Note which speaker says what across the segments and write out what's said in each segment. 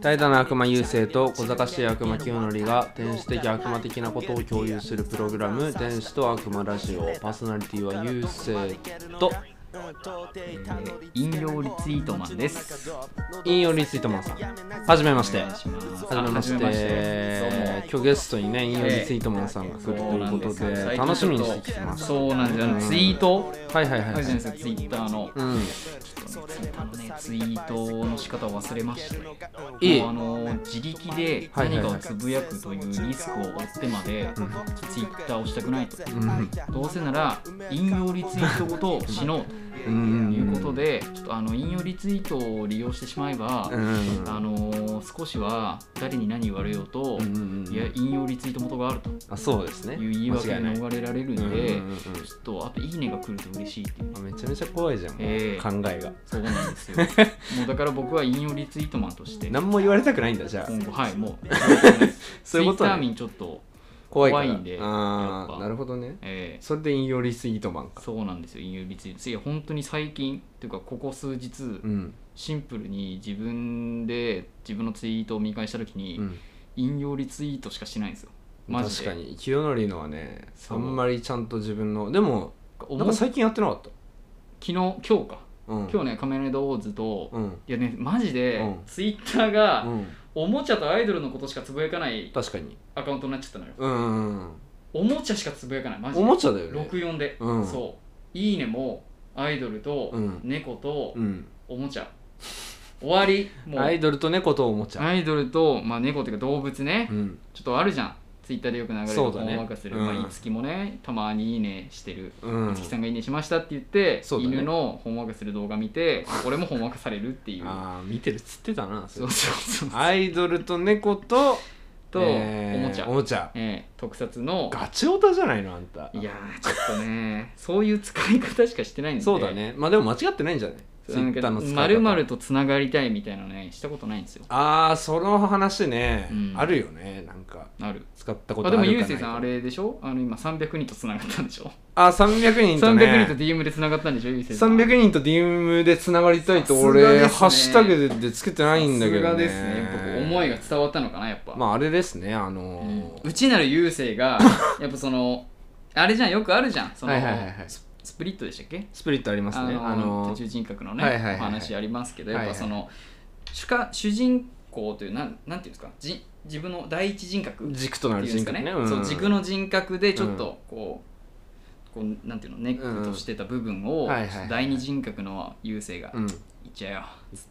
Speaker 1: 怠惰な悪魔優勢と小賢しい悪魔清則が天使的悪魔的なことを共有するプログラム天使と悪魔ラジオパーソナリティは優勢と
Speaker 2: えー引用リツイートマンです。
Speaker 1: 引用リツイートマンさんはじめましてはじめまして
Speaker 2: はじめましてどうも
Speaker 1: 今日ゲストにね引用リツイートマンさんが来るということで,、楽しみにしてきます
Speaker 2: そうなんですよあのツイート
Speaker 1: はいはい
Speaker 2: あ
Speaker 1: は
Speaker 2: る
Speaker 1: い
Speaker 2: じゃないですか、ツイッターの。
Speaker 1: うん
Speaker 2: ちょっとねツイッターのね、ツイートの仕方を忘れましたね。
Speaker 1: いい
Speaker 2: もうあの自力で
Speaker 1: はいはいはい
Speaker 2: 何かをつぶやくというリスクを負ってまで、ツイッターをしたくないと。
Speaker 1: うん
Speaker 2: どうせなら、引用リツイートごと死のうと
Speaker 1: うんうん
Speaker 2: いうことで、ちょっとあの引用リツイートを利用してしまえば、
Speaker 1: うん
Speaker 2: あのー少しは誰に何言われようと、
Speaker 1: うんうんうん
Speaker 2: いや引用リツイート元があると
Speaker 1: あそうですね
Speaker 2: いう言い訳
Speaker 1: 間違
Speaker 2: に
Speaker 1: いない
Speaker 2: 逃れられるんで、
Speaker 1: うんうんうんうん
Speaker 2: ちょっとあと「いいね」が来ると嬉しいっていう
Speaker 1: あめちゃめちゃ怖いじゃん、もう
Speaker 2: ええ
Speaker 1: 考えが
Speaker 2: そうなんで すよもうだから僕は引用リツイートマンとして
Speaker 1: 何も言われたくないんだじゃあ
Speaker 2: 今後はいもう
Speaker 1: そういうこと
Speaker 2: ツイッ
Speaker 1: ね
Speaker 2: ター民ちょっと、
Speaker 1: 怖いから
Speaker 2: 怖いんで
Speaker 1: あ
Speaker 2: やっ
Speaker 1: あ
Speaker 2: ぱ
Speaker 1: なるほどね
Speaker 2: え
Speaker 1: それで引用リツイートマン
Speaker 2: ー
Speaker 1: か
Speaker 2: そうなんですよ引用リツイートいや本当に最近というかここ数日、
Speaker 1: うん、
Speaker 2: シンプルに自分で自分のツイートを見返した時に、
Speaker 1: うん、
Speaker 2: 引用リツイートしかしないんですよマジ
Speaker 1: 確
Speaker 2: で
Speaker 1: かに清則のはねあ
Speaker 2: そうん
Speaker 1: まりちゃんと自分のでも
Speaker 2: 思
Speaker 1: なん
Speaker 2: う
Speaker 1: か
Speaker 2: 昨
Speaker 1: 最近やってなかった
Speaker 2: 日今日か
Speaker 1: うん
Speaker 2: 今日ね「仮面ライダーオーズと」
Speaker 1: うん、
Speaker 2: いやねマジで、
Speaker 1: うん
Speaker 2: ツイッターが、
Speaker 1: うん、
Speaker 2: おもちゃとアイドルのことしかつぶやかない
Speaker 1: 確かに
Speaker 2: アカウントになっちゃったのよ
Speaker 1: うんうんうん
Speaker 2: おもちゃしかつぶやかないマジ
Speaker 1: お
Speaker 2: で
Speaker 1: もちゃだよね
Speaker 2: 64で、
Speaker 1: うん
Speaker 2: そう「いいね」もアイドルと
Speaker 1: うん
Speaker 2: 猫と
Speaker 1: うん
Speaker 2: おもちゃ、終わりもう
Speaker 1: アイドルと猫とおもちゃ
Speaker 2: アイドルと、まあ、猫っていうか動物ね、
Speaker 1: うん
Speaker 2: ちょっとあるじゃんツイッターでよく流れる
Speaker 1: そうだね
Speaker 2: お任せる、
Speaker 1: うん
Speaker 2: まあ、いつきもねたまに「いいね」してる
Speaker 1: うん
Speaker 2: いつきさんが「いいね」しましたって言って、
Speaker 1: そうだね
Speaker 2: 犬のほんわかする動画見て俺もほんわかされるっていう
Speaker 1: ああ見てるっつってたなそ
Speaker 2: そ
Speaker 1: れ
Speaker 2: うそ うそう
Speaker 1: アイドルと猫と
Speaker 2: と、
Speaker 1: えー
Speaker 2: おもちゃ
Speaker 1: おもちゃ
Speaker 2: ええ特撮の
Speaker 1: ガチオタじゃないのあんた
Speaker 2: いやーちょっとねそういう使い方しかしてないんで
Speaker 1: そうだねまあでも間違ってないんじゃないツイ
Speaker 2: なん
Speaker 1: ッタ
Speaker 2: か
Speaker 1: ーの使い方
Speaker 2: まるまるとつながりたいみたいなねしたことないんですよ
Speaker 1: ああその話ね、
Speaker 2: うん
Speaker 1: あるよねなんか
Speaker 2: ある
Speaker 1: 使ったこと
Speaker 2: あ
Speaker 1: あるか
Speaker 2: でも
Speaker 1: ない
Speaker 2: ゆうせいさんあ
Speaker 1: れ
Speaker 2: れでしょあの今300人とつながったんでしょ、
Speaker 1: あ300人とね
Speaker 2: 300人と DM でつながったんでしょゆうせいさん
Speaker 1: 300人と DM でつながりたいと
Speaker 2: さすがです
Speaker 1: 俺、
Speaker 2: ね
Speaker 1: ハッシュタグでつけてないんだけ
Speaker 2: さ
Speaker 1: ど、ね、
Speaker 2: すがですね僕思いが伝わったのかなやっぱ、
Speaker 1: まああれですねあ
Speaker 2: う
Speaker 1: の
Speaker 2: ん
Speaker 1: ー
Speaker 2: うちなるゆうせい がやっぱそのあれじゃんよくあるじゃんその、
Speaker 1: はいはいはいはい
Speaker 2: ススプリットでしたっけ
Speaker 1: スプリットあります
Speaker 2: あ
Speaker 1: ね
Speaker 2: の
Speaker 1: あの
Speaker 2: 途中
Speaker 1: ー
Speaker 2: 人格のね、
Speaker 1: はいはいはいはい
Speaker 2: お話ありますけどやっぱそ
Speaker 1: は
Speaker 2: の、主か主人公というなんなんていうんですかじ自分の第一人格って
Speaker 1: 軸とない
Speaker 2: うん
Speaker 1: る
Speaker 2: です
Speaker 1: 人
Speaker 2: か
Speaker 1: 格
Speaker 2: ね
Speaker 1: ねうん
Speaker 2: そう軸の人格でちょっとこう、こうなんていうのネックとしてた部分を、
Speaker 1: うんはいはいはい
Speaker 2: ちょっと第二人格の優勢が「
Speaker 1: うんいっ
Speaker 2: いっちゃえよ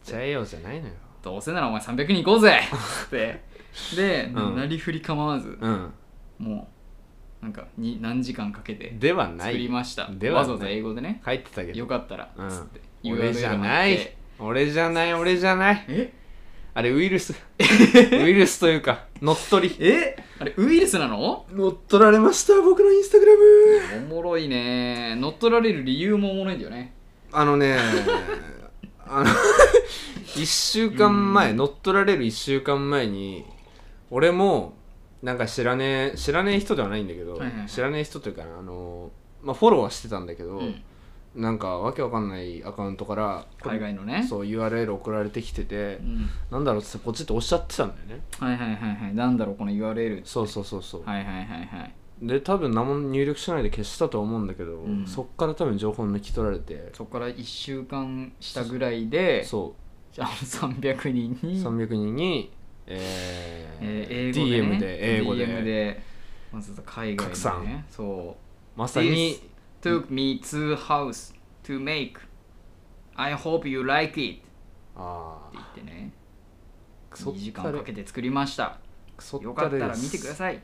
Speaker 1: ちゃえよじゃないのよ
Speaker 2: どうせならお前300人行こうぜ!」 ってで、
Speaker 1: うん
Speaker 2: なりふり構わず、
Speaker 1: うん
Speaker 2: もうなんかに何時間かけて
Speaker 1: ではな
Speaker 2: 作り
Speaker 1: い
Speaker 2: ました
Speaker 1: ではない
Speaker 2: わざわざ英語でね
Speaker 1: 書いてたけ
Speaker 2: よ
Speaker 1: ど
Speaker 2: かったら、
Speaker 1: うん
Speaker 2: つって
Speaker 1: 俺
Speaker 2: URL
Speaker 1: じゃない
Speaker 2: 貼って
Speaker 1: 俺じゃない俺じゃない
Speaker 2: え
Speaker 1: あれウイル スウイルスというか乗っ取り
Speaker 2: えあれウイルスなの
Speaker 1: 乗っ取られました僕のインスタグラム
Speaker 2: おもろいね乗っ取られる理由もおもろいんだよね
Speaker 1: あのね あの 一週間前乗っ取られる1週間前に俺もなんか知らねえ知らねえ人ではないんだけど、
Speaker 2: はいはいはい
Speaker 1: 知らねえ人というかあのまあフォローはしてたんだけど、
Speaker 2: うん
Speaker 1: なんかわけわかんないアカウントから
Speaker 2: 海外のね
Speaker 1: そう URL 送られてきてて
Speaker 2: う、ん
Speaker 1: なんだろうっつってポチって押しちゃってたんだよね
Speaker 2: はいはいはいはいなんだろうこの URL
Speaker 1: そうそうそうそう、
Speaker 2: はいはいはいはい
Speaker 1: で多分何も入力しないで消したと思うんだけど、
Speaker 2: ん
Speaker 1: そっから多分情報抜き取られて
Speaker 2: そこから1週間したぐらいで
Speaker 1: そう
Speaker 2: じゃあ300人に、
Speaker 1: 300人に、え
Speaker 2: えー英
Speaker 1: ー
Speaker 2: 語で、ね、
Speaker 1: DM で英語で
Speaker 2: DM でまず海外
Speaker 1: 拡
Speaker 2: のね
Speaker 1: 散
Speaker 2: そう
Speaker 1: まさに
Speaker 2: This took me two house to make I hope you like it って
Speaker 1: あ
Speaker 2: 言ってね
Speaker 1: クソ
Speaker 2: 2時
Speaker 1: っ
Speaker 2: 間
Speaker 1: た
Speaker 2: か
Speaker 1: れ
Speaker 2: けて作りました
Speaker 1: クソ
Speaker 2: よかったら見てくだ
Speaker 1: い
Speaker 2: さい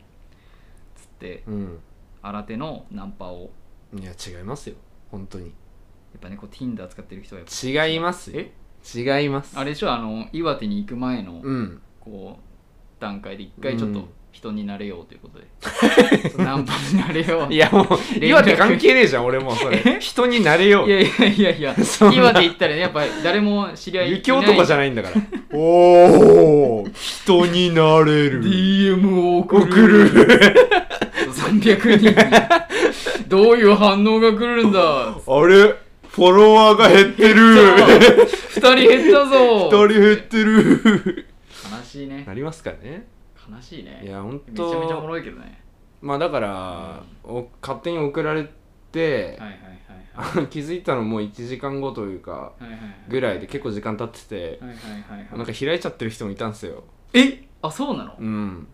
Speaker 2: つって
Speaker 1: うん
Speaker 2: 新手のナンパを
Speaker 1: いや違いますよ本当に
Speaker 2: やっぱねこう Tinder 使ってる人はやっぱ
Speaker 1: 違いますよ違います
Speaker 2: あれでしょあの岩手に行く前の
Speaker 1: うん
Speaker 2: こう段階で一回ちょっ
Speaker 1: う
Speaker 2: と
Speaker 1: ん
Speaker 2: 人になれようということで、 ナンパになれよう
Speaker 1: いやもう
Speaker 2: 連絡
Speaker 1: 岩手関係ねえじゃん俺もうそれ人になれよ
Speaker 2: いうやいやいやい や
Speaker 1: そんな
Speaker 2: 岩手行ったらねやっぱり誰も知り合いいない
Speaker 1: 雪男じゃないんだからおお人になれる
Speaker 2: DM を送る
Speaker 1: 送る
Speaker 2: 300人にどういう反応が来るんだ
Speaker 1: あれフォロワーが減ってる
Speaker 2: 2人減ったぞ
Speaker 1: 2人減ってる
Speaker 2: 悲しいね
Speaker 1: なりますからね
Speaker 2: 悲しいね
Speaker 1: いや本
Speaker 2: めち
Speaker 1: 当
Speaker 2: ゃめちゃおもろいけどね
Speaker 1: まあだから、お勝手に送られて、
Speaker 2: はいはいはいは
Speaker 1: あの 気づいたのもう1時間後というか
Speaker 2: いはいはいはい
Speaker 1: ぐらいで結構時間経ってて、
Speaker 2: はいはいはいはい
Speaker 1: なんか開いちゃってる人もいたんですよ
Speaker 2: えあそうなの
Speaker 1: うん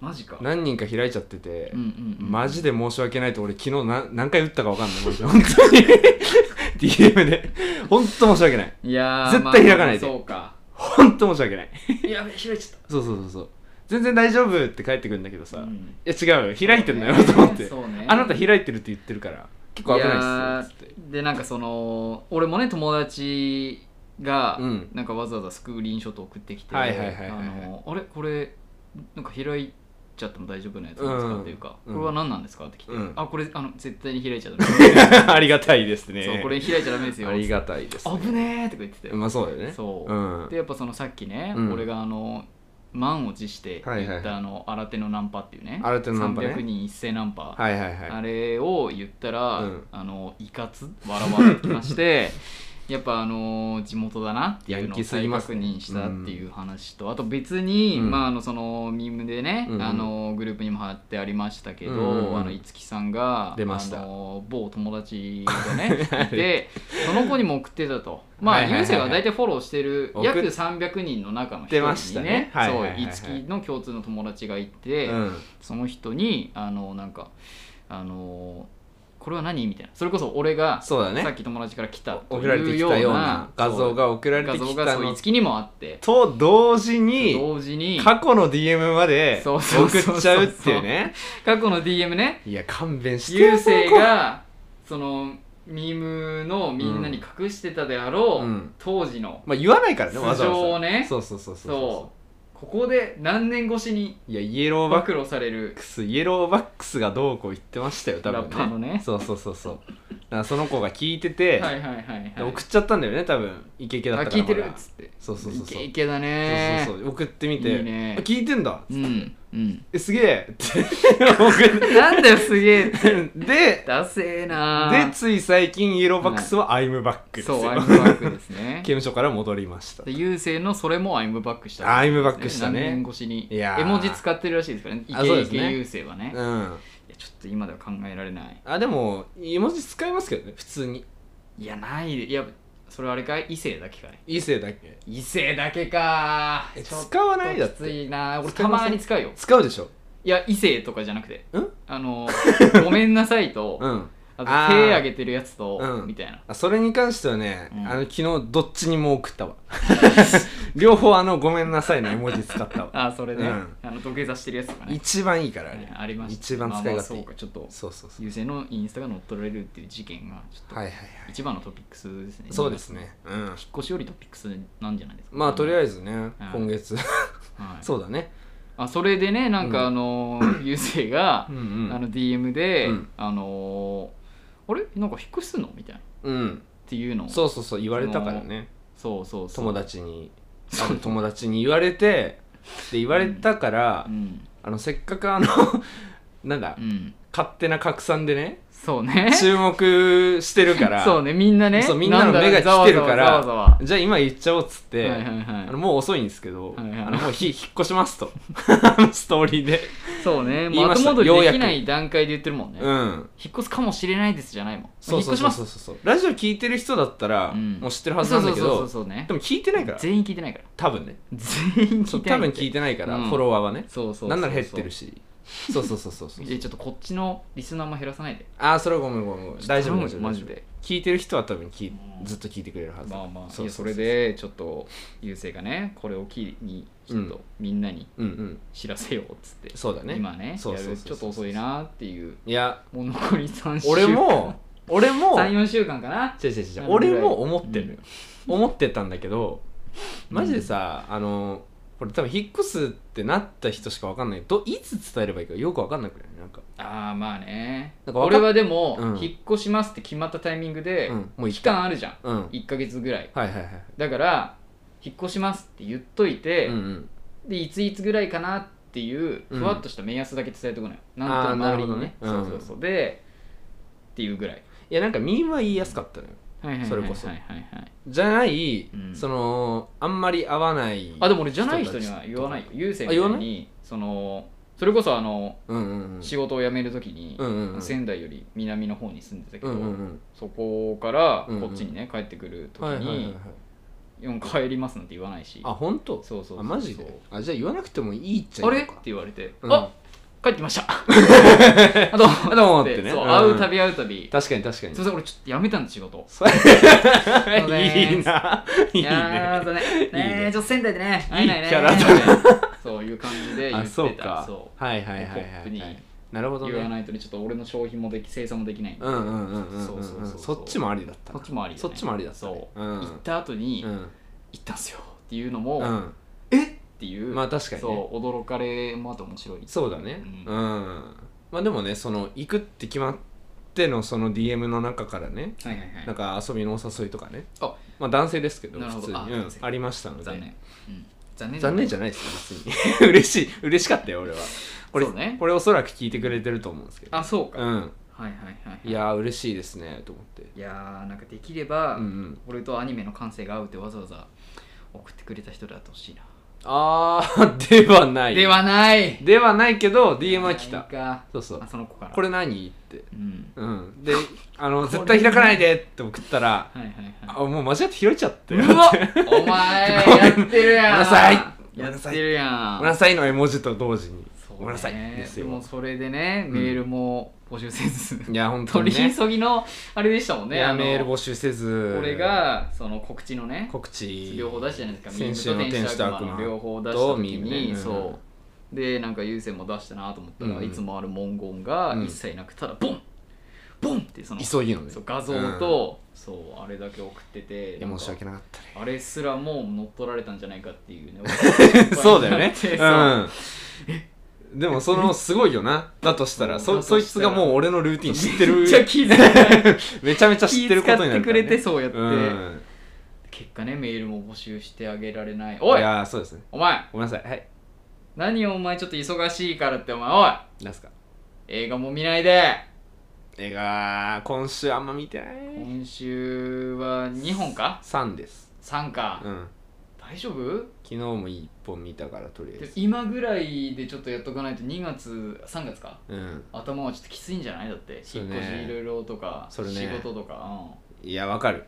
Speaker 2: マジか
Speaker 1: 何人か開いちゃってて、
Speaker 2: うんうんうん
Speaker 1: マジで申し訳ないと俺昨日な何回打ったか分かんないマジで本当に DM で本当申し訳ない
Speaker 2: いやー
Speaker 1: 絶対開かないで
Speaker 2: まあそ うか
Speaker 1: 本当申し訳ない
Speaker 2: やべ開いちゃっ
Speaker 1: そうそうそうそう全然大丈夫って帰ってくるんだけどさ、
Speaker 2: た
Speaker 1: いや違うよ開いてんのよと思って、
Speaker 2: そうね
Speaker 1: あなた開いてるって言ってるから結構危ないっすよつっ
Speaker 2: い
Speaker 1: て
Speaker 2: やーでなんかその俺もね友達が、
Speaker 1: うん
Speaker 2: なんかわざわざスクリーンショット送ってきて「あ
Speaker 1: はいはいはいはいはい
Speaker 2: のあれこれなんか開いちゃっても大丈夫なやつなんですか?」
Speaker 1: うん
Speaker 2: っていうか「こ
Speaker 1: うん
Speaker 2: れは何なんですか?」って来て「
Speaker 1: うん
Speaker 2: あこれあの絶対に開いちゃダメ ですよ
Speaker 1: ありがたいですね
Speaker 2: そうこれ開いちゃダメですよ」
Speaker 1: ありがたいです、
Speaker 2: 危ねえ」とか言ってて、
Speaker 1: まあそうだよね
Speaker 2: そう、
Speaker 1: うん
Speaker 2: でやっぱそのさっきね、
Speaker 1: うん
Speaker 2: 俺があの満を持して
Speaker 1: はい
Speaker 2: 言
Speaker 1: は
Speaker 2: っ
Speaker 1: い
Speaker 2: たあの新手のナンパっていうね
Speaker 1: 新手のナンパね
Speaker 2: 300人一斉ナンパ
Speaker 1: はいはいはい
Speaker 2: あれを言ったら、
Speaker 1: うん
Speaker 2: あのいかつ笑われてきまして やっぱあの地元だなっていう
Speaker 1: ヤ
Speaker 2: の
Speaker 1: ン
Speaker 2: を
Speaker 1: キーす
Speaker 2: 再
Speaker 1: ぎます
Speaker 2: 確認したっていう話と、あと別に、
Speaker 1: うん
Speaker 2: まあ、あのそのミームでね、
Speaker 1: うんうん
Speaker 2: あのグループにも貼ってありましたけど、
Speaker 1: うんうんうん
Speaker 2: あのいつきさんが
Speaker 1: 出ました
Speaker 2: あの某友達が ねいてその子にも送ってたとまあ
Speaker 1: はいはいはい
Speaker 2: ゆうせいは大体フォローしてる
Speaker 1: 送っ
Speaker 2: 約300人の中の一
Speaker 1: 出まし
Speaker 2: 人
Speaker 1: た
Speaker 2: に
Speaker 1: ね
Speaker 2: ね
Speaker 1: はいはいはいはい
Speaker 2: そういつきの共通の友達がいて、
Speaker 1: うん
Speaker 2: その人にあのなんかあのこれは何みたいなそれこそ俺が
Speaker 1: そうだね
Speaker 2: さっき友達から来たと
Speaker 1: 送られて
Speaker 2: い
Speaker 1: き
Speaker 2: うよう
Speaker 1: た
Speaker 2: な
Speaker 1: ような画像が送られ
Speaker 2: 画
Speaker 1: てき
Speaker 2: 像が
Speaker 1: た
Speaker 2: そうい
Speaker 1: の
Speaker 2: つきにもあって
Speaker 1: と同時に
Speaker 2: 同時に
Speaker 1: 過去の DM まで
Speaker 2: そうそうそうそう
Speaker 1: 送っちゃうっていうね
Speaker 2: 過去の DM ね
Speaker 1: いや勘弁して
Speaker 2: 優勢
Speaker 1: こ
Speaker 2: がそのミームのみんなに隠してたであろう、
Speaker 1: うん
Speaker 2: 当時の
Speaker 1: こまあ言わないからねわざ
Speaker 2: 素性を
Speaker 1: わざ
Speaker 2: ね
Speaker 1: そうそうそう
Speaker 2: そう
Speaker 1: そうそ
Speaker 2: ここで何年越しに
Speaker 1: ういやイエローバ
Speaker 2: 暴
Speaker 1: ック
Speaker 2: 露される
Speaker 1: スイエローバックスがどうこう言ってましたよ多
Speaker 2: ラッパー
Speaker 1: 分
Speaker 2: の
Speaker 1: ね
Speaker 2: ね
Speaker 1: そうそうそうそうだからその子が聞いてて、
Speaker 2: はいはいはいはい
Speaker 1: 送っちゃったんだよね多分イケイケだ
Speaker 2: あ
Speaker 1: ったから
Speaker 2: 聞いてる
Speaker 1: ま
Speaker 2: っ
Speaker 1: だ
Speaker 2: つって
Speaker 1: そうそうそうそ
Speaker 2: イ
Speaker 1: う
Speaker 2: ケイケだね
Speaker 1: そうそうそう送ってみて
Speaker 2: いいね
Speaker 1: あ聞いてんだ
Speaker 2: うんうん
Speaker 1: えすげえって送
Speaker 2: なんだよすげえって
Speaker 1: ってで
Speaker 2: ダセーな
Speaker 1: でつい最近イエローバックスはアイムバックですよ
Speaker 2: そうアイムバックですね
Speaker 1: 刑務所から戻りました
Speaker 2: で優勢のそれもアイムバックした、
Speaker 1: アイムバックしたね
Speaker 2: 何年越しに
Speaker 1: いやー
Speaker 2: 絵文字使ってるらしいですからねイ
Speaker 1: あそう
Speaker 2: ケ
Speaker 1: で
Speaker 2: イ
Speaker 1: す
Speaker 2: ケ
Speaker 1: ね
Speaker 2: 優勢はね
Speaker 1: うん
Speaker 2: いやちょっと今では考えられない
Speaker 1: あでも絵文字使いますけどね普通に
Speaker 2: いやないでいやそれあれかい異性だけかい
Speaker 1: 異性だけ
Speaker 2: 異性だけか
Speaker 1: え
Speaker 2: ちょっと
Speaker 1: 使わないだって
Speaker 2: きついな俺
Speaker 1: 使
Speaker 2: た
Speaker 1: いません
Speaker 2: まに使うよ
Speaker 1: 使うでしょ
Speaker 2: いや異性とかじゃなくて
Speaker 1: ん
Speaker 2: あのごめんなさいと、
Speaker 1: うん
Speaker 2: あと手挙げてるやつと、
Speaker 1: うん
Speaker 2: みたいな
Speaker 1: あそれに関してはね、
Speaker 2: うん
Speaker 1: あの昨日どっちにも送った わ両方あのごめんなさいの絵文字使 ったわ
Speaker 2: あそれね、
Speaker 1: うん
Speaker 2: あの土下座してるやつとかね
Speaker 1: 一番いいからあれ
Speaker 2: ねありました
Speaker 1: 一番使い
Speaker 2: まあまあ
Speaker 1: 勝手
Speaker 2: そ
Speaker 1: いいう
Speaker 2: かちょっと
Speaker 1: そうそうそう
Speaker 2: 優勢のインスタが乗っ取られるっていう事件がちょっと、
Speaker 1: はいはいはい
Speaker 2: 一番のトピックスですね
Speaker 1: そうですねうん
Speaker 2: 引っ越しよりトピックスなんじゃないですか
Speaker 1: まあとりあ
Speaker 2: え
Speaker 1: えずね、今月
Speaker 2: ず、はい
Speaker 1: そうだね
Speaker 2: あそれでねなん
Speaker 1: うん
Speaker 2: かあの ー優勢が
Speaker 1: うん、うん
Speaker 2: あの DM で、
Speaker 1: うん
Speaker 2: あのーあれなんか引っ越しすんのみたいなっ
Speaker 1: うん
Speaker 2: ていうのを
Speaker 1: そうそうそう言われたからね
Speaker 2: そうそうそう
Speaker 1: 友達にある友達に言われてで言われたから、
Speaker 2: うん
Speaker 1: あのせっかくあのなんだ、
Speaker 2: うん
Speaker 1: 勝手な拡散でね
Speaker 2: そうね
Speaker 1: 注目してるから
Speaker 2: そうねみんなね
Speaker 1: そうみんなの目が来てるから
Speaker 2: なんだざわざわざわざわ
Speaker 1: じゃあ今言っちゃおうっつって、
Speaker 2: はいはいはい
Speaker 1: あのもう遅いんですけど、
Speaker 2: はいはい
Speaker 1: あのもうひ引っ越します とあのストーリーで、
Speaker 2: そうね、
Speaker 1: 言い
Speaker 2: もう
Speaker 1: まし
Speaker 2: 後
Speaker 1: た
Speaker 2: 戻
Speaker 1: よう
Speaker 2: り
Speaker 1: や
Speaker 2: で
Speaker 1: く
Speaker 2: きない段階で言ってるもんね。
Speaker 1: うん
Speaker 2: 引っ越すかもしれないですじゃないもん。
Speaker 1: そうそうそう
Speaker 2: 引
Speaker 1: そ
Speaker 2: っ越し
Speaker 1: うそうラジオ聞いてる人だったら、
Speaker 2: うん
Speaker 1: もう知ってる
Speaker 2: ま
Speaker 1: は
Speaker 2: す。
Speaker 1: ずなんだけど
Speaker 2: そうそうそうそうね
Speaker 1: で。も聞いてないから
Speaker 2: 全員聞いてないから。
Speaker 1: 多分ね
Speaker 2: 全員
Speaker 1: そう
Speaker 2: 聞いてない。
Speaker 1: 多分聞いてないから、
Speaker 2: うん
Speaker 1: フォロワーはね
Speaker 2: そうそうそうそう。
Speaker 1: なんなら減ってるしそうそうそうそうそう
Speaker 2: え。ちょっとこっちのリスナーも減らさないで。
Speaker 1: ああそれはごめんごめんごめん大丈夫
Speaker 2: 頼む
Speaker 1: 大丈夫
Speaker 2: よマジで。
Speaker 1: 聞いてる人は多分聞い
Speaker 2: うん
Speaker 1: ずっと聞いてくれるはず
Speaker 2: まあまあ、
Speaker 1: そ
Speaker 2: そうや
Speaker 1: そ
Speaker 2: そう
Speaker 1: そう
Speaker 2: れで、ちょっと、優勢がね、これを機に、ちょっとみんなに
Speaker 1: うんうん
Speaker 2: 知らせようっつって。
Speaker 1: そうだね
Speaker 2: 今ね、
Speaker 1: そう
Speaker 2: や
Speaker 1: そうそう
Speaker 2: るちょっと遅いなっていう。
Speaker 1: いや
Speaker 2: もう残り3週間。
Speaker 1: 俺 も俺も
Speaker 2: 3、4週間かな。
Speaker 1: 違う違う違う
Speaker 2: なるぐらい
Speaker 1: 俺も思ってるのよ、思ってたんだけどマジでさ、あのこれ多分引っ越すってなった人しか分かんないどいつ伝えればいいかよく分かんなくないなんか、
Speaker 2: ああまあね
Speaker 1: なんかわかっ
Speaker 2: 俺はでも、
Speaker 1: うん
Speaker 2: 引っ越しますって決まったタイミングで、
Speaker 1: うん、もう
Speaker 2: 期間あるじゃん
Speaker 1: うんはい
Speaker 2: 1ヶ月ぐらい
Speaker 1: はいはい
Speaker 2: だから引っ越しますって言っといて、
Speaker 1: うんうん
Speaker 2: でいついつぐらいかなっていう
Speaker 1: うん
Speaker 2: ふわっとした目安だけ伝えてこないよ、
Speaker 1: あー
Speaker 2: なんと周りにね
Speaker 1: なるほどね
Speaker 2: そうそうそうでっていうぐらい
Speaker 1: いやなんかミームは言いやすかったのよ
Speaker 2: はいはいはいはいは
Speaker 1: それこ
Speaker 2: い
Speaker 1: そ
Speaker 2: はいはいはい
Speaker 1: じゃない、
Speaker 2: うん
Speaker 1: そのあんまり合わない
Speaker 2: あでも俺じゃない人には言わないよ優先みた
Speaker 1: あ言わ
Speaker 2: い
Speaker 1: な
Speaker 2: にそのそれこそあの
Speaker 1: うんうんうん
Speaker 2: 仕事を辞めるときに、
Speaker 1: うんうんうん
Speaker 2: 仙台より南の方に住んでたけ
Speaker 1: う
Speaker 2: ど、
Speaker 1: んうんうん
Speaker 2: そこから
Speaker 1: うんうん
Speaker 2: こっちにね帰ってくるとき
Speaker 1: はいはいはいはい
Speaker 2: に「うん帰ります」なんて言わないし
Speaker 1: あ本当
Speaker 2: そうそうそう
Speaker 1: あマジであじゃあ言わなくてもいいっちゃ
Speaker 2: あ
Speaker 1: い
Speaker 2: れ
Speaker 1: い
Speaker 2: っ
Speaker 1: の
Speaker 2: て
Speaker 1: か
Speaker 2: 言われて「
Speaker 1: うん
Speaker 2: あ帰ってきました」 あどうも
Speaker 1: あどうもってね
Speaker 2: そう
Speaker 1: うん
Speaker 2: 会うたび会うたび
Speaker 1: 確かに確か
Speaker 2: す
Speaker 1: に
Speaker 2: いません俺ちょっと辞めたんで仕事
Speaker 1: それ
Speaker 2: うです
Speaker 1: いいないい
Speaker 2: や
Speaker 1: ね
Speaker 2: ーそうねね
Speaker 1: いいね
Speaker 2: ちょっと仙台でね
Speaker 1: いい
Speaker 2: 会え
Speaker 1: キ
Speaker 2: ないね
Speaker 1: ャラだね
Speaker 2: そういう感じで言
Speaker 1: あ
Speaker 2: ってた
Speaker 1: そうか
Speaker 2: そう
Speaker 1: はいはいはいは
Speaker 2: ポップ
Speaker 1: い
Speaker 2: に
Speaker 1: はいなるほど
Speaker 2: 言わ
Speaker 1: ね
Speaker 2: ないとねちょっと俺の消費もでき生産もできないんで
Speaker 1: うんうんうんうん
Speaker 2: そううそ
Speaker 1: んう
Speaker 2: うんそう
Speaker 1: そっちもありだった
Speaker 2: そ
Speaker 1: な
Speaker 2: っちもありよね
Speaker 1: そっちもありだったね
Speaker 2: そう
Speaker 1: うん
Speaker 2: 行った後に
Speaker 1: うん
Speaker 2: 行ったんすよっていうのも
Speaker 1: うん
Speaker 2: えっていう
Speaker 1: まあ確かにね
Speaker 2: そう驚かれもあと面白い
Speaker 1: そうだね
Speaker 2: う
Speaker 1: うんまあでもねその行くって決まってのその DM の中からね
Speaker 2: はいはいはい
Speaker 1: なんか遊びのお誘いとかね
Speaker 2: あ
Speaker 1: まあ男性ですけど
Speaker 2: なるほ
Speaker 1: 普通
Speaker 2: ど
Speaker 1: に
Speaker 2: あ
Speaker 1: うん
Speaker 2: 男性
Speaker 1: ありましたの
Speaker 2: 残
Speaker 1: で
Speaker 2: 念うん残念
Speaker 1: 残念じ
Speaker 2: ゃ
Speaker 1: ゃないですよ別に 嬉しい嬉しかったよ俺はこれ
Speaker 2: そうね
Speaker 1: これおそらく聞いてくれてると思うんですけど
Speaker 2: あそうか
Speaker 1: うん
Speaker 2: はいはいはい
Speaker 1: いやー嬉しいですねと思って
Speaker 2: いやーなんかできれば
Speaker 1: うんうん
Speaker 2: 俺とアニメの感性が合うってわざわざ送ってくれた人だってほしいな
Speaker 1: あー ではない
Speaker 2: ではない
Speaker 1: ではないけど DM は来
Speaker 2: な
Speaker 1: た
Speaker 2: いか
Speaker 1: そうそう
Speaker 2: あその子から
Speaker 1: これ何って
Speaker 2: うん
Speaker 1: うんであの
Speaker 2: これ
Speaker 1: 絶対開かないでって送ったら
Speaker 2: はいはいはい
Speaker 1: あもう間違って開いちゃって
Speaker 2: うわ
Speaker 1: ごめ
Speaker 2: お前
Speaker 1: ん
Speaker 2: やってるやん
Speaker 1: ごめんなさい
Speaker 2: やってるや ん
Speaker 1: ごめんなさいの絵文字と同時に
Speaker 2: そうね
Speaker 1: ごめんなさいです
Speaker 2: でも
Speaker 1: よ
Speaker 2: それでね
Speaker 1: うん
Speaker 2: メールも募集せず、
Speaker 1: いや本当
Speaker 2: 取
Speaker 1: に
Speaker 2: り
Speaker 1: ね
Speaker 2: 急ぎのあれでしたもん
Speaker 1: い
Speaker 2: ね
Speaker 1: や
Speaker 2: あの
Speaker 1: メール募集せず
Speaker 2: 俺がその告知のね
Speaker 1: 告知
Speaker 2: 両方出したじゃないですか
Speaker 1: 先週の
Speaker 2: ミーム
Speaker 1: 天使と悪
Speaker 2: の
Speaker 1: 魔
Speaker 2: 両方出した時に、
Speaker 1: と
Speaker 2: そうでなんか優先も出したなと思ったら、
Speaker 1: うん
Speaker 2: いつもある文言が
Speaker 1: うん
Speaker 2: 一切なくただボンボンってその
Speaker 1: 急ぎのね
Speaker 2: そう画像と、そうあれだけ送ってて
Speaker 1: いや
Speaker 2: なんか
Speaker 1: 申し訳なかったね
Speaker 2: あれすらもう乗っ取られたんじゃないかっていうね
Speaker 1: そうだよね
Speaker 2: そう
Speaker 1: うんでもそのすごいよなだとしたら
Speaker 2: う
Speaker 1: そ
Speaker 2: んだとした
Speaker 1: そ
Speaker 2: ら
Speaker 1: いつがもう俺のルーティン知ってる
Speaker 2: めっちゃ気遣い
Speaker 1: めちゃめちゃ知ってることになる
Speaker 2: 気遣ってく
Speaker 1: から
Speaker 2: れ
Speaker 1: ね
Speaker 2: てそうやって、
Speaker 1: うん
Speaker 2: 結果ねメールも募集してあげられないおい
Speaker 1: いやーそうですね
Speaker 2: お前
Speaker 1: ごめんなさいはい
Speaker 2: 何をお前ちょっと忙しいからってお前おい
Speaker 1: 何すか
Speaker 2: 映画も見ないで
Speaker 1: 映画今週あんま見てない
Speaker 2: 今週は2本か
Speaker 1: 3です
Speaker 2: 3か、
Speaker 1: うん
Speaker 2: 大丈夫
Speaker 1: 昨日も1本見たからとりあえ
Speaker 2: で
Speaker 1: ず
Speaker 2: 今ぐらいでちょっとやっとかないと2月3月か
Speaker 1: うん
Speaker 2: 頭はちょっときついんじゃないだって
Speaker 1: そ
Speaker 2: 引
Speaker 1: う
Speaker 2: っ
Speaker 1: ね
Speaker 2: 越しいろいろとか、
Speaker 1: それね
Speaker 2: 仕事とか、う
Speaker 1: いやわかる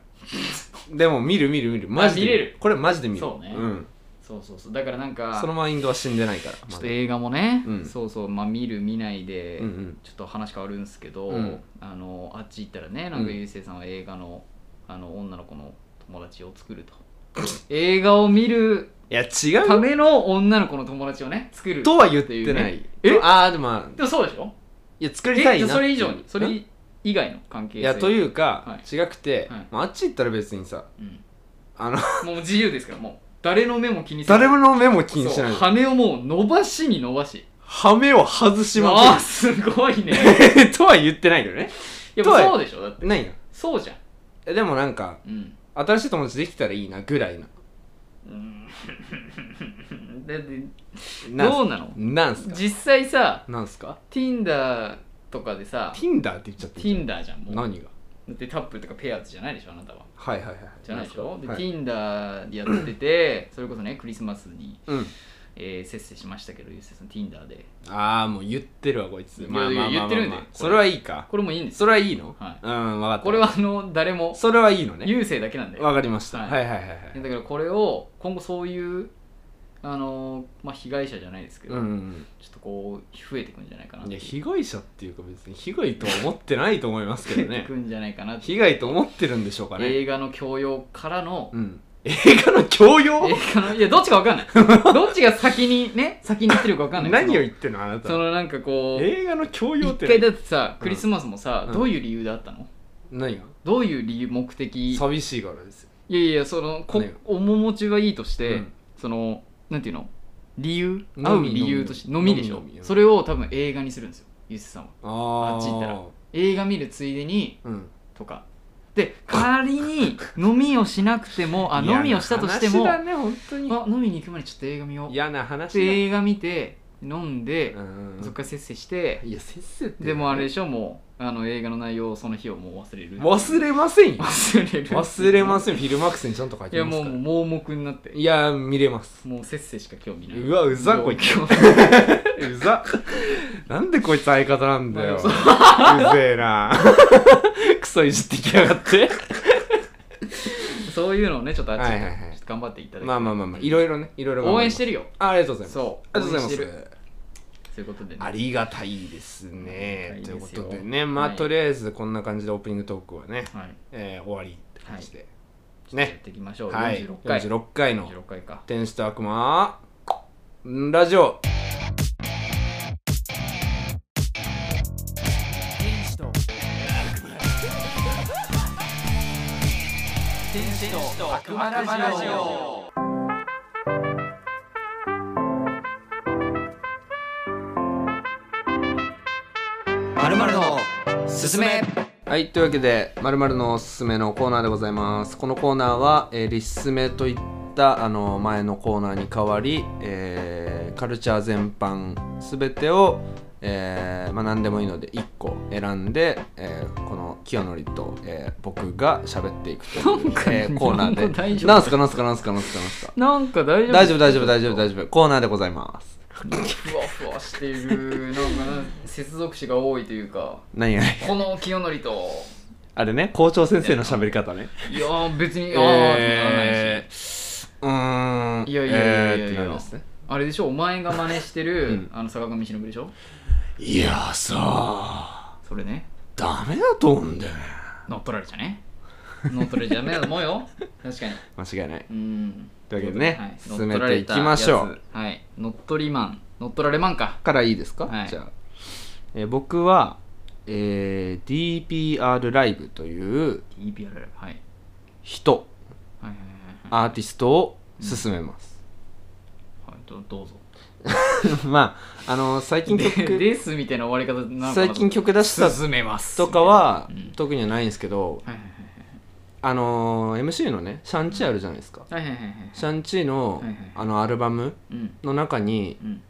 Speaker 1: でも見る見る見るマジで
Speaker 2: 見れる
Speaker 1: これマジで見る
Speaker 2: そうね
Speaker 1: ん、
Speaker 2: ん、そうそうそうだからなんか
Speaker 1: そのマインドは死んでないから
Speaker 2: ちょ
Speaker 1: ま
Speaker 2: っ
Speaker 1: だ
Speaker 2: と映画もね、
Speaker 1: うん
Speaker 2: そうそう、まあ、見る見ないで、
Speaker 1: うんうん
Speaker 2: ちょっと話変わるんですけど、
Speaker 1: うん
Speaker 2: あのあっち行ったらねなんか
Speaker 1: うん
Speaker 2: ゆうせいさんは映画のあの女の子の友達を作ると映画を見る
Speaker 1: いや違う
Speaker 2: ための女の子の友達をね作る
Speaker 1: とは言ってない。
Speaker 2: っていうねえ
Speaker 1: ああ、でもまあ、
Speaker 2: でもそうでしょ
Speaker 1: いや、作りたい
Speaker 2: え
Speaker 1: な。
Speaker 2: じゃあそれ以上に
Speaker 1: ん
Speaker 2: それ以外の関係性
Speaker 1: いや、と
Speaker 2: う、
Speaker 1: いうか、
Speaker 2: は
Speaker 1: 違くて、
Speaker 2: はい
Speaker 1: まあ、あっち行ったら別にさ、
Speaker 2: ん
Speaker 1: あの、
Speaker 2: もう自由ですからもう誰の目も気にせず
Speaker 1: 誰もの目も気にし
Speaker 2: そう
Speaker 1: ない。
Speaker 2: 羽をもう伸ばしに伸ばし
Speaker 1: 羽目を外し
Speaker 2: ああ
Speaker 1: ま
Speaker 2: すごいね
Speaker 1: くる。 とは言ってないけどね。
Speaker 2: やっぱそうでしょだって
Speaker 1: ないな。
Speaker 2: そうじゃん
Speaker 1: えでもなんか、
Speaker 2: うん
Speaker 1: 新しい友達できたらいいなぐらいな。
Speaker 2: うんだって
Speaker 1: なんす
Speaker 2: どうなの
Speaker 1: なんすか
Speaker 2: 実際さ
Speaker 1: なんすか
Speaker 2: Tinder とかでさ
Speaker 1: ?Tinder って言っちゃっていい
Speaker 2: Tinder じゃんもう
Speaker 1: 何が
Speaker 2: だってタップルとかペアーズじゃないでしょあなたは
Speaker 1: はいはいはい。
Speaker 2: じゃないでしょで、
Speaker 1: はい
Speaker 2: Tinder でやっててそれこそねクリスマスに、
Speaker 1: うん。
Speaker 2: えー、節制しましたけどゆうせいさん Tinder で
Speaker 1: ああ、もう言ってるわ、こいつ。
Speaker 2: や
Speaker 1: まあまあまあまあ、まあ、
Speaker 2: 言ってるんだよこれ
Speaker 1: それはいいか。
Speaker 2: これもいいんですよ
Speaker 1: それはいいの、
Speaker 2: はい
Speaker 1: うん、わかった。
Speaker 2: これはあの誰も
Speaker 1: それはいいのね。
Speaker 2: 優勢だけなんだよ
Speaker 1: わかりました。
Speaker 2: は
Speaker 1: はいいはいはいはい。
Speaker 2: だからこれを今後そういうあのーまあ被害者じゃないですけど、
Speaker 1: うんうん
Speaker 2: ちょっとこう増えてくんじゃないかな
Speaker 1: うん。いや、
Speaker 2: 増
Speaker 1: 被害者っていうか別に被害とは思ってないと思いますけ
Speaker 2: え
Speaker 1: ど
Speaker 2: て
Speaker 1: ね
Speaker 2: く。んじゃないかなって
Speaker 1: 被害と思ってるんでしょうかね。
Speaker 2: 映画の教養からの、
Speaker 1: うん。映画の教養
Speaker 2: 映画のいやどっちかわ かんないどっちが先にね先に言ってるかわかんない
Speaker 1: 何を言ってるのあな
Speaker 2: そのそ
Speaker 1: た。
Speaker 2: のなんかこう
Speaker 1: 映画の教養っ
Speaker 2: 一回だ
Speaker 1: て
Speaker 2: ってさクリスマスもさ、
Speaker 1: うん
Speaker 2: どういう理由であったの
Speaker 1: 何が
Speaker 2: どういう理由目的いや
Speaker 1: 寂しいからですよ。
Speaker 2: いやそのこ
Speaker 1: ね
Speaker 2: 面持ちはいいとして、
Speaker 1: うん
Speaker 2: そのなんていうの理由
Speaker 1: み
Speaker 2: 合う理由として
Speaker 1: 飲
Speaker 2: 飲
Speaker 1: み
Speaker 2: みでしょ
Speaker 1: 飲み飲み
Speaker 2: それを多分映画にするんですよゆうせいさんは
Speaker 1: あー
Speaker 2: あっち行ったら映画見るついでに
Speaker 1: うん。
Speaker 2: とかで仮に飲みをしなくてもあ飲みをしたとしても
Speaker 1: 嫌な話だね、本当に。
Speaker 2: あ飲みに行く前にちょっと映画見よう
Speaker 1: 嫌な
Speaker 2: で
Speaker 1: 話だ。
Speaker 2: 映画見て飲んで、
Speaker 1: うんうん
Speaker 2: そっからせっせして、
Speaker 1: いやせっせって
Speaker 2: でもあれでしょもうあの映画の内容をその日をもう忘れる
Speaker 1: 忘れませんよ
Speaker 2: 忘れる
Speaker 1: 忘れませんフィルマックスにちゃんと書い
Speaker 2: い
Speaker 1: て
Speaker 2: や
Speaker 1: ます
Speaker 2: も
Speaker 1: か
Speaker 2: う
Speaker 1: ら
Speaker 2: 盲目になって
Speaker 1: いや見れ ます
Speaker 2: もうせっせしか興味ないう
Speaker 1: わうざ
Speaker 2: も
Speaker 1: こいつ
Speaker 2: 興味
Speaker 1: うざなんでこいつ相方なん だよう
Speaker 2: そ
Speaker 1: ぜえ なクソいじってきやがって
Speaker 2: そういうのをねちょっとあっち
Speaker 1: は
Speaker 2: で
Speaker 1: い
Speaker 2: ち
Speaker 1: は
Speaker 2: ょ
Speaker 1: いはい
Speaker 2: っと頑張っていただきたい
Speaker 1: まあまあまあまあいろいろねいろいろ
Speaker 2: 応援して
Speaker 1: る
Speaker 2: るよ
Speaker 1: あありがとうございます
Speaker 2: そう
Speaker 1: ありがとうござい
Speaker 2: 応援
Speaker 1: ま
Speaker 2: して
Speaker 1: す
Speaker 2: るそういうことで
Speaker 1: あ
Speaker 2: ね
Speaker 1: りがたいですね
Speaker 2: あり
Speaker 1: という
Speaker 2: がたい
Speaker 1: こ
Speaker 2: ですよ
Speaker 1: とでねまあ、
Speaker 2: はい
Speaker 1: とりあえずこんな感じでオープニングトークはね、
Speaker 2: はい
Speaker 1: えー終わりって感じで、
Speaker 2: やっ
Speaker 1: ね
Speaker 2: ていきましょう
Speaker 1: はい
Speaker 2: 46回
Speaker 1: 46回の
Speaker 2: 46回か
Speaker 1: 「天使と悪魔」ラジオ
Speaker 2: 悪魔ラジオ
Speaker 3: まるまるのすすめ
Speaker 1: はいというわけで「まるのおすすめ」のコーナーでございますこのコーナーは、えーリスメといったあの前のコーナーに代わり、えーカルチャー全般すべてを、えーまあ、何でもいいので1個選んで、えーこの清則と、えー僕が喋っていくという、えーコーナーで
Speaker 2: なんか大丈夫
Speaker 1: なんすかなんすかなんすかなんすかなんすか
Speaker 2: なんか大丈夫
Speaker 1: 大丈夫大丈夫大丈夫
Speaker 2: 夫
Speaker 1: 大丈夫コーナーでございます
Speaker 2: ふわふわしているなんかな接続詞が多いというか
Speaker 1: 何が
Speaker 2: この清則と
Speaker 1: あれね校長先生の喋り方ね
Speaker 2: いやー別にあーってならないし、
Speaker 1: えー、うーん
Speaker 2: いやいやいやいやいや
Speaker 1: えーってなりますね
Speaker 2: あれでしょお前が真似してる、
Speaker 1: うん
Speaker 2: あの坂上忍でしょ
Speaker 1: いやさ
Speaker 2: それね
Speaker 1: ダメだと思うんだよね
Speaker 2: 乗っ取られちゃね乗っ取られちゃダメだと思うよ確かに
Speaker 1: 間違いない
Speaker 2: うん
Speaker 1: というわけでね
Speaker 2: はい
Speaker 1: 進めていきましょう
Speaker 2: 乗っ取られたやつはい乗っ取りマン乗っ取られマンか
Speaker 1: からいいですか、
Speaker 2: はい
Speaker 1: じゃあ、えー僕は、えー DPR ライブという
Speaker 2: EPR はいはい
Speaker 1: 人
Speaker 2: はいはいは
Speaker 1: ア
Speaker 2: い
Speaker 1: ーティストを勧め ます、
Speaker 2: はいどどうぞ
Speaker 1: まああの最近
Speaker 2: で
Speaker 1: 曲
Speaker 2: ですみたいな終わり方なのかな
Speaker 1: 最近曲出した
Speaker 2: 進めます
Speaker 1: とかは、
Speaker 2: みたいなうん
Speaker 1: 特にはないんですけど
Speaker 2: はいはいはい
Speaker 1: あのー MC のねシャンチーあるじゃないですか、
Speaker 2: はいはいはいはいはい
Speaker 1: シャンチーの、
Speaker 2: はいはい
Speaker 1: あのアルバム
Speaker 2: うん
Speaker 1: の中に
Speaker 2: うん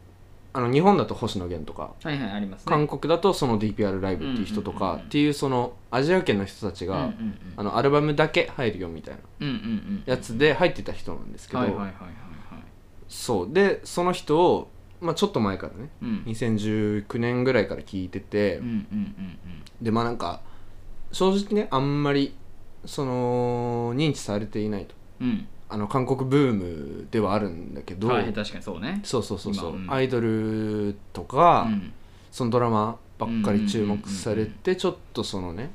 Speaker 1: あの日本だと星野源とか
Speaker 2: はいはいありますね
Speaker 1: 韓国だとその DPR ライブっていう人と
Speaker 2: うんうん
Speaker 1: か
Speaker 2: うんうん
Speaker 1: っていうそのアジア圏の人たちが
Speaker 2: うんうん
Speaker 1: あのアルバムだけ入るよみたいな
Speaker 2: うんうんうん
Speaker 1: やつで入ってた人なんですけ
Speaker 2: はいはいは
Speaker 1: ど
Speaker 2: いはいはい
Speaker 1: そうでその人をまあちょっと前からね
Speaker 2: うん
Speaker 1: 2019年ぐらいから聞いてて
Speaker 2: うんうんうん
Speaker 1: でまあなんか正直ねあんまりその認知されていないと
Speaker 2: うんうん
Speaker 1: あの韓国ブームではあるんだけど
Speaker 2: はい確かにそうね
Speaker 1: そうそうそうそう
Speaker 2: 今うん
Speaker 1: アイドルと
Speaker 2: う
Speaker 1: か
Speaker 2: ん
Speaker 1: そのドラマばっかり注目されてちょっとそのね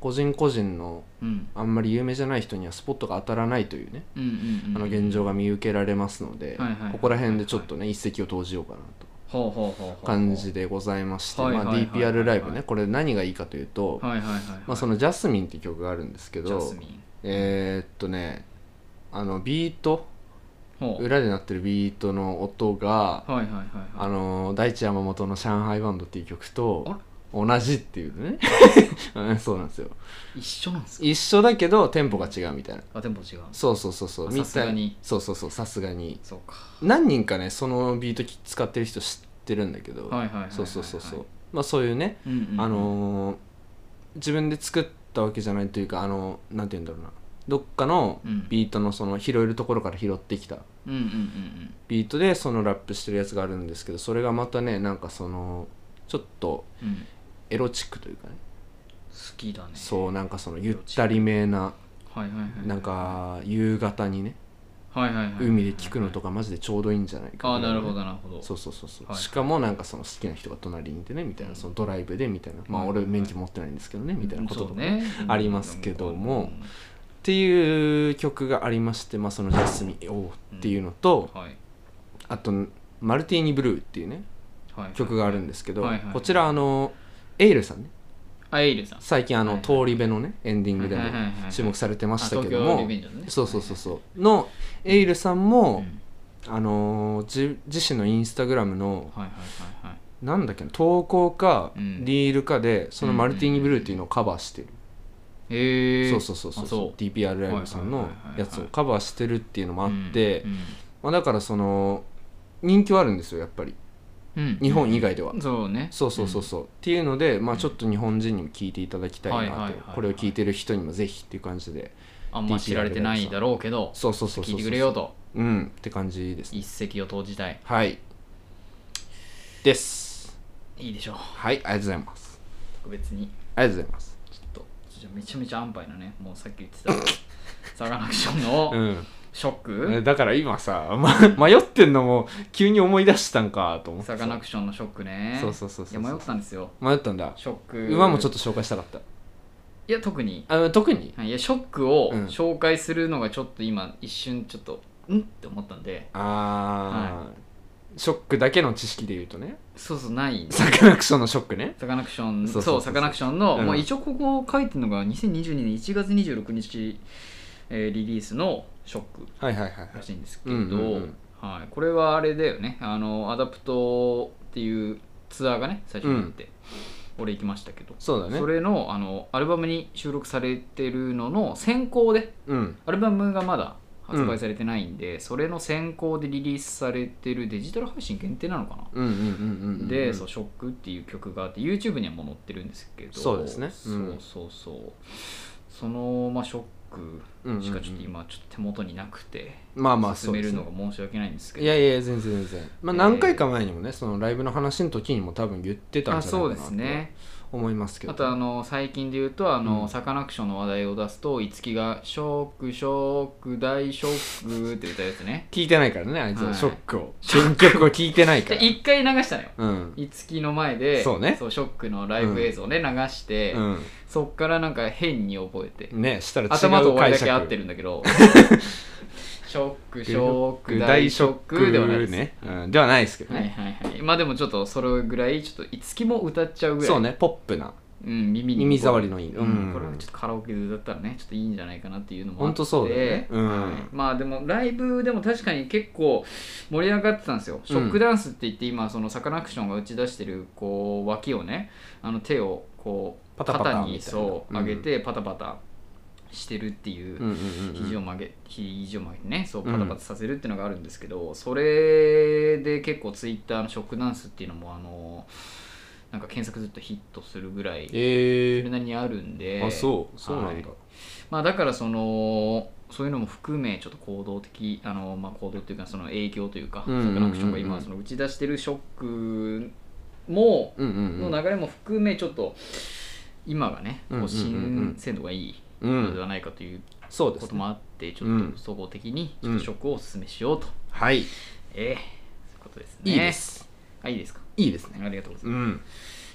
Speaker 1: 個人個人の
Speaker 2: うん
Speaker 1: あんまり有名じゃない人にはスポットが当たらないというね
Speaker 2: うんうんうん
Speaker 1: あの現状が見受けられますので
Speaker 2: はいはいはい
Speaker 1: ここら辺でちょっとね一石を投じようかなと
Speaker 2: ほうほうほうほう
Speaker 1: 感じでございまして
Speaker 2: はい
Speaker 1: まあ
Speaker 2: はいはいはい
Speaker 1: DPR ライブねこれ何がいいかというと
Speaker 2: はいはいはいはい
Speaker 1: まあその「ジャスミン」っていう曲があるんですけ
Speaker 2: ジャ
Speaker 1: ど
Speaker 2: スミン
Speaker 1: えーっとねあのビート
Speaker 2: ほう
Speaker 1: 裏で鳴ってるビートの音が
Speaker 2: はいはいはい
Speaker 1: あ
Speaker 2: はい
Speaker 1: の大地山本の「上海バンド」っていう曲と同じっていうね うんそうなんですよ
Speaker 2: 一緒なんですか
Speaker 1: 一緒だけどテンポが違うみたいな
Speaker 2: あテンポ違う
Speaker 1: そうそうそうそう
Speaker 2: あ
Speaker 1: みたい
Speaker 2: さすがに
Speaker 1: そうそうそうさすがに
Speaker 2: そうか
Speaker 1: 何人かねそのビートき使ってる人知ってるんだけど、
Speaker 2: はいはいはいはいはい
Speaker 1: そうそうそうそうまあそういうね、
Speaker 2: うんうんうん
Speaker 1: あのー自分で作ったわけじゃないというかあのなんて言うんだろうなどっかの
Speaker 2: うん
Speaker 1: ビートのその拾えるところから拾ってきた
Speaker 2: うんうんうん
Speaker 1: ビートでそのラップしてるやつがあるんですけどそれがまたねなんかそのちょっと
Speaker 2: うんうん好
Speaker 1: エロチックというかね
Speaker 2: きだね
Speaker 1: そうなんかそのゆったりめな
Speaker 2: はいはいはい
Speaker 1: なんか夕方にね
Speaker 2: はいはいはいはい
Speaker 1: 海で聞くのとかマジでちょうどいいんじゃないか
Speaker 2: ああなる
Speaker 1: ど
Speaker 2: ほどなるほど
Speaker 1: そうそうそうそう、
Speaker 2: はいはい
Speaker 1: しかもなんかその好きな人が隣にいてねみたいな、そのドライブでみたいなまあ
Speaker 2: はい
Speaker 1: 俺免許持ってないんですけどねみたいなこと
Speaker 2: そ
Speaker 1: と
Speaker 2: う
Speaker 1: か、
Speaker 2: ね
Speaker 1: ありますけども
Speaker 2: うん
Speaker 1: っていう曲がありましてまあその「ジャスミン」おうっていうのと、
Speaker 2: はい
Speaker 1: あと「マルティーニブルー」っていうね
Speaker 2: はい
Speaker 1: 曲があるんですけど、
Speaker 2: はいはいはい
Speaker 1: こちらあのエイルさんね
Speaker 2: あエイルさん
Speaker 1: 最近あの、
Speaker 2: はいはい
Speaker 1: 通り部のねエンディングでも
Speaker 2: はいはいはいはい
Speaker 1: 注目されてましたけど
Speaker 2: あ
Speaker 1: も、
Speaker 2: 東京リベンジャーズね
Speaker 1: そうそうそうそうのエイルさん
Speaker 2: う
Speaker 1: も、
Speaker 2: ん
Speaker 1: あのーじ自身のインスタグラムの
Speaker 2: はいはいはいはい
Speaker 1: なんだっけな投稿か
Speaker 2: うん
Speaker 1: リールかでそのマルティーニブルーっていうのをカバーしてる、
Speaker 2: へえ
Speaker 1: そうそうそうそう
Speaker 2: あそう
Speaker 1: DPR ライブさんの
Speaker 2: はいはいはいはいはい
Speaker 1: やつをカバーしてるっていうのもあって、
Speaker 2: うんうん
Speaker 1: まあ、だからその人気はあるんですよやっぱり
Speaker 2: うん
Speaker 1: 日本以外では、
Speaker 2: そうね
Speaker 1: そうそうそうそう、っていうので、まあ、ちょっと日本人にも聞いていただきたいなと、
Speaker 2: はいはいはいはい
Speaker 1: これを聞いてる人にもぜひっていう感じで
Speaker 2: あんま知られてないだろうけど
Speaker 1: そうそうそうそう
Speaker 2: 聞いてくれよと
Speaker 1: うんって感じですね
Speaker 2: 一石を投じたい
Speaker 1: はいです
Speaker 2: いいでしょう
Speaker 1: はいありがとうございます
Speaker 2: 特別に
Speaker 1: ありがとうございます
Speaker 2: ちょっとじゃあめちゃめちゃ安牌なねもうさっき言 ってたサガンアクションのショック、
Speaker 1: うん、だから今さ、ま、 迷ってんのも急に思い出したんかと思って
Speaker 2: サガンアクションのショックね
Speaker 1: そうそうそうそう
Speaker 2: いや迷ったんですよ
Speaker 1: 迷ったんだ
Speaker 2: ショック
Speaker 1: 馬もちょっ
Speaker 2: と
Speaker 1: と紹介したかった
Speaker 2: いや特に
Speaker 1: あ特に
Speaker 2: はいいやショックを
Speaker 1: うん
Speaker 2: 紹介するのがちょっと今一瞬ちょっとんって思ったんで
Speaker 1: あー、ショックだけの知識で言うとね
Speaker 2: そうそうない
Speaker 1: サカナクションのショックね
Speaker 2: サカナクション
Speaker 1: そ
Speaker 2: そうう
Speaker 1: そうそうそう
Speaker 2: サカナクションの、
Speaker 1: うん
Speaker 2: まあ、一応ここ書いてるのが2022年1月26日、えーリリースの「ショック
Speaker 1: はいはいはいはい」
Speaker 2: らしいんですけど、
Speaker 1: うんうんうん
Speaker 2: はい、これはあれだよねあのアダプトっていうツアーがね最初にあって、俺行きましたけど
Speaker 1: そうだね
Speaker 2: それのあのアルバムに収録されてるのの先行で
Speaker 1: うん
Speaker 2: アルバムがまだ発売されてないんで、それの先行でリリースされてるデジタル配信限定なのかな
Speaker 1: うんうんうんうんうん
Speaker 2: で、そう「ショック」っていう曲があって YouTube にはもう載ってるんですけど
Speaker 1: そうですね
Speaker 2: そう
Speaker 1: うん
Speaker 2: そうそうその、まあ、ショック
Speaker 1: うんうん
Speaker 2: しかちょっと今ちょっと手元になくて、
Speaker 1: まあまあそ
Speaker 2: 進
Speaker 1: う
Speaker 2: め
Speaker 1: で
Speaker 2: る
Speaker 1: すね
Speaker 2: のが申し訳ないんですけど
Speaker 1: いやいや全然全然まあ
Speaker 2: えー
Speaker 1: 何回か前にもねそのライブの話の時にも多分言ってたん
Speaker 2: あ
Speaker 1: じゃな
Speaker 2: そう
Speaker 1: い
Speaker 2: で
Speaker 1: かな
Speaker 2: す
Speaker 1: と
Speaker 2: ね
Speaker 1: 思いますけど
Speaker 2: あとあの最近で言うとあ
Speaker 1: う
Speaker 2: の
Speaker 1: ん
Speaker 2: サカナクションの話題を出すと樹が「ショックショック大ショック」って歌うやつね
Speaker 1: 聞いてないからねあいつ
Speaker 2: は
Speaker 1: はいショックを新曲を聞いてないか
Speaker 2: で
Speaker 1: ら
Speaker 2: 一回流したのよ
Speaker 1: うん
Speaker 2: 樹の前で
Speaker 1: そうね
Speaker 2: ショックのライブ映像をね、流して、そっからなんか変に覚えて、
Speaker 1: うんねしたら違う解釈
Speaker 2: 頭と俺だけ合ってるんだけど ショックショック大ショックではないです、
Speaker 1: ね、うん、ではないですけど
Speaker 2: はい
Speaker 1: ね、
Speaker 2: はいはいまあでもちょっとそれぐらいちょっといつきも歌っちゃうぐらい
Speaker 1: そうねポップな
Speaker 2: うん、耳に
Speaker 1: 耳障りのいい
Speaker 2: うん
Speaker 1: うん
Speaker 2: これはちょっとカラオケで歌ったらねちょっといいんじゃないかなっていうのもあって
Speaker 1: ほんとそうだよねうん
Speaker 2: はいまあでもライブでも確かに結構盛り上がってたんですよショックダンスって言って今そのサカナクションが打ち出してるこう脇をねあの手をこう
Speaker 1: パタパタ
Speaker 2: 肩
Speaker 1: み
Speaker 2: に
Speaker 1: たいな
Speaker 2: そう
Speaker 1: うん
Speaker 2: 上げてパタパタしてるっていう、
Speaker 1: うんうんうんうん
Speaker 2: 肘を曲げ肘を曲げてねそう
Speaker 1: うん
Speaker 2: パタパタさせるっていうのがあるんですけど、それで結構ツイッターのショックダンスっていうのもあのなんか検索するとヒットするぐらい
Speaker 1: え
Speaker 2: それなりにあるんで、
Speaker 1: ー、あそうそうなんだ、
Speaker 2: はいまあ、だからそのそういうのも含めちょっと行動的あの、まあ、行動というかその影響というか
Speaker 1: う
Speaker 2: サ
Speaker 1: ん
Speaker 2: カ
Speaker 1: うんうんうん
Speaker 2: ナクションが今その打ち出してるショックも
Speaker 1: うんうん
Speaker 2: の
Speaker 1: うん
Speaker 2: 流れも含めちょっと今がね
Speaker 1: うんうん
Speaker 2: こ
Speaker 1: うんう
Speaker 2: うん新鮮度がいいので
Speaker 1: うん
Speaker 2: はないかという
Speaker 1: そうで
Speaker 2: こ
Speaker 1: す
Speaker 2: と
Speaker 1: ね
Speaker 2: もあってち
Speaker 1: う
Speaker 2: ょ
Speaker 1: ん
Speaker 2: っと総合的にちょっとショックをおすすめしようと、
Speaker 1: はいい
Speaker 2: ええそういうことですね
Speaker 1: いです、
Speaker 2: あいいですか
Speaker 1: いいですね
Speaker 2: ありがとうござ
Speaker 1: う
Speaker 2: います、
Speaker 1: ん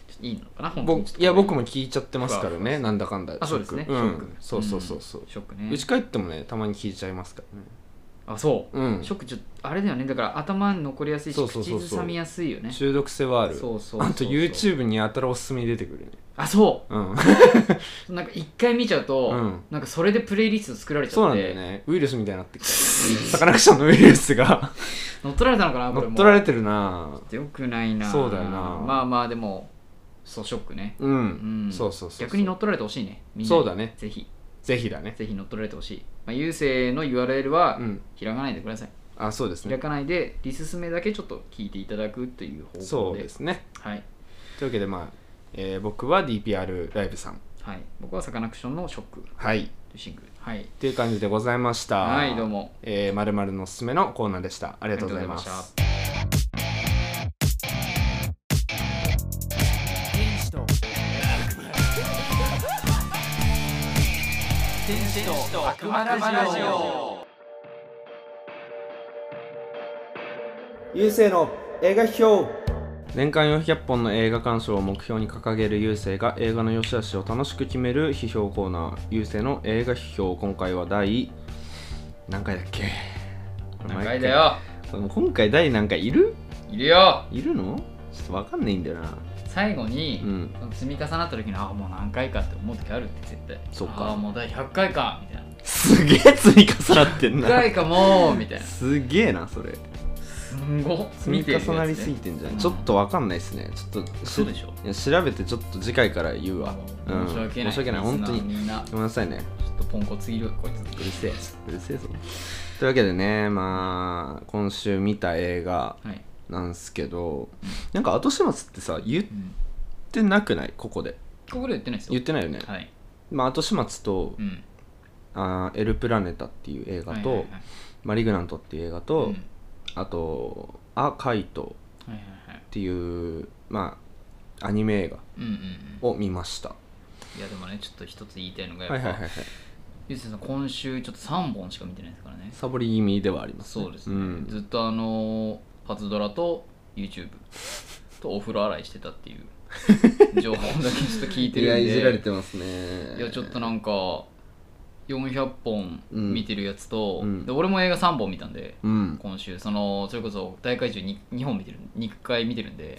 Speaker 2: ちょっといいのかな本当にちょ
Speaker 1: 僕
Speaker 2: っと
Speaker 1: いや僕も聞いちゃってますから
Speaker 2: ふわふ
Speaker 1: ねなんだかんだ
Speaker 2: あそうですね
Speaker 1: ショックうん、
Speaker 2: ショ
Speaker 1: そ
Speaker 2: ッ
Speaker 1: う
Speaker 2: ク
Speaker 1: そうそうそう、
Speaker 2: ショックね
Speaker 1: うち帰ってもねたまに聞いちゃいますからね
Speaker 2: あそう、
Speaker 1: うん
Speaker 2: ショックちょっとあれだよねだから頭に残りやすいし
Speaker 1: そうそうそうそう
Speaker 2: 口ずさみやすいよね
Speaker 1: 中毒性はある
Speaker 2: そうそうそうそう
Speaker 1: あと YouTube にやたらおすすめに出てくるね
Speaker 2: あそ
Speaker 1: うん
Speaker 2: うなんか一回見ちゃうと、
Speaker 1: うん
Speaker 2: なんかそれでプレイリスト作られちゃって
Speaker 1: そうなんだよねウイルスみたいになってきたサカナクションのウイルスが
Speaker 2: 乗っ取られたのか なこれ
Speaker 1: 乗
Speaker 2: も
Speaker 1: っ取られてるな
Speaker 2: よくないな
Speaker 1: そうだよな
Speaker 2: まあまあでもそうショックね
Speaker 1: うん、
Speaker 2: うん
Speaker 1: そうそうそうそう
Speaker 2: 逆に乗っ取られてほしいねみんな
Speaker 1: そ
Speaker 2: に
Speaker 1: うだね
Speaker 2: ぜひ
Speaker 1: ぜひだね
Speaker 2: ぜひ乗っ取られてほしい、まあ、郵政の URL は
Speaker 1: うん
Speaker 2: 開かないでください、
Speaker 1: あそうです
Speaker 2: 開
Speaker 1: ね
Speaker 2: かないでリススめだけちょっと聞いていただくという方向で
Speaker 1: そうですね
Speaker 2: はい、
Speaker 1: というわけでまあ、えー僕は DPR ライブさん
Speaker 2: はい、僕はサカナクションの「ショック」
Speaker 1: はいっ
Speaker 2: というシングルはい
Speaker 1: ていう感じでございました
Speaker 2: はいどうも
Speaker 1: えー、〇〇のおすすめのコーナーでしたあり
Speaker 2: あ
Speaker 1: がとうございます
Speaker 2: りがとうございました
Speaker 3: 悪魔ラジオ
Speaker 1: 優勢の映画表年間400本の映画鑑賞を目標に掲げる優勢が映画の良し悪しを楽しく決める批評コーナー優勢の映画批評今回は第何回だっけ
Speaker 2: 何回だよ
Speaker 1: これもう今回第何回いる
Speaker 2: いるよ
Speaker 1: いるのちょっとわかんないんだよな
Speaker 2: 最後に、
Speaker 1: うん
Speaker 2: 積み重なった時にああもう何回かって思う時あるって絶対
Speaker 1: そっか
Speaker 2: ああもう第100回かみたいな
Speaker 1: すげえ積み重なってん
Speaker 2: 100回 かもうみたいな
Speaker 1: すげえなそれ
Speaker 2: すんご
Speaker 1: 積み重なりすぎてんじゃない、ちょっとわかんないですねちょっと
Speaker 2: そうでしょ
Speaker 1: いや調べてちょっと次回から言うわ、うん
Speaker 2: 申し訳ない
Speaker 1: 申し訳ない本当に
Speaker 2: みんなちょ
Speaker 1: ごめんなさいね
Speaker 2: っとポンコツいるこいつ
Speaker 1: うるせえうるせえぞというわけでねまあ今週見た映画
Speaker 2: はい
Speaker 1: なんすけどなんか後始末ってさ言っ
Speaker 2: うん
Speaker 1: てなくないここで
Speaker 2: ここでは言ってないですよ
Speaker 1: 言ってないよね、
Speaker 2: はい、
Speaker 1: まあ、後始末と
Speaker 2: うん、
Speaker 1: 「あーエル・プラネタ」っていう映画と「
Speaker 2: はいはいはい
Speaker 1: マリグナント」っていう映画
Speaker 2: う
Speaker 1: と、
Speaker 2: ん
Speaker 1: あと「ア・カイト」
Speaker 2: はいはいはい
Speaker 1: っていうまあアニメ映画
Speaker 2: うんうんうん
Speaker 1: を見ました
Speaker 2: いやでもねちょっと一つ言いたいの
Speaker 1: は
Speaker 2: が
Speaker 1: いはいはい
Speaker 2: やっ
Speaker 1: は
Speaker 2: ぱ
Speaker 1: い
Speaker 2: ゆうせいさん今週ちょっと3本しか見てないですからね
Speaker 1: サボり気味ではあります、
Speaker 2: そうですね、
Speaker 1: ん
Speaker 2: ずっとあのーパズドラと YouTube とお風呂洗いしてたっていう 情報だけちょっと聞いて
Speaker 1: い
Speaker 2: る
Speaker 1: や
Speaker 2: ん
Speaker 1: い
Speaker 2: で
Speaker 1: じられてますね
Speaker 2: いやちょっとなんか400本
Speaker 1: うん
Speaker 2: 見てるやつと、
Speaker 1: うん
Speaker 2: で俺も映画3本見たんで
Speaker 1: うん
Speaker 2: 今週そのそれこそ大会中 2, 2本見てる2回見てる んで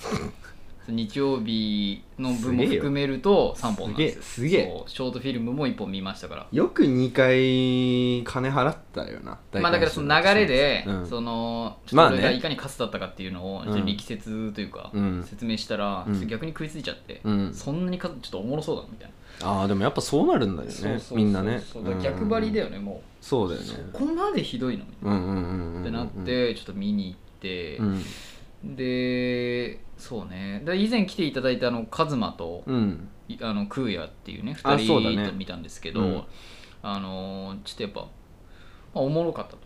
Speaker 2: 日曜日の分も含めると3本なんですよ
Speaker 1: すげえすげえ
Speaker 2: そうショートフィルムも1本見ましたから
Speaker 1: よく2回金払ったよな
Speaker 2: まあだからその流れで、
Speaker 1: うん
Speaker 2: そのちょ
Speaker 1: ま
Speaker 2: っ
Speaker 1: あ
Speaker 2: と
Speaker 1: ね
Speaker 2: 俺がいかにカスだったかっていうのをちょっと力説というか、
Speaker 1: うん
Speaker 2: 説明したら、
Speaker 1: うん
Speaker 2: ちょっと逆に食いついちゃって、
Speaker 1: うん
Speaker 2: そんなにカスちょっとおもろそうだなみたいな、
Speaker 1: ああでもやっぱそうなるんだよね
Speaker 2: そうそうそう
Speaker 1: みんなね
Speaker 2: そうだから逆張りだよね、もう
Speaker 1: そうだよね
Speaker 2: そこまでひどいのみたい
Speaker 1: うんうんうんうんうんう
Speaker 2: なんってなってちょっと見に行って、
Speaker 1: うん
Speaker 2: でそうねで以前来ていただいたあのカズマと、
Speaker 1: うん
Speaker 2: いあのクーヤっていうね
Speaker 1: あ
Speaker 2: 2
Speaker 1: そうだね
Speaker 2: 人と見たんですけど、
Speaker 1: うん
Speaker 2: あのーちょっとやっぱ、まあ、おもろかったと、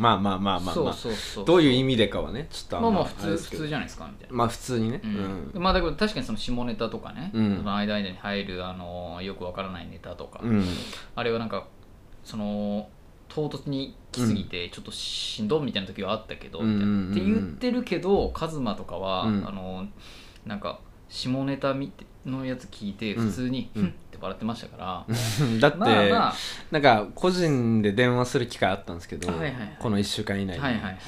Speaker 1: まあまあまあまあ
Speaker 2: そ
Speaker 1: まあ
Speaker 2: うそうそう
Speaker 1: どういう意味でかはねちょっと
Speaker 2: まあ
Speaker 1: ん
Speaker 2: まあ普
Speaker 1: れ
Speaker 2: 通
Speaker 1: です
Speaker 2: 普
Speaker 1: けど
Speaker 2: 通じゃないですかみたいな、
Speaker 1: まあ普通にね
Speaker 2: うんまあだけど確かにその下ネタとかね、
Speaker 1: うん
Speaker 2: その間々に入るあのーよくわからないネタとか、
Speaker 1: うん
Speaker 2: あれはなんかその唐突に来すぎてちょっとしんどいみたいな時はあったけど、
Speaker 1: うん
Speaker 2: みたいな
Speaker 1: うんうんうん
Speaker 2: って言ってるけどカズマとかは、
Speaker 1: うん
Speaker 2: あのなんか下ネタみのやつ聞いて
Speaker 1: うん
Speaker 2: 普通に「
Speaker 1: う
Speaker 2: ふ
Speaker 1: ん
Speaker 2: ん」って笑ってましたから、
Speaker 1: うん だって、
Speaker 2: まあまあ
Speaker 1: なんか個人で電話する機会あったんですけど、
Speaker 2: はいはいはい
Speaker 1: この1週間以内に、
Speaker 2: はいはいはいはい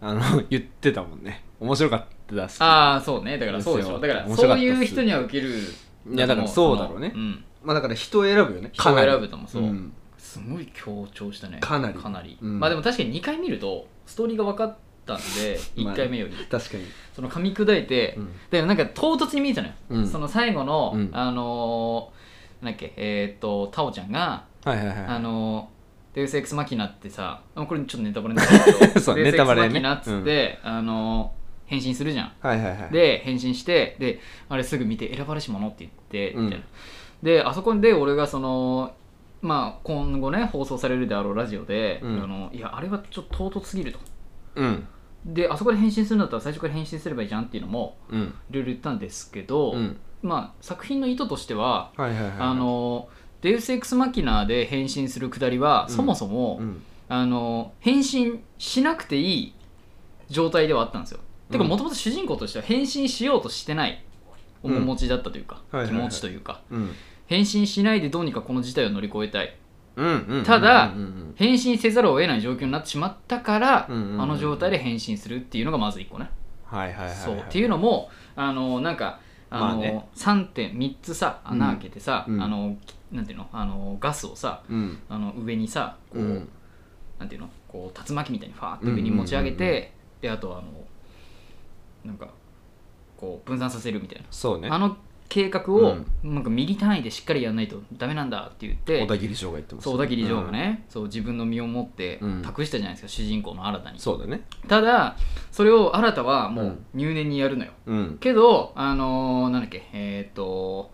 Speaker 1: あの言ってたもんね面白かっただし
Speaker 2: ああそうねだからそうでし
Speaker 1: で
Speaker 2: ょ
Speaker 1: す
Speaker 2: だ
Speaker 1: よ
Speaker 2: から
Speaker 1: 面白か
Speaker 2: そ
Speaker 1: った
Speaker 2: う
Speaker 1: っす
Speaker 2: いう人には受ける
Speaker 1: いやだからそうだろうね
Speaker 2: と思うん、
Speaker 1: まあだから人を選ぶよね
Speaker 2: 人を選ぶ
Speaker 1: か
Speaker 2: とも
Speaker 1: なり
Speaker 2: そう、
Speaker 1: ん
Speaker 2: すごい強調したね
Speaker 1: かなり
Speaker 2: かなり、
Speaker 1: うん
Speaker 2: まあでも確かに2回見るとストーリーが分かったんで
Speaker 1: まあ
Speaker 2: 1回目より、
Speaker 1: 確かに、
Speaker 2: その噛み砕いて、
Speaker 1: うん
Speaker 2: でもなんか唐突に見えたのよ、
Speaker 1: うん
Speaker 2: その最後の、
Speaker 1: うん
Speaker 2: あのーなんだっけえーっとタオちゃんが、
Speaker 1: はいはいはい
Speaker 2: あのーデウスエクスマキナってさあこれちょっとネタバレになるんだけど
Speaker 1: そう
Speaker 2: デウス
Speaker 1: ネタバレね
Speaker 2: エクスマキナっつって、あのー変身するじゃん
Speaker 1: はいはいはい
Speaker 2: で変身してであれすぐ見て選ばれし者って言って
Speaker 1: うん
Speaker 2: みたいな、であそこで俺がそのまあ今後ね放送されるであろうラジオで、
Speaker 1: うん
Speaker 2: あのいやあれはちょっと唐突すぎると
Speaker 1: うん
Speaker 2: であそこで変身するんだったら最初から変身すればいいじゃんっていうのも
Speaker 1: うん
Speaker 2: いろいろ言ったんですけど、
Speaker 1: うん
Speaker 2: まあ作品の意図としては、
Speaker 1: はいはいはい
Speaker 2: あのデウス・エクス・マキナで変身するくだりは、
Speaker 1: うん
Speaker 2: そもそも、
Speaker 1: うん
Speaker 2: あの変身しなくていい状態ではあったんですよ。てか
Speaker 1: うん
Speaker 2: もともと主人公としては変身しようとしてない面持ちだったというか、
Speaker 1: うんはいはい
Speaker 2: 気
Speaker 1: はい
Speaker 2: 持ちというか
Speaker 1: うん
Speaker 2: 変身しないでどうにかこの事態を乗り越えたい
Speaker 1: うんうん
Speaker 2: ただ
Speaker 1: うんうん
Speaker 2: 変身せざるを得ない状況になってしまったから、
Speaker 1: うんうんうん
Speaker 2: あの状態で変身するっていうのがまず1個ね。
Speaker 1: はいはいはいはい
Speaker 2: そうっていうのもあのなんかあの、
Speaker 1: まあね
Speaker 2: 3点3つさ穴開けてさ、
Speaker 1: うん
Speaker 2: あのなんていうのあのガスをさ
Speaker 1: うん
Speaker 2: あの上にさこ
Speaker 1: う
Speaker 2: う、
Speaker 1: ん
Speaker 2: なんていうのこう竜巻みたいにファーって上に持ち上げて、
Speaker 1: うんうん
Speaker 2: であとあのなんかこう分散させるみたい
Speaker 1: そうね
Speaker 2: なあの計画を、なんかミリ単位でしっかりやらないとダメなんだって言って
Speaker 1: 小田切城が言ってます
Speaker 2: そう小田切城がね、そう自分の身をもって
Speaker 1: うん
Speaker 2: 託したじゃないですか、主人公の新た
Speaker 1: うん
Speaker 2: に
Speaker 1: そうだね
Speaker 2: ただそれを新たはも
Speaker 1: う
Speaker 2: うん入念にやるのよ、
Speaker 1: うん
Speaker 2: けどあのーなんだっけえーっ、と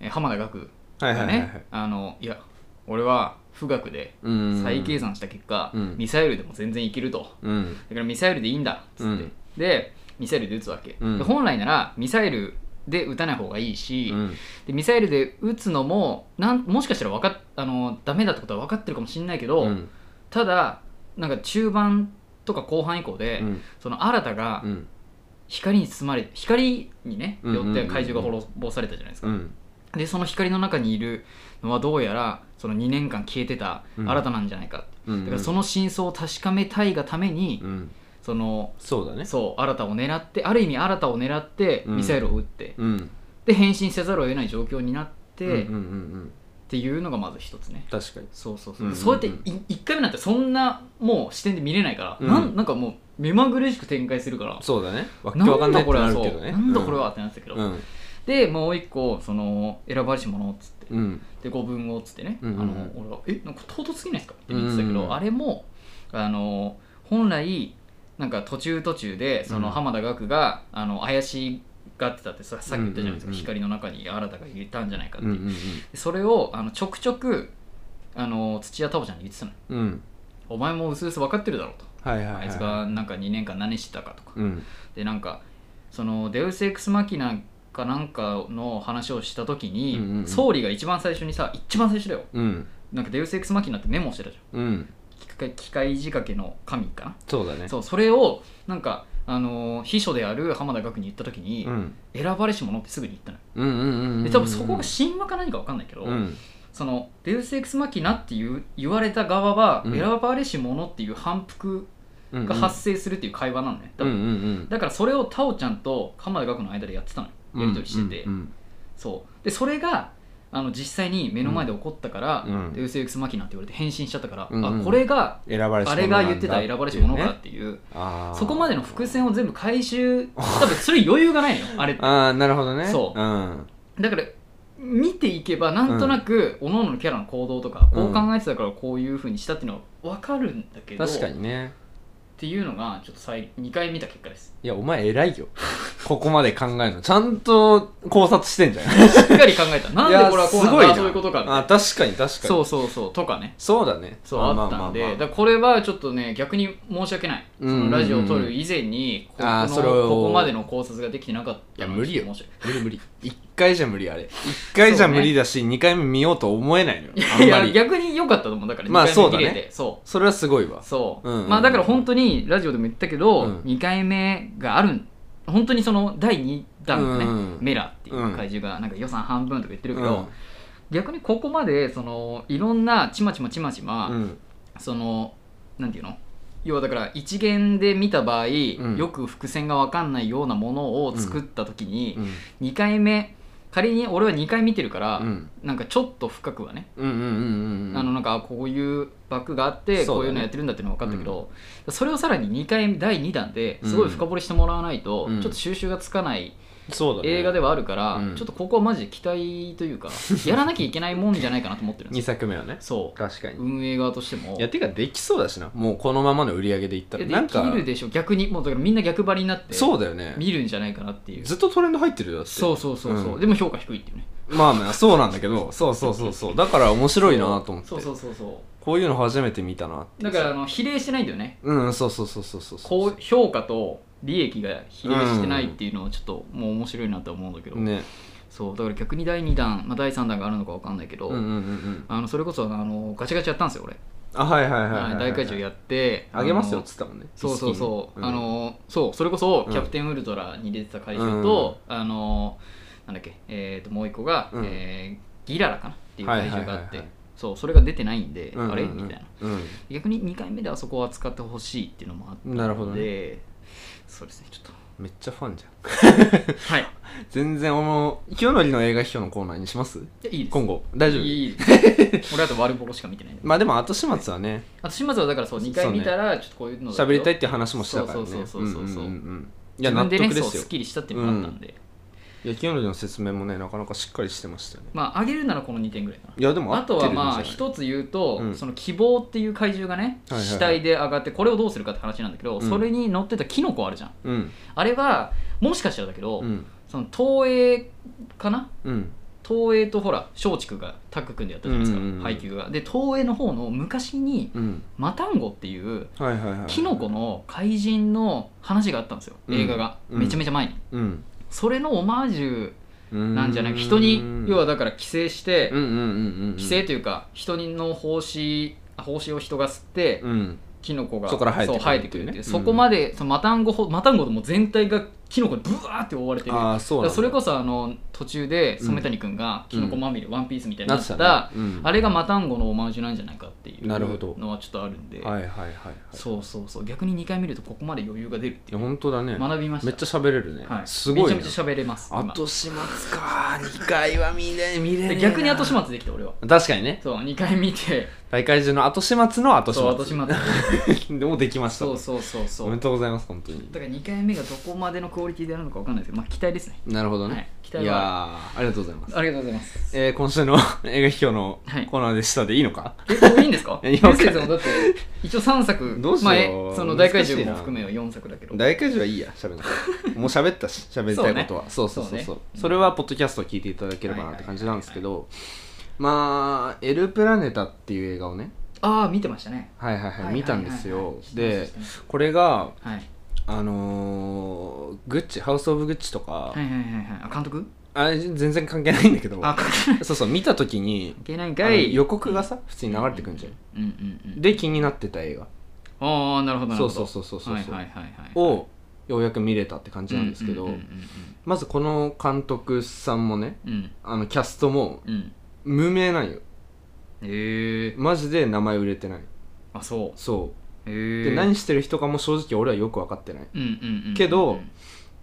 Speaker 2: えー浜田岳
Speaker 1: はい
Speaker 2: が
Speaker 1: は
Speaker 2: ね、
Speaker 1: いはいはい
Speaker 2: あのいや俺は富岳で
Speaker 1: うん
Speaker 2: 再計算した結果、
Speaker 1: うん
Speaker 2: ミサイルでも全然いけるとだ
Speaker 1: うん
Speaker 2: からミサイルでいいんだっつって、
Speaker 1: うん
Speaker 2: でミサイルで撃つわけ、
Speaker 1: うん
Speaker 2: で本来ならミサイルで撃たない方がいいし、
Speaker 1: うん
Speaker 2: でミサイルで撃つのもなんもしかしたらわかっあのダメだってことは分かってるかもしれないけど、
Speaker 1: うん
Speaker 2: ただなんか中盤とか後半以降で、
Speaker 1: うん
Speaker 2: その新たが
Speaker 1: うん
Speaker 2: 光に包まれ光にね
Speaker 1: うんうんうん
Speaker 2: よって怪獣が滅ぼされたじゃないですか、
Speaker 1: うん
Speaker 2: でその光の中にいるのはどうやらその2年間消えてた
Speaker 1: うん
Speaker 2: 新たなんじゃないか、
Speaker 1: うん
Speaker 2: だからその真相を確かめたいがために、
Speaker 1: うん
Speaker 2: その
Speaker 1: そうだね
Speaker 2: そう新たを狙ってある意味新たを狙って
Speaker 1: うん
Speaker 2: ミサイルを撃って、
Speaker 1: うん
Speaker 2: で変身せざるを得ない状況になって、
Speaker 1: うんうんう
Speaker 2: っ
Speaker 1: んうん
Speaker 2: ていうのがまず一つね
Speaker 1: 確かに
Speaker 2: そうそうそう、
Speaker 1: うんうんうん
Speaker 2: そうやってい1回目なんてそんなもう視点で見れないから、
Speaker 1: うん
Speaker 2: なんなんかもう目まぐるしく展開するから
Speaker 1: そうだねわっけわか
Speaker 2: なん
Speaker 1: ない
Speaker 2: んだ
Speaker 1: って
Speaker 2: これ
Speaker 1: な
Speaker 2: は
Speaker 1: る
Speaker 2: そう
Speaker 1: けどね
Speaker 2: なんだこれはってなってたけど、
Speaker 1: うん
Speaker 2: でもう一個その選ばれし者っつって
Speaker 1: うん
Speaker 2: で5分後っつってね、
Speaker 1: うんうんうん
Speaker 2: あの俺は「えなんか唐突すぎないですか?」って言ってたけど、
Speaker 1: うんうんうん
Speaker 2: あれもあの本来なんか途中途中でそうの
Speaker 1: ん
Speaker 2: 浜田岳があの怪しがってたってささっき言ったじゃないです
Speaker 1: う
Speaker 2: か、
Speaker 1: んうんうん
Speaker 2: 光の中に新たが入れたんじゃないかって
Speaker 1: う
Speaker 2: い
Speaker 1: ん
Speaker 2: う、
Speaker 1: うん
Speaker 2: それをあのちょくちょくあの土屋太鳳ちゃんに言ってたのよ
Speaker 1: うんうん
Speaker 2: お前もうすうす分かってるだろうと、
Speaker 1: はいはいはい
Speaker 2: あいつがなんか2年間何してたかとか、
Speaker 1: うん
Speaker 2: でなんかそのデウス・エクス・マキナかなんかの話をした時に、
Speaker 1: うんうんうん
Speaker 2: 総理が一番最初にさ一番最初だよ
Speaker 1: うん
Speaker 2: なんかデウス・エクス・マキナってメモしてたじゃん
Speaker 1: うん
Speaker 2: 機械機械仕掛けの神かな
Speaker 1: そうだね
Speaker 2: そうそれをなんかあのー秘書である浜田岳に言った時に、
Speaker 1: うん
Speaker 2: 選ばれし者ってすぐに言ったのよ
Speaker 1: うんうんうんうん
Speaker 2: で多分そこが神話か何か分かんないけど、
Speaker 1: うん
Speaker 2: そのデウス・エクス・マキナっていう言われた側は、
Speaker 1: うん
Speaker 2: 選ばれし者っていう反復
Speaker 1: うん
Speaker 2: が発生するっていう会話なのね、多
Speaker 1: うんう
Speaker 2: 分
Speaker 1: んうん
Speaker 2: だからそれをタオちゃんと鎌田岳の間でやってたのよやり取りしてて、
Speaker 1: うん
Speaker 2: そうでそれがあの実際に目の前で起こったから、
Speaker 1: うん
Speaker 2: デウス・エクス・マキナって言われて変身しちゃったから、
Speaker 1: うんうん
Speaker 2: あこれが
Speaker 1: 選ばれし
Speaker 2: あ
Speaker 1: 者
Speaker 2: れが言ってた選ばれし者
Speaker 1: な
Speaker 2: か
Speaker 1: んだ
Speaker 2: っ
Speaker 1: って
Speaker 2: いう
Speaker 1: ていうねあー
Speaker 2: そこまでの伏線を全部回収多分それ余裕がないのよあれって
Speaker 1: ああなるほどね
Speaker 2: そう
Speaker 1: うん
Speaker 2: だから見ていけばなんとなく各々のキャラの行動とか、
Speaker 1: うん
Speaker 2: こう考えてたからこういうふうにしたっていうのは分かるんだけど
Speaker 1: 確か
Speaker 2: っ
Speaker 1: にね
Speaker 2: ていうのがちょっと2回見た結 果です
Speaker 1: いやお前偉いよここまで考えるのちゃんと考察してんじゃない
Speaker 2: しっかり考えたなんでこれはこうなん
Speaker 1: い
Speaker 2: だ
Speaker 1: やすごな
Speaker 2: そういうことかみたい
Speaker 1: あ
Speaker 2: な
Speaker 1: 確かに確かに
Speaker 2: そうそうそうとかね
Speaker 1: そうだね
Speaker 2: そう
Speaker 1: ま
Speaker 2: あ
Speaker 1: ま
Speaker 2: った
Speaker 1: ま
Speaker 2: んで、
Speaker 1: まあ
Speaker 2: だからこれはちょっとね逆に申し訳ない、
Speaker 1: うんうんうん
Speaker 2: そのラジオを撮る以前にここ
Speaker 1: あー
Speaker 2: の
Speaker 1: それを
Speaker 2: ここまでの考察ができてなかった
Speaker 1: い
Speaker 2: の
Speaker 1: や無理よ
Speaker 2: ちょっと申し
Speaker 1: 無
Speaker 2: 訳
Speaker 1: 理無理1回じゃ無理あれ1回じゃ無理だし、2回目見ようと思えないのよあん
Speaker 2: ないい
Speaker 1: ま
Speaker 2: や
Speaker 1: り
Speaker 2: 逆に良かったと思うだから
Speaker 1: まあ
Speaker 2: 2回目見れ
Speaker 1: そうだ
Speaker 2: てそう,、
Speaker 1: それはすごいわ
Speaker 2: そう
Speaker 1: うんうんうん
Speaker 2: まあだから本当にラジオでも言ったけど、
Speaker 1: うん
Speaker 2: 2回目があるん本当にその第2弾のね、
Speaker 1: うん
Speaker 2: メラっていう怪獣がなんか予算半分とか言ってるけど、
Speaker 1: うん
Speaker 2: 逆にここまでそのいろんなちまちまちまちま、
Speaker 1: うん
Speaker 2: そのなんていうの要はだから一元で見た場合、
Speaker 1: ん
Speaker 2: よく伏線が分かんないようなものを作った時に、
Speaker 1: うん
Speaker 2: 2回目仮に俺は2回見てるから、
Speaker 1: うん
Speaker 2: なんかちょっと深くはね、
Speaker 1: うんうんうんうん
Speaker 2: あのなんかあこういうバックがあって
Speaker 1: そうだね
Speaker 2: こういうのやってるんだっていうのは分かったけど、それをさらに2回第2弾ですごい深掘りしてもらわないと、
Speaker 1: うん
Speaker 2: ちょっと収集がつかない
Speaker 1: そうだね
Speaker 2: 映画ではあるから、
Speaker 1: うん
Speaker 2: ちょっとここはマジで期待という かやらなきゃいけないもんじゃないかなと思ってるんで
Speaker 1: 2
Speaker 2: すよ
Speaker 1: 作目はね
Speaker 2: そう
Speaker 1: 確かに、
Speaker 2: 運営側としても
Speaker 1: いやてかできそうだしなもうこのままの売り上げでいったら
Speaker 2: い
Speaker 1: な
Speaker 2: や
Speaker 1: ん
Speaker 2: でき
Speaker 1: か
Speaker 2: るでしょ逆にもうだからみんな逆張りになって
Speaker 1: そうだよね
Speaker 2: 見るんじゃないかなっていう
Speaker 1: ずっとトレンド入ってるよだって
Speaker 2: そうそうそうそう、
Speaker 1: うん
Speaker 2: でも評価低いっていうね
Speaker 1: まあまあそうなんだけどそうそうそうそうだから面白いなと思って
Speaker 2: そうそうそうそ
Speaker 1: こういうの初めて見たなって
Speaker 2: うだからあの比例してないんだよね
Speaker 1: うんそうそうそうそうそうそう
Speaker 2: こう評価と利益が比例してないっていうのはちょっともう面白いなとは思うんだけど、
Speaker 1: ね
Speaker 2: そうだから逆に第2弾、まあ、第3弾があるのか分かんないけど、
Speaker 1: うんうんうんうん
Speaker 2: あのそれこそあのガチャガチャやったんですよ俺、
Speaker 1: あはいはいはいはい、
Speaker 2: はい大怪獣やって
Speaker 1: あげますよっ
Speaker 2: の
Speaker 1: つったもんね
Speaker 2: そうそうそう、
Speaker 1: 一式に
Speaker 2: あ
Speaker 1: うん
Speaker 2: のそうそれこそキャプテンウルトラに出てた怪獣と、あのなんだっけえっ、ともう一個が、
Speaker 1: うん
Speaker 2: えーギララかなっていう怪獣があっ
Speaker 1: は
Speaker 2: て、
Speaker 1: いはいはいはい
Speaker 2: そうそれが出てないんで、
Speaker 1: うんうんうん
Speaker 2: あれみたいな逆に2回目ではそこを扱ってほしいっていうのもあって
Speaker 1: うんなるほどね
Speaker 2: そうですねちょっ
Speaker 1: めっちゃファンじゃん
Speaker 2: とはいい
Speaker 1: 全然俺も清則の映画批評のコーナーにします
Speaker 2: やいいです
Speaker 1: 今後大丈夫
Speaker 2: いいです俺あと悪ぼこしか見 てないんで
Speaker 1: まあでも後始末はね
Speaker 2: あと島津はだからそう2回見たらちょっとこういうのだけど
Speaker 1: 喋りたいって話もしたからね
Speaker 2: そうそうそうそうそうん
Speaker 1: んんんい
Speaker 2: 自
Speaker 1: や納
Speaker 2: 分でね
Speaker 1: 得で
Speaker 2: そ
Speaker 1: す
Speaker 2: う
Speaker 1: よ
Speaker 2: すっきりしたっていうのがあったんで、
Speaker 1: いや清則の説明もねなかなかしっかりしてましたよね
Speaker 2: まああげるならこの2点ぐらいかない
Speaker 1: やでも合
Speaker 2: あ
Speaker 1: って
Speaker 2: と
Speaker 1: るんじ
Speaker 2: は
Speaker 1: ゃない
Speaker 2: まあ一つ言うと、
Speaker 1: うん
Speaker 2: その希望っていう怪獣がね、
Speaker 1: はいはいはい
Speaker 2: 死体で上がってこれをどうするかって話なんだけ
Speaker 1: う
Speaker 2: ど、
Speaker 1: ん
Speaker 2: それに乗ってたキノコあるじゃん
Speaker 1: うん
Speaker 2: あれはもしかしたらだけど、
Speaker 1: うん
Speaker 2: その東映かな
Speaker 1: うん
Speaker 2: 東映とほら松竹がタッグ組んでやったじゃないですか、
Speaker 1: うんうんうん
Speaker 2: 配給がで東映の方の昔に
Speaker 1: うん
Speaker 2: マタンゴっていう
Speaker 1: はいはいはい
Speaker 2: キノコの怪人の話があったんですよ、
Speaker 1: うん
Speaker 2: 映画が、
Speaker 1: うん
Speaker 2: めちゃめちゃ前に
Speaker 1: うん
Speaker 2: それのオマージュ
Speaker 1: な
Speaker 2: なんじゃない人に要は
Speaker 1: は
Speaker 2: だから寄生して、
Speaker 1: うんうんうんうん
Speaker 2: 寄生というか人の胞子胞子を人が吸って、
Speaker 1: うん
Speaker 2: キノコが
Speaker 1: そこから生えてくる
Speaker 2: そう生えてくるっていう
Speaker 1: っていうね
Speaker 2: そこまでそのマタンゴほマタンゴともう全体がキノコにブワーって覆われてる
Speaker 1: ああそう
Speaker 2: だ
Speaker 1: な
Speaker 2: か
Speaker 1: んだ
Speaker 2: らそれこそあの途中で染谷君がキノコまみれ、ワンピースみたいに
Speaker 1: な
Speaker 2: な
Speaker 1: っ
Speaker 2: ってた
Speaker 1: たねうん
Speaker 2: あれがマタンゴのオマージュなんじゃないかっていう
Speaker 1: なるほど
Speaker 2: のはちょっとあるんで、
Speaker 1: はいはいはいはい
Speaker 2: そうそうそう逆に2回見るとここまで余裕が出るっ
Speaker 1: い
Speaker 2: てい
Speaker 1: や
Speaker 2: う
Speaker 1: 本当だね
Speaker 2: 学びました
Speaker 1: めっちゃ喋れるね
Speaker 2: はい、
Speaker 1: すごいね
Speaker 2: めちゃめちゃ喋れます今
Speaker 1: 後始末か2回は見れ見れねえ
Speaker 2: で
Speaker 1: な
Speaker 2: 逆に後始末できた俺は
Speaker 1: 確かにね
Speaker 2: そう2回見て
Speaker 1: 大会中の後始末の後始
Speaker 2: そう後始
Speaker 1: 末
Speaker 2: 末
Speaker 1: でもできました
Speaker 2: そうそうそうそ
Speaker 1: おめ
Speaker 2: う
Speaker 1: でとうございます本当に
Speaker 2: だから2回目がどこまでのクオリティであるのかわかんないですけどまあ期待ですね
Speaker 1: なるほどね、
Speaker 2: はい
Speaker 1: い、
Speaker 2: 期待は
Speaker 1: やーありがとうございます、
Speaker 2: ありがとうございます
Speaker 1: えー今週の 映画批評の
Speaker 2: はい
Speaker 1: コーナーでしたでいいのか、
Speaker 2: えこれいいんですか
Speaker 1: い
Speaker 2: メ
Speaker 1: や
Speaker 2: ッ
Speaker 1: いや
Speaker 2: セージもだって一応3作
Speaker 1: どうしよう
Speaker 2: まあえその大怪
Speaker 1: 難し
Speaker 2: 獣
Speaker 1: いな
Speaker 2: も含めは4作だけど
Speaker 1: 大会中はいいや喋んなくてもう喋った し喋りたいことはそう,、そうそうそうそ
Speaker 2: そう
Speaker 1: れ
Speaker 2: ね
Speaker 1: はポッドキャストを聞いていただければなって感じなんですけどまあ「エル・プラネタ」っていう映画をね
Speaker 2: ああ見てましたね
Speaker 1: はいはいはい、
Speaker 2: はい
Speaker 1: 見たんです
Speaker 2: はいはい
Speaker 1: よ
Speaker 2: はい
Speaker 1: でこれが
Speaker 2: はい
Speaker 1: あのーグッチハウス・オブ・グッチとか、
Speaker 2: はいはいはいはいあ監督
Speaker 1: あれ全然関係ないんだけど
Speaker 2: あ 関係ない
Speaker 1: そうそう見た時に
Speaker 2: 関係ないん
Speaker 1: あ
Speaker 2: か
Speaker 1: の
Speaker 2: い
Speaker 1: 予告がさ普通に流れてくんじゃん
Speaker 2: うんうんうん
Speaker 1: で気になってた映画
Speaker 2: ああなるほどな
Speaker 1: そ
Speaker 2: るほ
Speaker 1: う
Speaker 2: ど
Speaker 1: そうそうそうそう、
Speaker 2: はいはいはいはい
Speaker 1: をようやく見れたって感じなんですけど、
Speaker 2: うんうん
Speaker 1: まずこの監督さんもね
Speaker 2: うんうん
Speaker 1: あのキャストも
Speaker 2: うんうん
Speaker 1: 無名なんよ
Speaker 2: へえ
Speaker 1: マジで名前売れてない
Speaker 2: あそ
Speaker 1: そうう
Speaker 2: へえ
Speaker 1: で何してる人かも正直俺はよく分かってない
Speaker 2: うんうんうん
Speaker 1: けど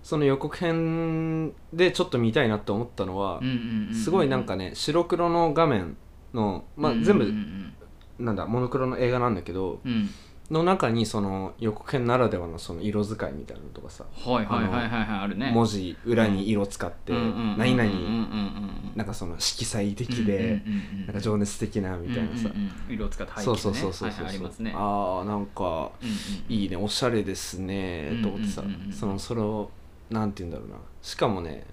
Speaker 1: その予告編でちょっと見たいなって思ったのは
Speaker 2: うんうんうんうん
Speaker 1: すごいなんかね白黒の画面の、まあ、
Speaker 2: うんうんう
Speaker 1: 全
Speaker 2: んう
Speaker 1: 部
Speaker 2: ん
Speaker 1: なんだモノクロの映画なんだけど
Speaker 2: うん
Speaker 1: の中にその予告編ならではのその色使いみたいなのとかさ、
Speaker 2: はいはいはいはいはいあるね
Speaker 1: 文
Speaker 2: っ
Speaker 1: 字裏に色使って何々なんかその色彩的でなんか情熱的なみたいなさ
Speaker 2: うんうんうん色を使った背景ね
Speaker 1: そうそうそうそう
Speaker 2: はい
Speaker 1: そ
Speaker 2: は
Speaker 1: う
Speaker 2: いありますね
Speaker 1: ああなんか
Speaker 2: うんうん
Speaker 1: いいねおしゃれですねと思ってさ
Speaker 2: うんうんうんうん
Speaker 1: そのそれをなんて言うんだろうなしかもね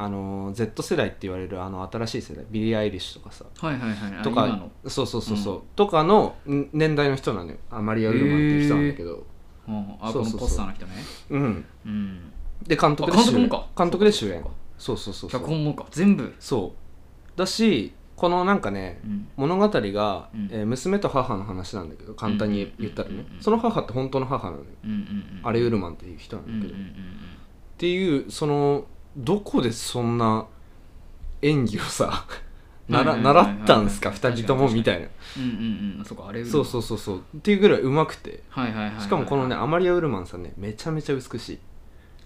Speaker 1: あの Z 世代って言われるあの新しい世代ビリー・アイリッシュとかさ
Speaker 2: はいはいはいあ
Speaker 1: と
Speaker 2: 今
Speaker 1: か
Speaker 2: の
Speaker 1: そうそうそうそう、
Speaker 2: うん
Speaker 1: とかのん年代の人なのよあマリア・ウルマンっていう人なんだけど、
Speaker 2: うんあ
Speaker 1: そ
Speaker 2: こ
Speaker 1: う
Speaker 2: の
Speaker 1: そうそう
Speaker 2: ポスターの人ね
Speaker 1: うん
Speaker 2: うん
Speaker 1: で監督で
Speaker 2: あ
Speaker 1: 主
Speaker 2: 監督
Speaker 1: 演
Speaker 2: もか
Speaker 1: 監督で主演
Speaker 2: そうか
Speaker 1: そうそうそうそう
Speaker 2: 脚本もか全部
Speaker 1: そうだしこのなんかね
Speaker 2: うん
Speaker 1: 物語が、
Speaker 2: うん
Speaker 1: えー娘と母の話なんだけど簡単に言ったらね、
Speaker 2: うんうんうんうん
Speaker 1: その母って本当の母なのよ、
Speaker 2: うんうんうん
Speaker 1: アレウルマンっていう人な
Speaker 2: うんん
Speaker 1: だけ
Speaker 2: うんう
Speaker 1: ど、
Speaker 2: んう
Speaker 1: っ
Speaker 2: ん
Speaker 1: ていうそのどこでそんな演技をさなら
Speaker 2: はいはいはいはい
Speaker 1: 習ったんすか2人ともみたいな
Speaker 2: うんうんうんそうかあれ
Speaker 1: そうそうそうそうっていうぐらいうまくて
Speaker 2: はいはいはいはい
Speaker 1: しかもこのね
Speaker 2: こ
Speaker 1: アマリア・ウルマンさんねめちゃめちゃ美しい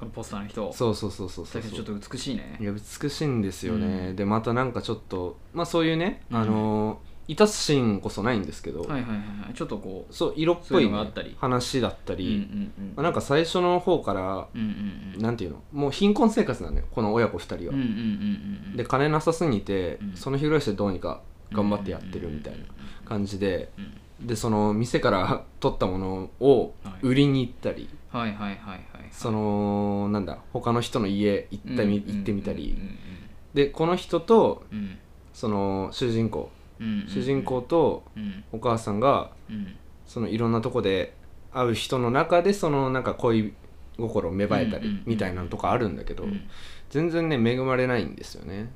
Speaker 2: のポスターの人
Speaker 1: そうそうそうそうそう
Speaker 2: だけどちょっと美しいね
Speaker 1: いや美しいんですよね、
Speaker 2: うん
Speaker 1: でまたなんかちょっとまあそういうね、
Speaker 2: うん
Speaker 1: あのいたすシーンこそないんですけど、
Speaker 2: はいはいはいはいちょっとこう
Speaker 1: そう色っぽい,、
Speaker 2: そういうの
Speaker 1: ね
Speaker 2: があったり
Speaker 1: 話だった
Speaker 2: うんうん
Speaker 1: り、
Speaker 2: うん
Speaker 1: まあなんか最初の方から、
Speaker 2: うんうんうん
Speaker 1: なんていうのもう貧困生活なのよこの親子2人は、
Speaker 2: うんうんうんうん
Speaker 1: で金なさすぎて、
Speaker 2: うん
Speaker 1: その日暮らしでどうにか頑張ってやってるみたいな感じで、
Speaker 2: うん
Speaker 1: でその店から 取ったものを
Speaker 2: はい
Speaker 1: 売りに行ったり、
Speaker 2: はいはいはいはい
Speaker 1: そのなんだ他の人の家行ったみ、行ってみたり、でこの人とその主人公主
Speaker 2: 主
Speaker 1: 人公と
Speaker 2: うん
Speaker 1: お母さんが
Speaker 2: うん
Speaker 1: そのいろんなとこで会う人の中でそのなんか恋心芽生えた
Speaker 2: うんうん
Speaker 1: り
Speaker 2: うん
Speaker 1: みたいなのとかあるんだけど、
Speaker 2: うん
Speaker 1: 全然ね恵まれないんですよね。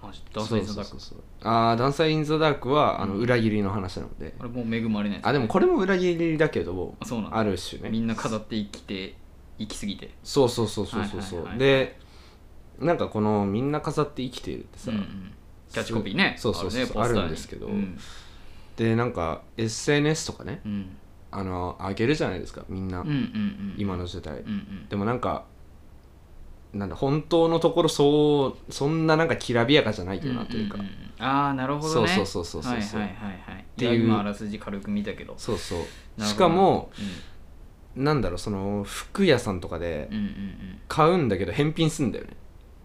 Speaker 2: あダンサーイズダー
Speaker 1: そう
Speaker 2: ク
Speaker 1: そうそうそうああダンサー・イン・ザ・ダークはあの
Speaker 2: うん
Speaker 1: 裏切りの話なので、
Speaker 2: あれもう恵まれない
Speaker 1: あでもこれも裏切りだけど
Speaker 2: あそうなんだ
Speaker 1: ある種ね
Speaker 2: みんな飾って生きて生きすぎて
Speaker 1: そうそうそうそうそうそう、
Speaker 2: はいはいはい
Speaker 1: でなんかこの「みんな飾って生きている」ってさ、
Speaker 2: うんうんキャッチコピーね
Speaker 1: そうそうそう
Speaker 2: るねポスターに
Speaker 1: あるんですけど
Speaker 2: うん
Speaker 1: でなんか SNS とかね
Speaker 2: うん
Speaker 1: あの上げるじゃないですかみんな、
Speaker 2: うんうんうん
Speaker 1: 今の時代
Speaker 2: うんうん
Speaker 1: でもなんかなんだ本当のところそうそんななんかきらびやかじゃないよなというか、
Speaker 2: んんんんああなるほどね
Speaker 1: そうそうそうそうそうそう
Speaker 2: はいはいはいはい
Speaker 1: て
Speaker 2: て
Speaker 1: いう
Speaker 2: いう今あらすじ軽く見たけど
Speaker 1: そうそう
Speaker 2: なる
Speaker 1: し
Speaker 2: ほど
Speaker 1: かもなんだろうその服屋さんとかで
Speaker 2: うんうん
Speaker 1: 買うんだけど返品すんだよね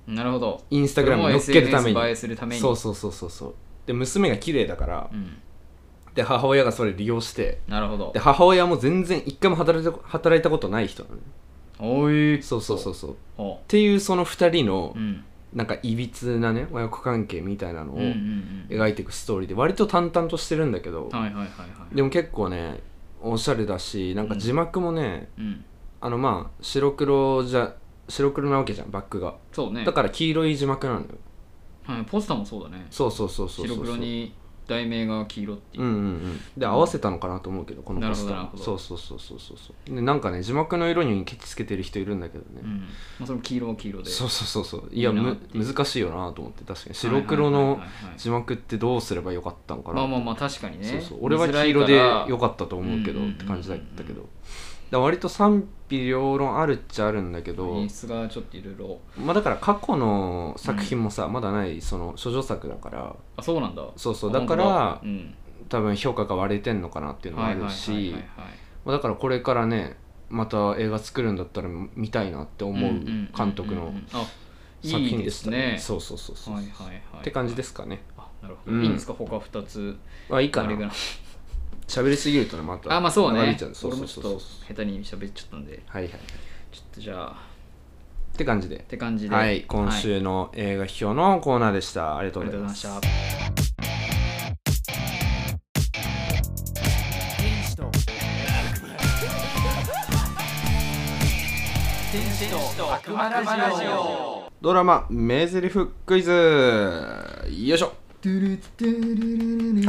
Speaker 2: うんうんなるほど
Speaker 1: インスタグラムに載っけるため
Speaker 2: それも SNS 映え
Speaker 1: に
Speaker 2: するために
Speaker 1: そうそうそうそうそうで娘が綺麗だから
Speaker 2: うん
Speaker 1: で母親がそれ利用して
Speaker 2: なるほど
Speaker 1: で母親も全然一回も働いた働いたことない人なのね
Speaker 2: おい
Speaker 1: そうそうそうそうっ
Speaker 2: お
Speaker 1: ていうその2人の
Speaker 2: うん
Speaker 1: なんかいびつなね親子関係みたいなのを
Speaker 2: うんうんうん
Speaker 1: 描いていくストーリーで割と淡々としてるんだけど
Speaker 2: はいはいはいはい
Speaker 1: でも結構ねおしゃれだしなんか字幕もね、
Speaker 2: うん
Speaker 1: あのまあ白黒じゃ白黒なわけじゃんバックが
Speaker 2: そうね
Speaker 1: だから黄色い字幕なのよ
Speaker 2: はいポスターもそうだね
Speaker 1: そうそうそうそうそう
Speaker 2: 白黒に題名が黄色っていう
Speaker 1: うんうんうんで合わせたのかなと思うけどこのポスタ
Speaker 2: な
Speaker 1: ー
Speaker 2: るほどなるほど
Speaker 1: そうそうそうそうそうそうでなんかね字幕の色にケチつけてる人いるんだけどね、
Speaker 2: うんまあそれも黄色は黄色で
Speaker 1: そうそうそうそういや
Speaker 2: いいな
Speaker 1: む
Speaker 2: っていう
Speaker 1: 難しいよなと思って確かに白黒の
Speaker 2: はいはいはいはい
Speaker 1: 字幕ってどうすればよかったのかな
Speaker 2: まあまあまあ確かにね
Speaker 1: そうそう俺は黄色でよかったと思うけど
Speaker 2: うん
Speaker 1: っ
Speaker 2: うんうんうん
Speaker 1: て感じだったけどだから割と賛否両論あるっちゃあるんだけ
Speaker 2: 見づらいから
Speaker 1: ど
Speaker 2: 演、出がちょっといろいろ
Speaker 1: まあ、だから過去の作品もさ、まだないその処女作だから
Speaker 2: あそうなんだ
Speaker 1: そうそう
Speaker 2: あ
Speaker 1: だから
Speaker 2: 本当だうん
Speaker 1: 多分評価が割れてんのかなっていうのもあるし
Speaker 2: はい
Speaker 1: まあだからこれからねまた映画作るんだったら見たいなって思うん
Speaker 2: んんん
Speaker 1: う監督の
Speaker 2: あ
Speaker 1: 作品
Speaker 2: いいで
Speaker 1: ですしたね
Speaker 2: ね
Speaker 1: そうそうそうそう、
Speaker 2: はいはいはい
Speaker 1: って感じですかね
Speaker 2: あなるほど、
Speaker 1: うん
Speaker 2: いいんですか他二つ
Speaker 1: あいいか
Speaker 2: あれぐら
Speaker 1: ない喋りすぎるとねまた
Speaker 2: あまあそう
Speaker 1: 流
Speaker 2: ね
Speaker 1: れちゃうそう
Speaker 2: 俺
Speaker 1: そ
Speaker 2: も
Speaker 1: うそ
Speaker 2: ちょ
Speaker 1: う
Speaker 2: っ
Speaker 1: そう
Speaker 2: と下手に喋っちゃったんで
Speaker 1: はいはいはい
Speaker 2: ちょっとじゃあ
Speaker 1: って感じで
Speaker 2: って感じでは
Speaker 1: はい今
Speaker 2: はい
Speaker 1: 週の映画批評のコーナーでしたありがと
Speaker 2: あ
Speaker 1: う
Speaker 2: り
Speaker 1: ご
Speaker 2: が
Speaker 1: ざい
Speaker 2: と
Speaker 1: う
Speaker 2: ござい
Speaker 1: ま
Speaker 2: ますした
Speaker 3: 悪魔ラジオ
Speaker 1: ドラマ名台詞クイズよいしょ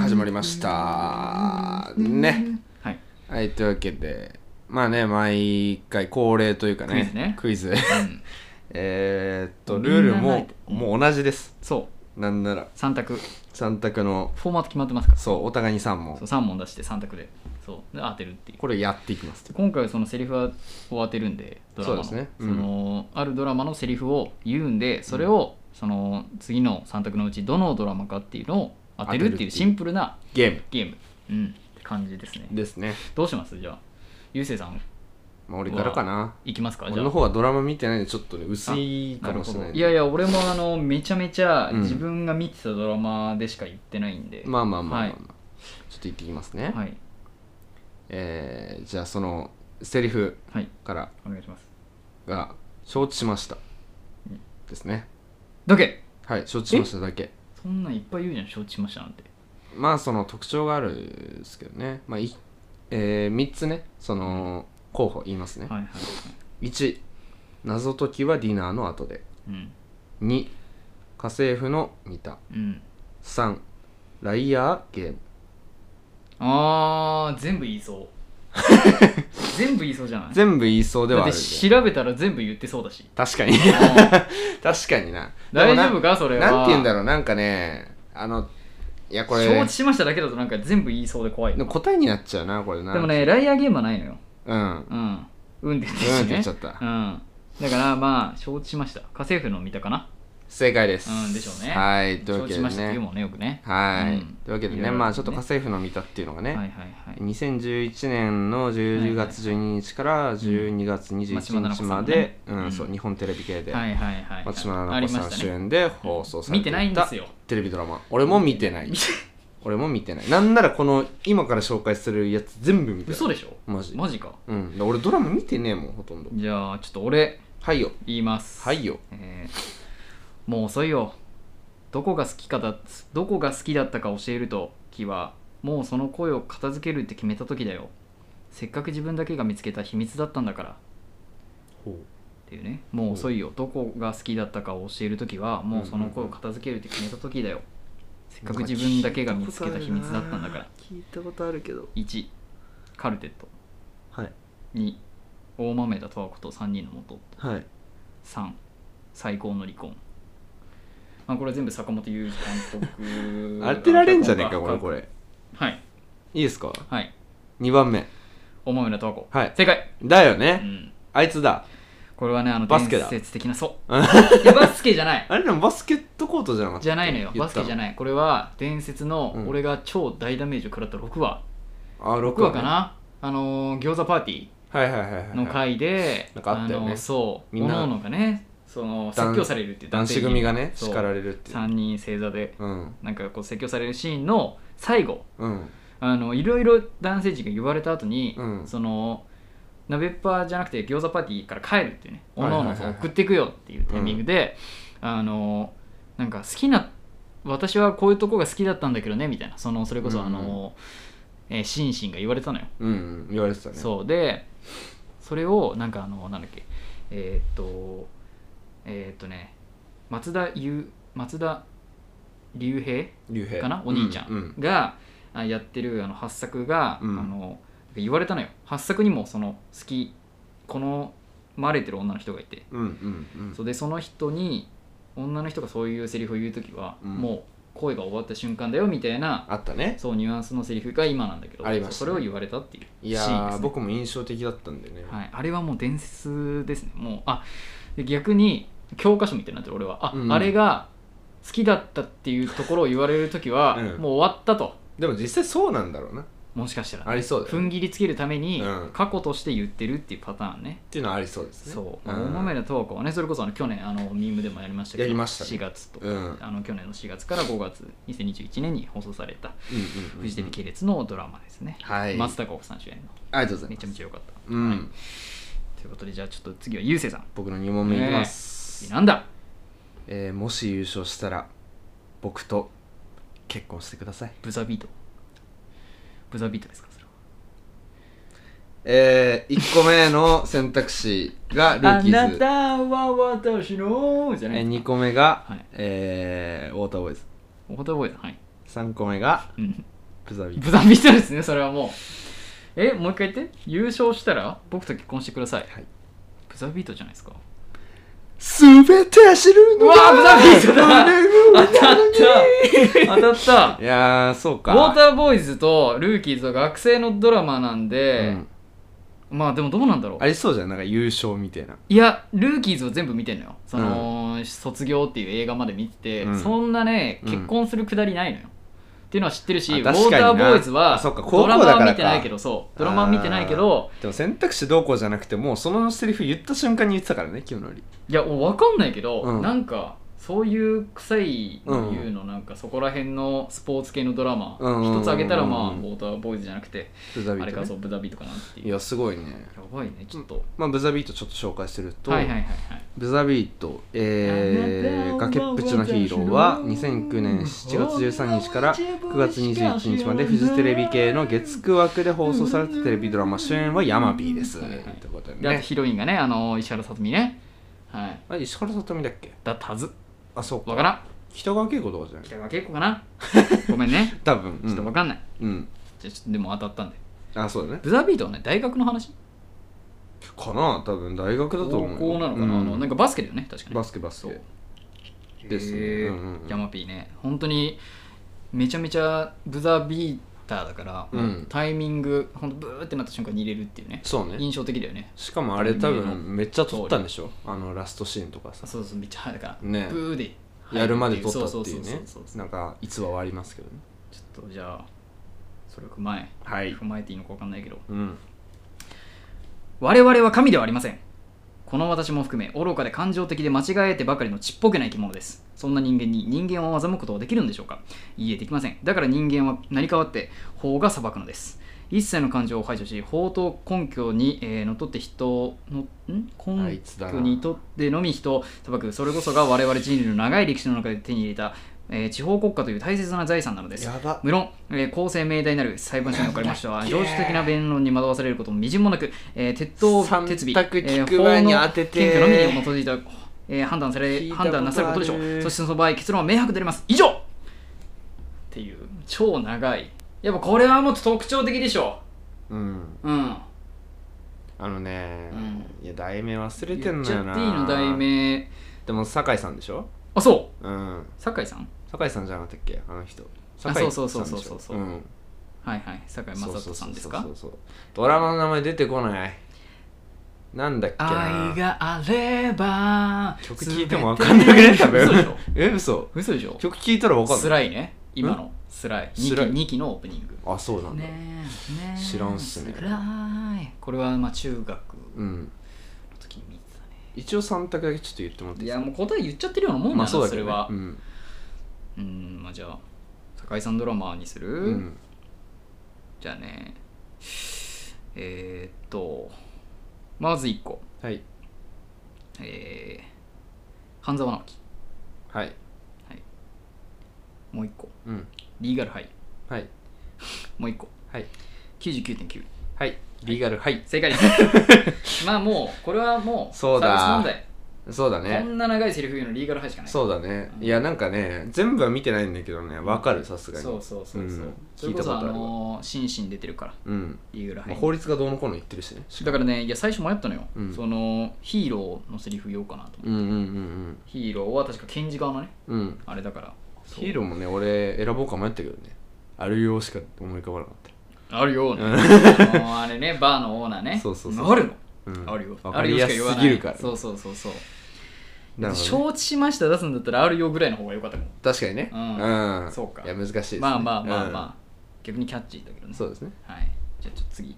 Speaker 1: 始まりましたね
Speaker 2: はい
Speaker 1: はいというわけでまあね毎回恒例というかね
Speaker 2: クイズね
Speaker 1: クイズ
Speaker 2: うん
Speaker 1: えーっとルールも
Speaker 2: みんな
Speaker 1: もう同じです
Speaker 2: そう
Speaker 1: なんなら
Speaker 2: 三択
Speaker 1: 3択の
Speaker 2: フォーマット決まってますから
Speaker 1: そうお互いに3問
Speaker 2: そう3問出して3択でそうで当てるっていう
Speaker 1: これやっていきます
Speaker 2: で今回はそのセリフはを当てるんでドラマの
Speaker 1: そうですねうん
Speaker 2: そのあるドラマのセリフを言うんでそれをその次の3択のうちどのドラマかっていうのを当てるっていうシンプルな
Speaker 1: ゲーム
Speaker 2: ゲーム、うん、って感じですね
Speaker 1: ですね
Speaker 2: どうしますじゃあゆうせいさん
Speaker 1: まあ俺からかな
Speaker 2: 行きますかじ
Speaker 1: 俺
Speaker 2: ゃあ
Speaker 1: の方はドラマ見てないんでちょっとね薄いかもしれないんで
Speaker 2: いやいや俺もあのめちゃめちゃ
Speaker 1: うん
Speaker 2: 自分が見てたドラマでしか行ってないんで、
Speaker 1: まあまあまあまあまあ、
Speaker 2: はい
Speaker 1: ちょっと行ってきますね、
Speaker 2: はい
Speaker 1: えーじゃあそのセリフ
Speaker 2: はい
Speaker 1: から
Speaker 2: お願いします
Speaker 1: が承知しました、
Speaker 2: うん
Speaker 1: ですね
Speaker 2: どけ
Speaker 1: はい承知しましただけ
Speaker 2: そんなんいっぱい言うじゃん承知しましたなんて
Speaker 1: まあその特徴があるんですけどね、まあいえ3つねその候補言いますね、
Speaker 2: はいはいはい
Speaker 1: 1謎解きはディナーの後で
Speaker 2: うん
Speaker 1: 2家政婦の見た
Speaker 2: うん
Speaker 1: 3ライアーゲーム
Speaker 2: あー全部言 いそう全部言いそうじゃない
Speaker 1: 全部言いそうではあ
Speaker 2: だっ
Speaker 1: る
Speaker 2: て
Speaker 1: けど
Speaker 2: 調べたら全部言ってそうだし
Speaker 1: 確かに
Speaker 2: うん
Speaker 1: 確かにな
Speaker 2: 大丈夫
Speaker 1: か
Speaker 2: かそれは
Speaker 1: なんて言うんだ
Speaker 2: ろ
Speaker 1: ろうなんかねあのいやこれ
Speaker 2: 承知しましただけだとなんか全部言いそうで怖い
Speaker 1: で
Speaker 2: で
Speaker 1: も答えになっちゃうなこれな
Speaker 2: もねライアーゲームはないのよ
Speaker 1: うん
Speaker 2: うんうんって言って
Speaker 1: うんって
Speaker 2: ね
Speaker 1: 言っちゃった
Speaker 2: うんだからまあ承知しました家政婦の見たかな
Speaker 1: 正解です。
Speaker 2: うんでしょうね
Speaker 1: はい、というわ
Speaker 2: 承
Speaker 1: け
Speaker 2: 知
Speaker 1: で
Speaker 2: しましたって言う
Speaker 1: ね。
Speaker 2: もんねよくね
Speaker 1: はい、
Speaker 2: うん
Speaker 1: というわけで
Speaker 2: いろ
Speaker 1: ね、
Speaker 2: いろ
Speaker 1: まあちょっと
Speaker 2: ね
Speaker 1: 家政婦の見たっていうのが
Speaker 2: はいはい
Speaker 1: ね、
Speaker 2: はい
Speaker 1: 2011年の10月12日から12月21日まで、
Speaker 2: うん
Speaker 1: うん、そうう、
Speaker 2: ん
Speaker 1: 日本テレビ系で、
Speaker 2: はいはいはい
Speaker 1: 松島
Speaker 2: あ
Speaker 1: 菜
Speaker 2: り
Speaker 1: 々子
Speaker 2: ま
Speaker 1: さん
Speaker 2: した
Speaker 1: 主
Speaker 2: ね
Speaker 1: 演で放送され
Speaker 2: 見
Speaker 1: て
Speaker 2: て
Speaker 1: い
Speaker 2: ないんで
Speaker 1: た
Speaker 2: すよ
Speaker 1: テレビドラマ。俺も見てない
Speaker 2: 見。て
Speaker 1: 俺も見てない。なんならこの、今から紹介するやつ全部見て
Speaker 2: 嘘
Speaker 1: る。
Speaker 2: でしょ
Speaker 1: マジ。
Speaker 2: マジか
Speaker 1: うん、俺ドラマ見てねえもん、ほとんど。
Speaker 2: じゃあちょっと俺
Speaker 1: はいよ。
Speaker 2: 言います
Speaker 1: はいよ。
Speaker 2: えーもう遅いよどこが好きかだどこが好きだったか教えるときはもうその声を片付けるって決めた時だよせっかく自分だけが見つけた秘密だったんだからっていうねもう遅いよどこが好きだったかを教える時はもうその声を片付けるって決めた時だよせっかく自分だけが見つけた秘密だったんだから
Speaker 1: 聞いたことあるけど。
Speaker 2: 1カルテット
Speaker 1: はい。
Speaker 2: 2大豆田十和子と3人の元
Speaker 1: はい。
Speaker 2: 3最高の離婚まあこれ全部坂本雄二監督
Speaker 1: 当てられんじゃねえかこれこ
Speaker 2: れ
Speaker 1: れ
Speaker 2: はい
Speaker 1: いいですか
Speaker 2: はい
Speaker 1: 2番目
Speaker 2: 大豆田十和子
Speaker 1: はい
Speaker 2: 正解、
Speaker 1: だよ
Speaker 2: う
Speaker 1: ね
Speaker 2: ん、
Speaker 1: あいつだ
Speaker 2: これはねあの
Speaker 1: バスケだ
Speaker 2: 伝説的なそ う
Speaker 1: うん
Speaker 2: いやバスケじゃない
Speaker 1: あれでもバスケットコートじゃなかった
Speaker 2: じゃないのよバスケじゃ
Speaker 1: い
Speaker 2: ないこれは伝説の
Speaker 1: うん
Speaker 2: 俺が超大ダメージを食らった6話、
Speaker 1: あ6
Speaker 2: 6話かなあのー餃子パーティ
Speaker 1: はいはいはいは
Speaker 2: ー
Speaker 1: い
Speaker 2: の
Speaker 1: はい
Speaker 2: 回で、
Speaker 1: なんかあったよね
Speaker 2: のそう
Speaker 1: み
Speaker 2: お
Speaker 1: んな
Speaker 2: のおのがねその
Speaker 1: 男
Speaker 2: 説教されるっていう
Speaker 1: 男子組がね
Speaker 2: そう
Speaker 1: 叱られるっていう
Speaker 2: 3人正座で
Speaker 1: うん
Speaker 2: なんかこう説教されるシーンの最後
Speaker 1: うん
Speaker 2: あのいろいろ男性陣が言われた後に、
Speaker 1: うん
Speaker 2: その鍋っぱじゃなくて餃子パーティーから帰るっていうねお
Speaker 1: はいはい
Speaker 2: の
Speaker 1: は
Speaker 2: お
Speaker 1: いはい
Speaker 2: の送っていくよっていうタイミングで、あのなんか好きな私はこういうとこが好きだったんだけどねみたいなそのそれこそ
Speaker 1: うんう
Speaker 2: あ
Speaker 1: ん
Speaker 2: の、えーシンシンが言われたのよ、
Speaker 1: うん言われてたね
Speaker 2: そうでそれをなんかあのなんだっけえーっとえーっとね松田優松田龍平
Speaker 1: 竜兵
Speaker 2: かな、お兄ちゃ
Speaker 1: うん
Speaker 2: があやってるあの8作が、
Speaker 1: うん
Speaker 2: あの言われたのよ8作にもその好きこのまれてる女の人がいて、
Speaker 1: うんうんうん
Speaker 2: そうでその人に女の人がそういうセリフを言う時は、
Speaker 1: うん
Speaker 2: もう恋が終わった瞬間だよみたいな
Speaker 1: あったね
Speaker 2: そうニュアンスのセリフが今なんだけど
Speaker 1: ありましたね
Speaker 2: そうそれを言われたっていう
Speaker 1: い
Speaker 2: シーンで
Speaker 1: やー
Speaker 2: す、ね
Speaker 1: 僕も印象的だったんでね
Speaker 2: はい、あれはもう伝説ですねもうあで逆に教科書みたいになってる俺はあ、
Speaker 1: うん
Speaker 2: あれが好きだったっていうところを言われる時は、
Speaker 1: うん
Speaker 2: もう終わったと
Speaker 1: でも実際そうなんだろうな
Speaker 2: もしかしたら
Speaker 1: ありそうだよね
Speaker 2: 踏ん切りつけるために
Speaker 1: うん
Speaker 2: 過去として言ってるっていうパターンね、
Speaker 1: っていうのはありそうですね
Speaker 2: そう、
Speaker 1: ん
Speaker 2: 大豆田十和子はねそれこそあの去年あのミームでもやりましたけど
Speaker 1: やりましたね
Speaker 2: 4月と、
Speaker 1: うんうん
Speaker 2: あの去年の4月から5月2021年に放送された
Speaker 1: うん
Speaker 2: フジテレビ系列のドラマですね、
Speaker 1: はい
Speaker 2: 松たか子さん主演の
Speaker 1: ありがとうございます
Speaker 2: めちゃめちゃ良かった、
Speaker 1: うん、
Speaker 2: はいということでじゃあちょっと次はゆうせいさん
Speaker 1: 僕の2問目いきます、
Speaker 2: なんだ
Speaker 1: えーもし優勝したら僕と結婚してください
Speaker 2: ブザビートブザビートですかそれは
Speaker 1: えー、1個目の選択肢がルーキ
Speaker 2: あ
Speaker 1: ー
Speaker 2: な
Speaker 1: ズ、
Speaker 2: たは私のじゃな
Speaker 1: え
Speaker 2: い
Speaker 1: ー、
Speaker 2: です
Speaker 1: 2個目が、
Speaker 2: はい
Speaker 1: えー、ウォーターボーイズ
Speaker 2: おこと覚えたはい、
Speaker 1: 3個目が
Speaker 2: うん、
Speaker 1: プザビ
Speaker 2: ブザビートですねそれはもうえもう一回言って優勝したら僕と結婚してください、
Speaker 1: はい
Speaker 2: ブザビートじゃないですか
Speaker 1: すべて知るの
Speaker 2: うわーブザビートだ
Speaker 1: だ
Speaker 2: 当たった当たった
Speaker 1: いやーそう
Speaker 2: ウ
Speaker 1: か
Speaker 2: ォーターボーイズとルーキーズは学生のドラマなんで、
Speaker 1: うん
Speaker 2: まあでもどうなんだろう
Speaker 1: ありそうじゃんなんか優勝みたいない
Speaker 2: やルーキーズを全部見てんのよその、卒業っていう映画まで見てて、
Speaker 1: うん
Speaker 2: そんなね
Speaker 1: うん
Speaker 2: 結婚するくだりないのよ、っていうのは知ってるし
Speaker 1: あ
Speaker 2: ウォ
Speaker 1: 確かに
Speaker 2: ー
Speaker 1: な
Speaker 2: ターボーイズは
Speaker 1: そっか高
Speaker 2: ド
Speaker 1: 校
Speaker 2: ラ
Speaker 1: だ
Speaker 2: マ
Speaker 1: からか
Speaker 2: は見てないけどそうドラマは見てないけど
Speaker 1: でも選択肢どうこうじゃなくてもうそのセリフ言った瞬間に言ってたからね今日のより
Speaker 2: いや分かんないけど、
Speaker 1: うん
Speaker 2: なんかそういう臭いの言うのなんかそこら辺のスポーツ系のドラマ
Speaker 1: うん
Speaker 2: 一つ挙げたらまあ
Speaker 1: う
Speaker 2: ウ
Speaker 1: ん
Speaker 2: ォーターボーイズじゃなくて
Speaker 1: ブザビ
Speaker 2: あれ
Speaker 1: ート、
Speaker 2: かそ
Speaker 1: ね、
Speaker 2: うブダビとかなんていう
Speaker 1: いやすごいね
Speaker 2: やばいねちょっと、
Speaker 1: まあブザビートちょっと紹介すると、
Speaker 2: はいはいはいはい
Speaker 1: ブザビート、えー、崖っぷちのヒーローは2009年7月13日から9
Speaker 2: 9
Speaker 1: 月21日までフジテレビ系の月9枠で放送されたテレビドラマ主演はヤマピーです。と
Speaker 2: はいはい
Speaker 1: いうことで
Speaker 2: であと
Speaker 1: ね。
Speaker 2: ヒロインがねあの石原さとみねはい
Speaker 1: あ石原さとみだっけ
Speaker 2: だったはず
Speaker 1: あ、そう
Speaker 2: わ
Speaker 1: か。
Speaker 2: からん
Speaker 1: 北川景子とかじゃない
Speaker 2: 北川景子かなごめんね
Speaker 1: 多分。
Speaker 2: ちょっとわ
Speaker 1: う
Speaker 2: かんない、
Speaker 1: ん。うん。
Speaker 2: じゃあちょっとでも当たったんで
Speaker 1: あ、そうだね。
Speaker 2: ブザービートはね大学の話
Speaker 1: かな多分大学だ
Speaker 2: 高
Speaker 1: と思う。
Speaker 2: 校なのかな、あのなん
Speaker 1: か
Speaker 2: かバスケだよね確かね
Speaker 1: バ
Speaker 2: ス
Speaker 1: スケバス
Speaker 2: そう
Speaker 1: ケ。ですね
Speaker 2: へー
Speaker 1: うんうんうん
Speaker 2: ヤマピーね本当にめちゃめちゃブザービーターだから、
Speaker 1: うん
Speaker 2: タイミングほんとブーってなった瞬間に入れるっていうね
Speaker 1: そうね。
Speaker 2: 印象的だよね
Speaker 1: しかもあれ多分めっちゃ撮ったんでしょあのラストシーンとかさ
Speaker 2: あ。そうそうめっちゃ早いだから、
Speaker 1: ね
Speaker 2: ブーで
Speaker 1: やるまで撮ったっていう
Speaker 2: そ
Speaker 1: ね
Speaker 2: そそそ
Speaker 1: なんか逸話はありますけどね
Speaker 2: ちょっとじゃあそれを踏まえ
Speaker 1: はい
Speaker 2: 踏まえていいのか分かんないけど
Speaker 1: うん
Speaker 2: 我々は神ではありませんこの私も含め愚かで感情的で間違えてばかりのちっぽけな生き物ですそんな人間に人間を欺くことはできるのでしょうかいいえできませんだから人間は成り代わって法が裁くのです一切の感情を排除し法と根拠に、えーのっとって人のん
Speaker 1: あ
Speaker 2: 根
Speaker 1: いつだな
Speaker 2: 拠にとってのみ人を裁くそれこそが我々人類の長い歴史の中で手に入れた、えー地方国家という大切な財産なのです
Speaker 1: ば
Speaker 2: 無論、えー、公正命題なる裁判所におかれましては常識的な弁論に惑わされることもみじんもなく、えー鉄塔
Speaker 1: 三
Speaker 2: 鉄尾、
Speaker 1: 択
Speaker 2: え
Speaker 1: 聞
Speaker 2: ー
Speaker 1: く
Speaker 2: 法
Speaker 1: 前に
Speaker 2: の
Speaker 1: 当てて
Speaker 2: 検挙のみに基づいた、えー判断さ
Speaker 1: 聞い
Speaker 2: れ
Speaker 1: たことある
Speaker 2: 判断なされることでしょうそしてその場合結論は明白であります以上っていう超長いやっぱこれはもっと特徴的でしょ
Speaker 1: うん
Speaker 2: うん
Speaker 1: あのね、
Speaker 2: う
Speaker 1: いや題名忘れ
Speaker 2: 言ってちゃ
Speaker 1: ん
Speaker 2: っ
Speaker 1: の
Speaker 2: ていい
Speaker 1: よな
Speaker 2: の題名
Speaker 1: でも酒井さんでしょ
Speaker 2: あそう
Speaker 1: うん
Speaker 2: 酒井さん
Speaker 1: 酒井さんじゃなかったっけあの人
Speaker 2: あ
Speaker 1: 酒井
Speaker 2: そうそう
Speaker 1: さんでしょ
Speaker 2: そうそうそう
Speaker 1: うん
Speaker 2: はいはい酒井雅人さんですか
Speaker 1: そうそうそうそうドラマの名前出てこないなんだっけな
Speaker 2: 愛があれば
Speaker 1: 曲聞いてもわかんなくね多分
Speaker 2: 嘘でしょ
Speaker 1: え嘘
Speaker 2: 嘘でしょ
Speaker 1: 曲聞いたらわかん
Speaker 2: ス
Speaker 1: ない
Speaker 2: ライね今のスライ
Speaker 1: スライ
Speaker 2: 2, 期2期のオープニング
Speaker 1: あそうなんだ、
Speaker 2: ねえねえ
Speaker 1: 知らんっすね
Speaker 2: スライこれはまあ中学の
Speaker 1: うん
Speaker 2: 時に見てたね
Speaker 1: 一応3択だけちょっと言ってもらって
Speaker 2: い
Speaker 1: い
Speaker 2: やもう答え言っちゃってるようなもんなんだ、
Speaker 1: まあそうだ
Speaker 2: そ
Speaker 1: け
Speaker 2: れ
Speaker 1: ど、ね、
Speaker 2: は
Speaker 1: う、ん
Speaker 2: うんまあじゃあ高井さんドラマにする、
Speaker 1: うん、
Speaker 2: じゃあねえー、っとまず1個
Speaker 1: はい
Speaker 2: えー、半沢直樹
Speaker 1: はい
Speaker 2: もう1個
Speaker 1: うん
Speaker 2: リーガルハイ
Speaker 1: はい
Speaker 2: もう1個
Speaker 1: はい
Speaker 2: 99.9
Speaker 1: はいリーガルはい
Speaker 2: 正解で すまあもうこれはもう
Speaker 1: そうだ
Speaker 2: サービス問題
Speaker 1: そうだ
Speaker 2: こ
Speaker 1: ね
Speaker 2: んな長いセリフ言うのリーガルハイしかない
Speaker 1: そうだね
Speaker 2: うん
Speaker 1: いやなんかね全部は見てないんだけどねわかるさすがに
Speaker 2: そうそうそうそう、
Speaker 1: うん
Speaker 2: それ
Speaker 1: 聞
Speaker 2: こそ
Speaker 1: いたことあ
Speaker 2: あ
Speaker 1: るわ
Speaker 2: のー、心身出てるから
Speaker 1: うん、
Speaker 2: リーガルハ
Speaker 1: まあ
Speaker 2: イ、
Speaker 1: 法律がどうのこうの言ってるしね
Speaker 2: だからねいや最初迷ったのよ、
Speaker 1: うん
Speaker 2: そのヒーローのセリフ言おうかなと思って、
Speaker 1: うんうんうん
Speaker 2: ヒーローは確か検事側のね
Speaker 1: うんうん
Speaker 2: あれだからそう
Speaker 1: ヒーローもね俺選ぼうか迷ったけどねあるようしか思い浮かばなかっ
Speaker 2: あるよ、ね、あのあれねバーのオーナーね
Speaker 1: そうそうそう
Speaker 2: あるの、
Speaker 1: た、うん、
Speaker 2: あるよ
Speaker 1: わかりやすすぎるから、
Speaker 2: あよしか言わないそうそうそうそう、
Speaker 1: なるほどね、
Speaker 2: 承知しました出すんだったらあるよぐらいの方が良かったかも
Speaker 1: 確かにね
Speaker 2: うん
Speaker 1: うん
Speaker 2: そうか
Speaker 1: いや難しいです、ね、
Speaker 2: まあまあまあまあ、逆にキャッチーだけどね
Speaker 1: そうですね
Speaker 2: はいじゃあちょっと次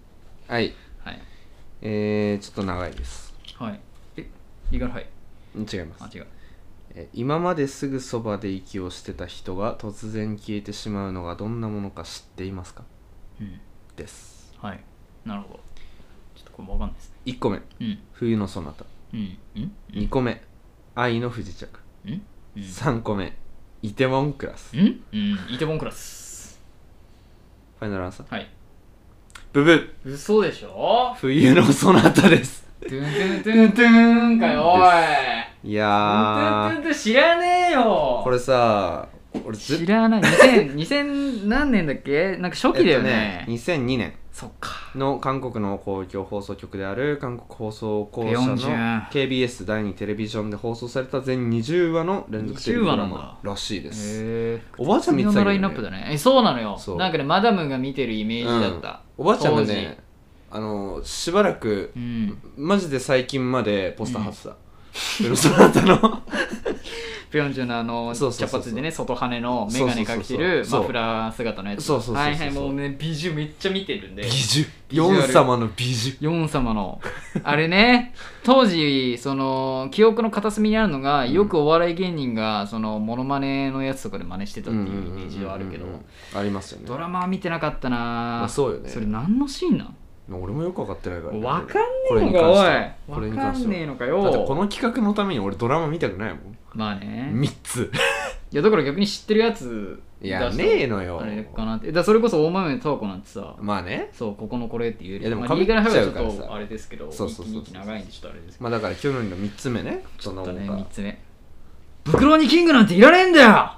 Speaker 1: はい
Speaker 2: はい
Speaker 1: えー、ちょっと長いです
Speaker 2: はいえリガルハイ
Speaker 1: 違います
Speaker 2: あ違う
Speaker 1: えー今まですぐそばで息をしてた人が突然消えてしまうのがどんなものか知っていますか
Speaker 2: うん
Speaker 1: です
Speaker 2: はいなるほどちょっとこれもわかんないですね
Speaker 1: 1個目
Speaker 2: うん
Speaker 1: 冬のそなた
Speaker 2: うんうん
Speaker 1: 2個目愛の不時着
Speaker 2: うんうん
Speaker 1: 3個目イテモンクラス
Speaker 2: う
Speaker 1: フ
Speaker 2: んうんイテボンクラス
Speaker 1: ァイナルアンサー
Speaker 2: はい
Speaker 1: ブブ
Speaker 2: 嘘でしょ
Speaker 1: 冬のそなたです
Speaker 2: トゥントゥントゥントゥンかよおい
Speaker 1: い
Speaker 2: トゥン
Speaker 1: や
Speaker 2: トゥ
Speaker 1: ー
Speaker 2: ントゥン知らねえよ
Speaker 1: これさ俺ず
Speaker 2: 知らない2000 2000何年だっけなんか初期だよね,、
Speaker 1: えっと2002年
Speaker 2: そっか
Speaker 1: の韓国の公共放送局である韓国放送公社
Speaker 2: ペヨンジュン
Speaker 1: の KBS 第2テレビジョンで放送された全20話の連続テレビドラマらしいです
Speaker 2: へえ
Speaker 1: おばあちゃん見てたけどね
Speaker 2: ラインナップだねえそうなのよ
Speaker 1: そう
Speaker 2: なんかねマダムが見てるイメージだった、
Speaker 1: おばあちゃんがねあのしばらく
Speaker 2: うん
Speaker 1: マジで最近までポスター貼ってた冬のそなたの
Speaker 2: ピョンジュンのあの
Speaker 1: そうそうそうそう
Speaker 2: 茶髪でね外羽の眼鏡かけ
Speaker 1: そうそ
Speaker 2: てる
Speaker 1: うそうそう
Speaker 2: マフラー姿のやつ
Speaker 1: そうそうそうそう
Speaker 2: はいはいもうね美女めっちゃ見てるんで
Speaker 1: 美女
Speaker 2: ビジュアル
Speaker 1: ヨン様の美女
Speaker 2: ヨン様のあれね当時その記憶の片隅にあるのが、よくお笑い芸人がそのモノマネのやつとかで真似してたっていうイメージはあるけ
Speaker 1: う
Speaker 2: ど、
Speaker 1: んうんうんうんありますよね
Speaker 2: ドラマは見てなかったな、
Speaker 1: まあそうよね
Speaker 2: それ何のシーンなん
Speaker 1: 俺もよく分かってないからね
Speaker 2: わかんね
Speaker 1: これ
Speaker 2: えの
Speaker 1: に
Speaker 2: か
Speaker 1: 関し
Speaker 2: お
Speaker 1: て
Speaker 2: い
Speaker 1: はこれ
Speaker 2: わ
Speaker 1: に
Speaker 2: か
Speaker 1: 関して
Speaker 2: ん
Speaker 1: は
Speaker 2: ねえのか
Speaker 1: だってこ
Speaker 2: よ
Speaker 1: の企画のために俺ドラマ見たくないもん
Speaker 2: まあね
Speaker 1: 3つ
Speaker 2: いやだから逆に知ってるやつ
Speaker 1: いや
Speaker 2: 出した
Speaker 1: ねえのよ
Speaker 2: あれかなってだからそれこそ大豆とわ子なんてさ
Speaker 1: まあね
Speaker 2: そうここのこれっていうよ
Speaker 1: い
Speaker 2: り
Speaker 1: やでも
Speaker 2: まあ
Speaker 1: かぶ
Speaker 2: リ
Speaker 1: っ
Speaker 2: ー
Speaker 1: ち
Speaker 2: ガ
Speaker 1: ゃ
Speaker 2: ル
Speaker 1: う
Speaker 2: ハ
Speaker 1: か
Speaker 2: ウ
Speaker 1: らさ
Speaker 2: スはちょっとあれですけど
Speaker 1: そうそうそうそう
Speaker 2: 一気に長いんでちょっとあれですけど
Speaker 1: まあだから去年の3つ目ねその
Speaker 2: だね
Speaker 1: も
Speaker 2: 3つ目袋にキングなんていらねえんだよ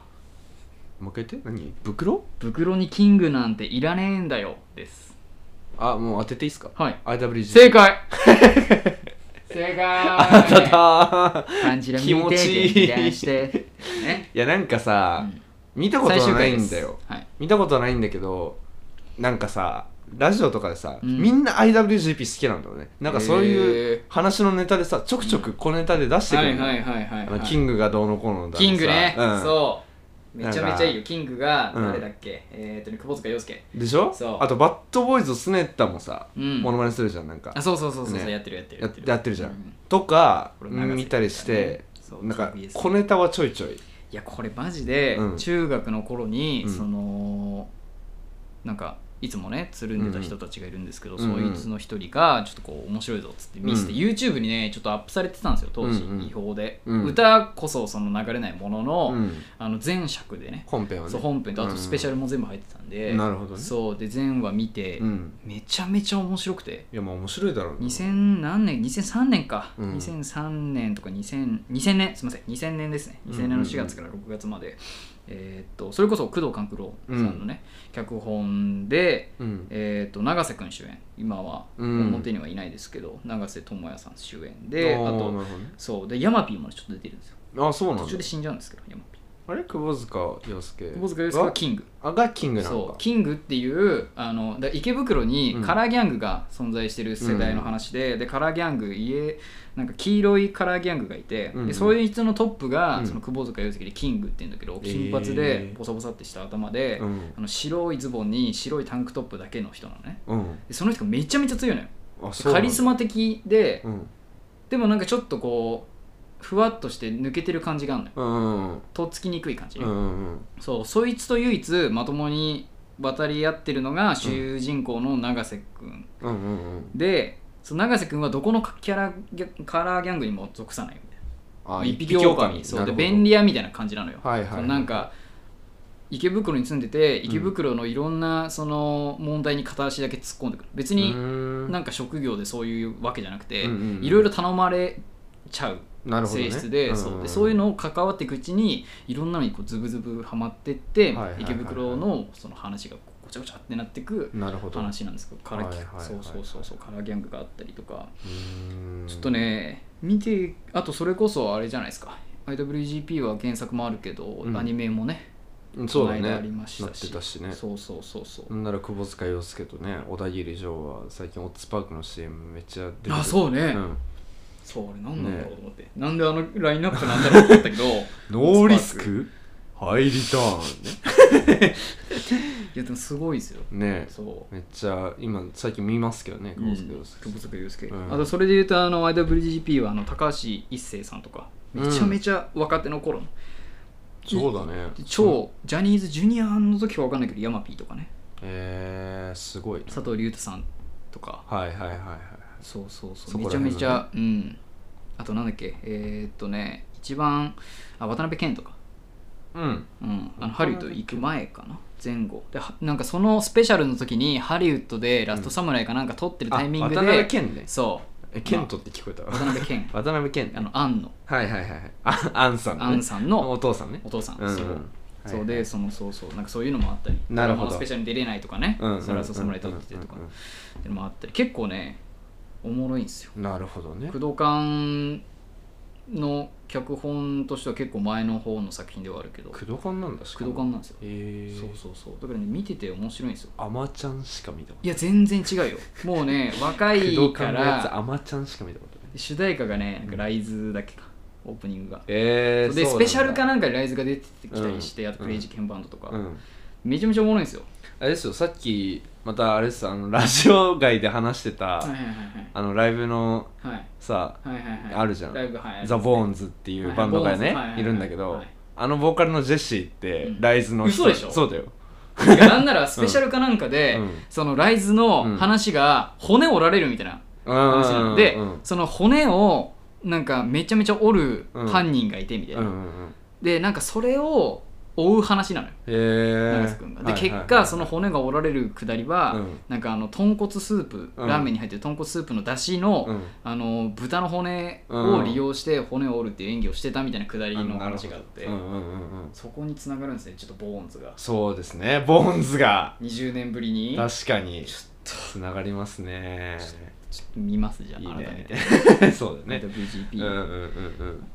Speaker 1: う一回言って何袋
Speaker 2: 袋にキングなんていらねえんだよです
Speaker 1: あもう当てていいっすか
Speaker 2: はい
Speaker 1: IWG
Speaker 2: 正解正
Speaker 1: あた
Speaker 2: 解
Speaker 1: たー
Speaker 2: 感じら見
Speaker 1: 気持
Speaker 2: て
Speaker 1: ちいい
Speaker 2: 劇団してね
Speaker 1: いやなんかさ、
Speaker 2: うん
Speaker 1: 見たことはないんだよ
Speaker 2: はい
Speaker 1: 見たことはないんだけどなんかさラジオとかでさ、
Speaker 2: うん
Speaker 1: みんな IWGP 好きなんだよねなんかそうい
Speaker 2: へ
Speaker 1: う話のネタでさちょくちょく小ネタで出してく
Speaker 2: は
Speaker 1: る
Speaker 2: い
Speaker 1: の
Speaker 2: はいはいは
Speaker 1: あ
Speaker 2: い
Speaker 1: の
Speaker 2: はい
Speaker 1: キングがどうのこうのだのさ
Speaker 2: キングね、
Speaker 1: うん、
Speaker 2: そうめちゃめちゃいい
Speaker 1: な
Speaker 2: よキングが
Speaker 1: うん
Speaker 2: 誰だっけ、えーっとね久保塚洋介
Speaker 1: でしょ
Speaker 2: そう
Speaker 1: あとバッドボーイズスネッタもさ、
Speaker 2: うん
Speaker 1: モノマネするじゃんなんか
Speaker 2: あそうそうそうそうそう、
Speaker 1: ね
Speaker 2: やってるやってる
Speaker 1: やっやってるじゃん、
Speaker 2: うん
Speaker 1: とか
Speaker 2: これ長瀬
Speaker 1: 見たりして、
Speaker 2: そう
Speaker 1: なんか
Speaker 2: TBS
Speaker 1: 小ネタはちょいちょい
Speaker 2: いやこれマジで、
Speaker 1: うん
Speaker 2: 中学の頃に、
Speaker 1: うん
Speaker 2: そのなんかいつもねつるんでた人たちがいるんですけど、
Speaker 1: うんうん
Speaker 2: そいつの一人がちょっとこう面白いぞっつって見せて、
Speaker 1: うん
Speaker 2: YouTube にねちょっとアップされてたんですよ当時、
Speaker 1: うんうん
Speaker 2: 違法で、
Speaker 1: うん
Speaker 2: 歌こそその流れないものの,、
Speaker 1: うん
Speaker 2: あの前尺でね
Speaker 1: 本編はね
Speaker 2: そう本編とあとスペシャルも全部入ってたんで、
Speaker 1: うんなるほどね
Speaker 2: そうで全話見て、
Speaker 1: うん
Speaker 2: めちゃめちゃ面白くて
Speaker 1: いやまあ面白いだろうな
Speaker 2: 2000何年2003年か、
Speaker 1: うん
Speaker 2: 2003年とか2000 2000年すみません2000年ですね
Speaker 1: うんうんうん
Speaker 2: 2000年の4月から6月まで、えーっとそれこそ工藤官九郎さんのね、脚本で、
Speaker 1: うん
Speaker 2: えーっと永瀬君主演今は
Speaker 1: うん
Speaker 2: 表にはいないですけど、永瀬智也さん主演であ
Speaker 1: ーな
Speaker 2: と
Speaker 1: るほどね
Speaker 2: そうでヤマピーもちょっと出てるんですよ
Speaker 1: あそうなん
Speaker 2: 途
Speaker 1: だ
Speaker 2: 中で死んじゃうんですけどヤマピー
Speaker 1: あれ久保塚洋介
Speaker 2: 久保塚洋介は
Speaker 1: が
Speaker 2: キング
Speaker 1: あがキングなの
Speaker 2: そ
Speaker 1: か
Speaker 2: うキングっていうあのだ池袋に
Speaker 1: うん
Speaker 2: カラーギャングが存在してる世代の話で,、でカラーギャング家なんか黄色いカラーギャングがいて、
Speaker 1: うんう
Speaker 2: で
Speaker 1: ん
Speaker 2: そいつのトップが、
Speaker 1: うん
Speaker 2: その久保塚洋介でキングって言うんだけど
Speaker 1: え
Speaker 2: 金
Speaker 1: ー
Speaker 2: 髪でボサボサってした頭で、
Speaker 1: うん
Speaker 2: あの白いズボンに白いタンクトップだけの人なのね
Speaker 1: うん
Speaker 2: でその人がめちゃめちゃ強いのよ
Speaker 1: あそうな
Speaker 2: カ
Speaker 1: んだ
Speaker 2: リスマ的で、
Speaker 1: うん
Speaker 2: でもなんかちょっとこうふわっとして抜けてる感じがあるのよ
Speaker 1: うんうん
Speaker 2: とっつきにくい感じ、
Speaker 1: うんうんうん
Speaker 2: そうそいつと唯一まともに渡り合ってるのが主人公の永瀬君、
Speaker 1: うんうんうん
Speaker 2: でその永瀬君はどこのキャラギャカラーギャングにも属さないみたい
Speaker 1: あ
Speaker 2: な一匹狼そうで便利屋みたいな感じなのよ、
Speaker 1: はいはいはい
Speaker 2: そのなんか池袋に住んでて池袋のいろんなその問題に片足だけ突っ込んでくる別に
Speaker 1: な
Speaker 2: なんか職業でそういうわけじゃなくて、
Speaker 1: うんうんうん
Speaker 2: いろいろ頼まれちゃう
Speaker 1: なるほどね
Speaker 2: 性質で、そうでそういうのを関わっていくうちにいろんなのにこうズブズブはまってっ
Speaker 1: は
Speaker 2: て、
Speaker 1: いはいはいはい
Speaker 2: 池袋のその話がこうごちゃごちゃってなっていく
Speaker 1: なるほど
Speaker 2: 話なんですけどカラ,、
Speaker 1: はいはいはいはい
Speaker 2: そうそうそうそうカラーギャングがあったりとか、
Speaker 1: うーん
Speaker 2: ちょっとね見てあとそれこそあれじゃないですか IWGP は原作もあるけど、
Speaker 1: ん
Speaker 2: アニメもね
Speaker 1: うんそうだ
Speaker 2: この間
Speaker 1: ね
Speaker 2: ありました
Speaker 1: なって
Speaker 2: した
Speaker 1: しね
Speaker 2: そうそうそうそう、
Speaker 1: なんなら久保塚洋介とね小田切城は最近オッツパークの CM めっちゃ出てくる
Speaker 2: あそうね
Speaker 1: ん
Speaker 2: そうあれ何なんだろうと思って、なんであのラインナップなんだろうと 思ったけど
Speaker 1: ノーリスクハイリターンね
Speaker 2: いやでもすごいですよ
Speaker 1: ね
Speaker 2: そう
Speaker 1: めっちゃ今最近見ますけどね久保
Speaker 2: うん
Speaker 1: 塚
Speaker 2: 久保塚洋介、
Speaker 1: うん
Speaker 2: あとそれで言うとあの IWGP はあの高橋一生さんとかめちゃめちゃ若手の頃の、
Speaker 1: 介そうだね
Speaker 2: 超ジャニーズジュニアの時は分かんないけどヤマピーとかね
Speaker 1: えー、すごいね
Speaker 2: 佐藤隆太さんとか
Speaker 1: はいはいはいはい
Speaker 2: そうそうそう
Speaker 1: そこ
Speaker 2: め
Speaker 1: ら
Speaker 2: ちゃ
Speaker 1: 辺のね
Speaker 2: めちゃ、うんあとなんだっけえー、っとね一番あ渡辺謙とか、
Speaker 1: うん
Speaker 2: うん、あのハ
Speaker 1: 渡
Speaker 2: リ
Speaker 1: 辺謙
Speaker 2: ウッド行く前かな前後ではなんかそのスペシャルの時にハリウッドで「ラストサムライ」かなんか撮ってるタイミングで、
Speaker 1: あ渡辺謙ね
Speaker 2: そ
Speaker 1: えケントって聞こえた
Speaker 2: う渡 辺謙
Speaker 1: 渡辺謙
Speaker 2: あ
Speaker 1: ね
Speaker 2: のアンの
Speaker 1: はいはいはいはいあアンさんね
Speaker 2: アンさんの
Speaker 1: お父さんね
Speaker 2: お父さん、
Speaker 1: うんうん
Speaker 2: そう、
Speaker 1: はいはい
Speaker 2: そうでそのそうそうなんかそういうのもあったり
Speaker 1: なるほど
Speaker 2: ドラマのスペシャルに出れないとかね、
Speaker 1: うんうんうんうん
Speaker 2: それはそう侍撮っててとか
Speaker 1: うんうんうん
Speaker 2: っていうのもあったり結構ねおもろいんですよ
Speaker 1: なるほどね
Speaker 2: 工藤館の脚本としては結構前の方の作品ではあるけど工
Speaker 1: 工藤官なんだしか
Speaker 2: 藤
Speaker 1: も
Speaker 2: 館なんですよ、
Speaker 1: えー、
Speaker 2: そうそうそうだからね見てて面白いんですよ
Speaker 1: アマちゃんしか見たこ
Speaker 2: いや全然違うよも うね若
Speaker 1: とない工
Speaker 2: い
Speaker 1: 藤
Speaker 2: か
Speaker 1: 官のやつ
Speaker 2: ら
Speaker 1: アマちゃんしか見たことない
Speaker 2: 主題歌がねなんかライズだっけかオープニングが
Speaker 1: えー、
Speaker 2: でスペシャルか
Speaker 1: な
Speaker 2: なんかでライズが出てきたりして、
Speaker 1: うん
Speaker 2: あとクレイジーケンバンドとか、
Speaker 1: うん
Speaker 2: めちゃめちゃおもろいんですよ
Speaker 1: あれですよさっきまたあれですあのラジオ外で話してた、
Speaker 2: はいはいはい
Speaker 1: あのライブの
Speaker 2: はいはい
Speaker 1: さ
Speaker 2: はいはいはい
Speaker 1: あるじゃん
Speaker 2: ライブはい
Speaker 1: ザ・ボーンズっていうバンドがね、
Speaker 2: はいはい
Speaker 1: いるんだけど、
Speaker 2: はい
Speaker 1: あのボーカルのジェシーって、
Speaker 2: うん
Speaker 1: ライズの人
Speaker 2: 嘘でしょ
Speaker 1: そうだよ
Speaker 2: なんかなんならスペシャルかなんかで、
Speaker 1: うん
Speaker 2: そのライズの話が骨折られるみたいな話な
Speaker 1: うん
Speaker 2: で、
Speaker 1: うん
Speaker 2: その骨をなんかめちゃめちゃ折る犯人がいてみたいな、
Speaker 1: うんうんうん
Speaker 2: でなんかそれを追う話なのよ
Speaker 1: へえ
Speaker 2: 長瀬君がで
Speaker 1: はいはいは
Speaker 2: 結
Speaker 1: い
Speaker 2: 果その骨が折られるくだりは、
Speaker 1: うん
Speaker 2: なんかあの豚骨スープ、
Speaker 1: うん
Speaker 2: ラーメンに入ってる豚骨スープの出汁の、
Speaker 1: うん
Speaker 2: あの豚の骨を利用して骨を折るっていう演技をしてたみたいなくだりの
Speaker 1: あなるほ
Speaker 2: 話
Speaker 1: ど
Speaker 2: があって、
Speaker 1: うんうんうんうん
Speaker 2: そこにつながるんですねちょっとボーンズが
Speaker 1: そうですねボーンズが
Speaker 2: 20年ぶりに
Speaker 1: 確かに
Speaker 2: ちょ
Speaker 1: つながりますね
Speaker 2: ちょっと見ますじゃあ
Speaker 1: いい
Speaker 2: 改め
Speaker 1: ね
Speaker 2: て
Speaker 1: そうだね
Speaker 2: WGP、
Speaker 1: うんうん
Speaker 2: ちょっ
Speaker 1: うん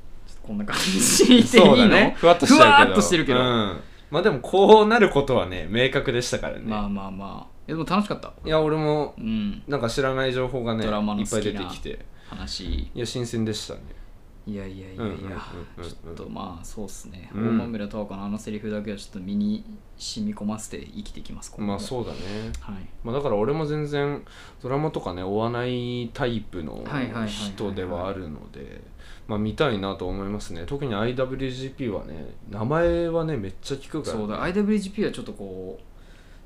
Speaker 2: とこんな感じでいていい
Speaker 1: そ
Speaker 2: の
Speaker 1: うだねふわっとしてるけど
Speaker 2: ふわっとしてるけど
Speaker 1: うんまあでもこうなることはね明確でしたからね、
Speaker 2: まあまあまあいやでも楽しかった
Speaker 1: いや俺も
Speaker 2: うん
Speaker 1: なんか知らない情報がね
Speaker 2: ドラマの
Speaker 1: い
Speaker 2: 好
Speaker 1: っ
Speaker 2: き
Speaker 1: ぱ
Speaker 2: な
Speaker 1: 出
Speaker 2: い
Speaker 1: てきて
Speaker 2: 話
Speaker 1: いや新鮮でしたね
Speaker 2: いやいやいやい
Speaker 1: う
Speaker 2: や、
Speaker 1: んうんうんうんうん
Speaker 2: ちょっとまあそうっすね、
Speaker 1: うん
Speaker 2: 大豆田十和子のあのセリフだけはちょっと身に染み込ませて生きていきます今後
Speaker 1: まあそうだね
Speaker 2: はい
Speaker 1: まあ、だから俺も全然ドラマとかね追わないタイプの
Speaker 2: はいはいはいはい
Speaker 1: 人ではあるのでまあ見たいなと思いますね特に IWGP はね名前はねめっちゃ聞くから
Speaker 2: そうだ IWGP はちょっとこう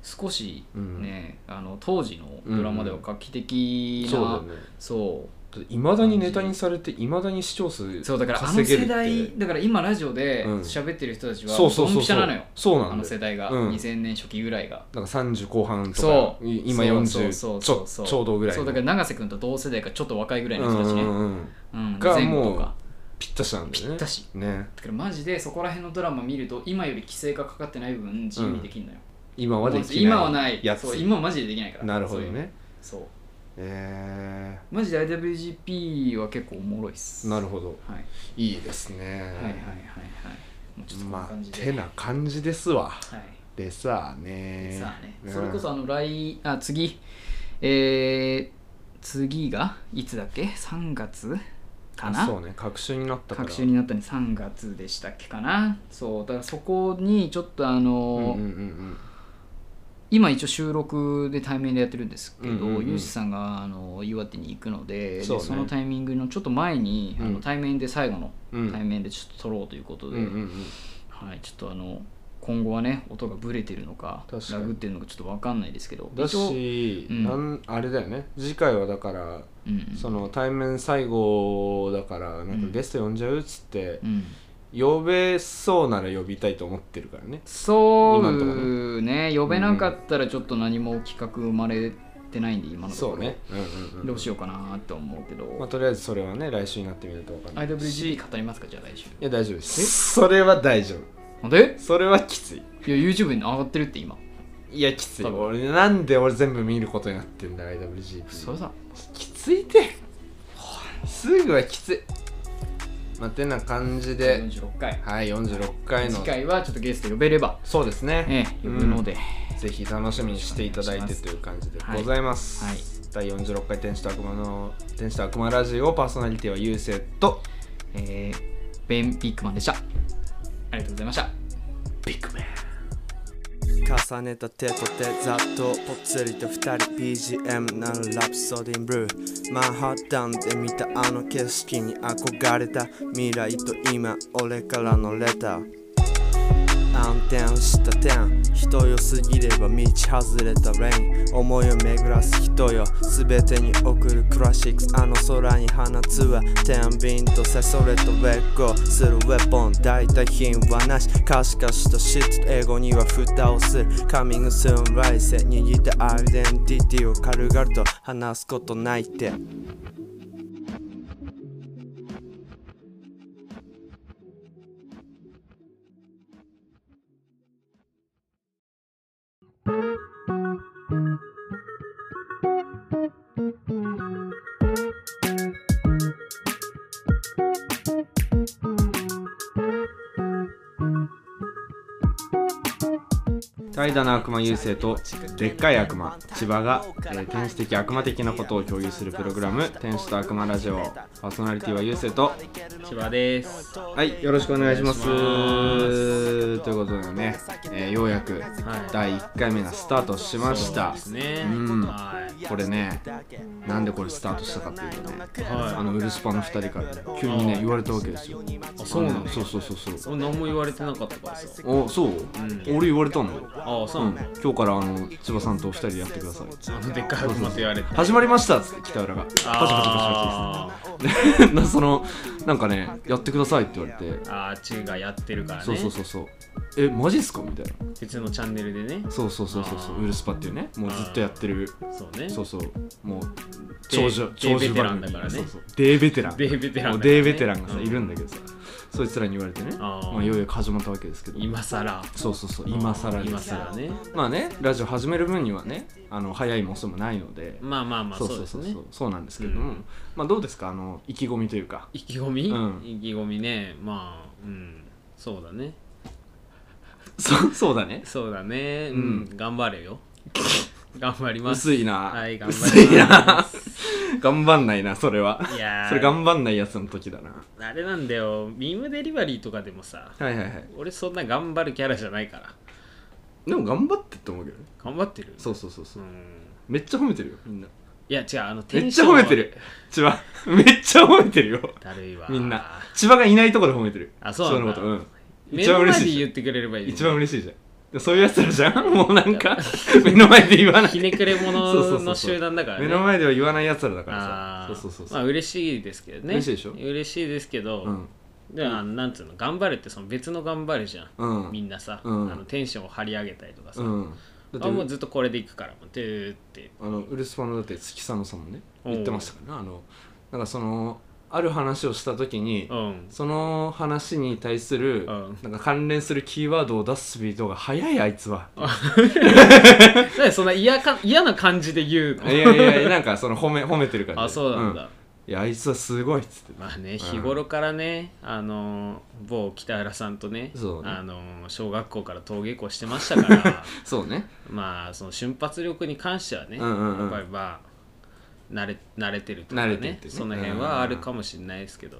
Speaker 2: 少しね、あの当時のドラマでは画期的な、
Speaker 1: そうだよね
Speaker 2: そう
Speaker 1: いまだにネタにされていまだに視聴数
Speaker 2: そうだからあの
Speaker 1: 稼げる
Speaker 2: 世
Speaker 1: って
Speaker 2: 代だから今ラジオで
Speaker 1: うん
Speaker 2: 喋ってる人たちは
Speaker 1: そうそうそう
Speaker 2: ド
Speaker 1: そう
Speaker 2: ンピシャなのよ
Speaker 1: そうなんだよ
Speaker 2: あの世代が、
Speaker 1: うん
Speaker 2: 2000年初期ぐらいが
Speaker 1: なんか30後半と
Speaker 2: そ
Speaker 1: か
Speaker 2: う
Speaker 1: い今
Speaker 2: そう
Speaker 1: 40
Speaker 2: そう
Speaker 1: ち
Speaker 2: そう
Speaker 1: ょ
Speaker 2: そう
Speaker 1: ちょうどぐらい
Speaker 2: そ
Speaker 1: の
Speaker 2: うだから永瀬君と同世代かちょっと若いぐらいの
Speaker 1: うん
Speaker 2: 人たちね、
Speaker 1: う
Speaker 2: うん
Speaker 1: んうんが
Speaker 2: 前後
Speaker 1: も
Speaker 2: と
Speaker 1: う
Speaker 2: か
Speaker 1: ぴったしなんだよね
Speaker 2: ぴったし
Speaker 1: ね
Speaker 2: だからマジでそこら辺のドラマ見ると今より規制がかかってない分自由にできるのよ、
Speaker 1: 今はできない
Speaker 2: 今はない
Speaker 1: やつ
Speaker 2: そう今はマジでできないから
Speaker 1: なるほど
Speaker 2: そういうの
Speaker 1: ね
Speaker 2: そう
Speaker 1: え
Speaker 2: マジで IWGP は結構おもろいっす
Speaker 1: ー、なるほど
Speaker 2: ほど、はい、
Speaker 1: いいですね
Speaker 2: はいはいはいはいもうちょっとこんな
Speaker 1: ま
Speaker 2: 感じ
Speaker 1: あ
Speaker 2: で、
Speaker 1: てな感じですわ
Speaker 2: はい
Speaker 1: でさあね
Speaker 2: さあね、
Speaker 1: うん
Speaker 2: それこそあの来あ次えー、次がいつだっけ3月かな
Speaker 1: そうね隔週になったから
Speaker 2: 隔週になったね3月でしたっけかなそうだからそこにちょっとあ
Speaker 1: うんうん
Speaker 2: の、
Speaker 1: うんうん
Speaker 2: 今一応収録で対面でやってるんですけど、
Speaker 1: うんうんうん
Speaker 2: ゆうしさんがあの岩手に行くのででそ
Speaker 1: そうね
Speaker 2: のタイミングのちょっと前に、あ
Speaker 1: う
Speaker 2: の
Speaker 1: ん
Speaker 2: 対面で最後の
Speaker 1: うん
Speaker 2: 対面でちょっと撮ろうということで、
Speaker 1: うんうんうん
Speaker 2: はい、ちょっとあの今後はね音がブレてるのか
Speaker 1: 確か
Speaker 2: ラ
Speaker 1: に
Speaker 2: グってるのかちょっと分かんないですけど
Speaker 1: だ
Speaker 2: 一応
Speaker 1: し、
Speaker 2: うん
Speaker 1: なんあれだよね次回はだから
Speaker 2: うんうん
Speaker 1: その対面最後だからなんか
Speaker 2: うん
Speaker 1: ゲスト呼んじゃうっつって
Speaker 2: う、ん、
Speaker 1: 呼べそうなら呼びたいと思ってるからね
Speaker 2: そうね呼べなかったらちょっと何も企画生まれてないんで今のとこ
Speaker 1: そ
Speaker 2: ろ
Speaker 1: うね、うんうんうん
Speaker 2: どうしようかなって思うけど、
Speaker 1: まあとりあえずそれはね来週になってみると分かんない
Speaker 2: IWG 語りますかじゃあ来週
Speaker 1: いや大丈夫ですそれは大丈夫
Speaker 2: なんで
Speaker 1: それはきつい
Speaker 2: いや YouTube に上がってるって今
Speaker 1: いやきつい
Speaker 2: 多分
Speaker 1: 俺なんで俺全部見ることになってんだ IWGP
Speaker 2: それさ
Speaker 1: きついてすぐはきついまあてな感じで
Speaker 2: 46回
Speaker 1: はい46回の
Speaker 2: 次回はちょっとゲスト呼べれば、
Speaker 1: そうですね、
Speaker 2: ええ、呼ぶので、
Speaker 1: うんぜひ楽しみにしていただいてという感じでございます、
Speaker 2: はいはい
Speaker 1: 第46回天使と悪魔の天使と悪魔ラジオパーソナリティは優勢と
Speaker 2: えーベン・ビッグマンでしたありがとうございました
Speaker 1: ビッグメン
Speaker 4: 重ねた手と手ざっとぽつりと二人 BGM ならラプソディンブルーマンハッタンで見たあの景色に憧れた未来と今俺からのレター暗転した点人よすぎれば道外れたレイン思いを巡らす人よ全てに送るクラシックスあの空に放つは天秤とせそれとウェッコするウェポン大体品はなし可視化したシット英語には蓋をするカミングスーン来世握ったアイデンティティを軽々と話すことないって
Speaker 1: 怠惰な悪魔優勢とでっかい悪魔千葉が、えー天使的悪魔的なことを共有するプログラム「天使と悪魔ラジオ」パーソナリティは優勢と
Speaker 5: 千葉です
Speaker 1: はいよろしくお願いします
Speaker 5: お願い
Speaker 1: ということでね、えーようやく第1回目がスタートしました、
Speaker 5: そうですね
Speaker 1: うん
Speaker 5: はい
Speaker 1: これねなんでこれスタートしたかっていうとね、
Speaker 5: はい
Speaker 1: あのウルスパの2人からね急にね言われたわけですよ
Speaker 5: あそうなの
Speaker 1: そうそうそうそう
Speaker 5: 俺何も言われてなかったからさ
Speaker 1: おそう、俺言われたんだよ
Speaker 5: ああそう
Speaker 1: う
Speaker 5: なんの、
Speaker 1: 今日からあの千葉さんとお二人でやってください
Speaker 5: あのでっかい悪魔と言われて
Speaker 1: 始まりましたっつって北浦がパチパチ
Speaker 5: あー
Speaker 1: パチパチですね なそのなんかねやってくださいって言われて、
Speaker 5: あーチューがやってるからね
Speaker 1: そうそうそうそうえマジっすかみたいな
Speaker 5: 別のチャンネルでね
Speaker 1: そうそうそうそうそ
Speaker 5: あ
Speaker 1: う
Speaker 5: ー
Speaker 1: ウルスパっていうねもうずっとやってる
Speaker 5: そうね
Speaker 1: そうそうもう長寿
Speaker 5: デー
Speaker 1: 長寿
Speaker 5: ベテラ
Speaker 1: 番
Speaker 5: ンだ
Speaker 1: 組
Speaker 5: からね
Speaker 1: そうそうデーベテラン
Speaker 5: デーベテランだから
Speaker 1: も
Speaker 5: ね
Speaker 1: うデーベテランがさ、
Speaker 5: うん
Speaker 1: いるんだけどさそいつらに言われてね
Speaker 5: あー
Speaker 1: まあ、いよいよ始まったわけですけど
Speaker 5: 今さら
Speaker 1: そうそうそう今更です
Speaker 5: 今さらね
Speaker 1: まあねラジオ始める分にはねあの早いも遅いもないので、
Speaker 5: まあまあまあ
Speaker 1: そう
Speaker 5: そう
Speaker 1: そ
Speaker 5: で
Speaker 1: う
Speaker 5: す
Speaker 1: そう
Speaker 5: ね
Speaker 1: そうそうなんですけども、
Speaker 5: うん
Speaker 1: まあどうですかあの意気込みというか
Speaker 5: 意気込み、
Speaker 1: うん
Speaker 5: 意気込みねまあうんそうだね
Speaker 1: そうそうだね
Speaker 5: そうだねうん、
Speaker 1: うん
Speaker 5: 頑張 れよ頑張ります
Speaker 1: 薄いな、
Speaker 5: はい頑
Speaker 1: 薄
Speaker 5: 張
Speaker 1: い
Speaker 5: りま
Speaker 1: な
Speaker 5: す
Speaker 1: 頑張んないなそれはい
Speaker 5: やー
Speaker 1: それ頑張んないやつの時だな
Speaker 5: あれなんだよミームデリバリーとかでもさ
Speaker 1: はいはいはい
Speaker 5: 俺そんな頑張るキャラじゃないから
Speaker 1: でも頑張ってって思うけどね
Speaker 5: 頑張ってる
Speaker 1: そうそうそうそう、
Speaker 5: ん
Speaker 1: めっちゃ褒めてるよみんない
Speaker 5: や違うあの
Speaker 1: めっちゃ褒めてる千葉 めっちゃ褒めてるよ
Speaker 5: だるいわ
Speaker 1: みんな千葉がいないところで褒めてる
Speaker 5: あそうなんだ
Speaker 1: 千葉のことうん
Speaker 5: 目
Speaker 1: 一番
Speaker 5: の
Speaker 1: 嬉
Speaker 5: 前
Speaker 1: し
Speaker 5: で
Speaker 1: いじゃ
Speaker 5: 言
Speaker 1: ん
Speaker 5: ってくれればいいのに
Speaker 1: 一番嬉しいじゃんでそういうやつらじゃんもうなんか目の前で言わない
Speaker 5: ひねく れ
Speaker 1: そうそうそ
Speaker 5: 者
Speaker 1: うそう
Speaker 5: の集団だからね
Speaker 1: 目の前では言わないやつらだから
Speaker 5: あ
Speaker 1: さそ
Speaker 5: あ
Speaker 1: うそうそうそう、
Speaker 5: まあ嬉しいですけどね
Speaker 1: 嬉しいでしょ
Speaker 5: 嬉しいですけど、
Speaker 1: うん
Speaker 5: でもあのなんつうの頑張るってその別の頑張るじゃん、
Speaker 1: うん
Speaker 5: みんなさ、
Speaker 1: うん
Speaker 5: あのテンションを張り上げたりとかさ、
Speaker 1: うんだって
Speaker 5: あもうずっとこれでいくからもうてーって
Speaker 1: あのウルスパのだって月佐野さんもね
Speaker 5: おう
Speaker 1: 言ってましたからねあのなんかそのある話をした時に
Speaker 5: うん
Speaker 1: その話に対する、
Speaker 5: うん
Speaker 1: なんか関連するキーワードを出すスピードが速いあいつは
Speaker 5: なんでそんな嫌か嫌な感じで言う
Speaker 1: いや
Speaker 5: の
Speaker 1: いやいやなんかその褒め褒めてる感じ
Speaker 5: あそうなんだ、
Speaker 1: んいやあいつはすごいっつって
Speaker 5: まあね日頃からね、あの某北原さんとね
Speaker 1: そうね
Speaker 5: あの小学校から登下校してましたから
Speaker 1: そうね
Speaker 5: まあその瞬発力に関してはね、
Speaker 1: うんうんうん
Speaker 5: やっぱりまあ慣れ慣れてるとか
Speaker 1: 慣
Speaker 5: ね
Speaker 1: れてるってね
Speaker 5: その辺はあるかもしれないですけど、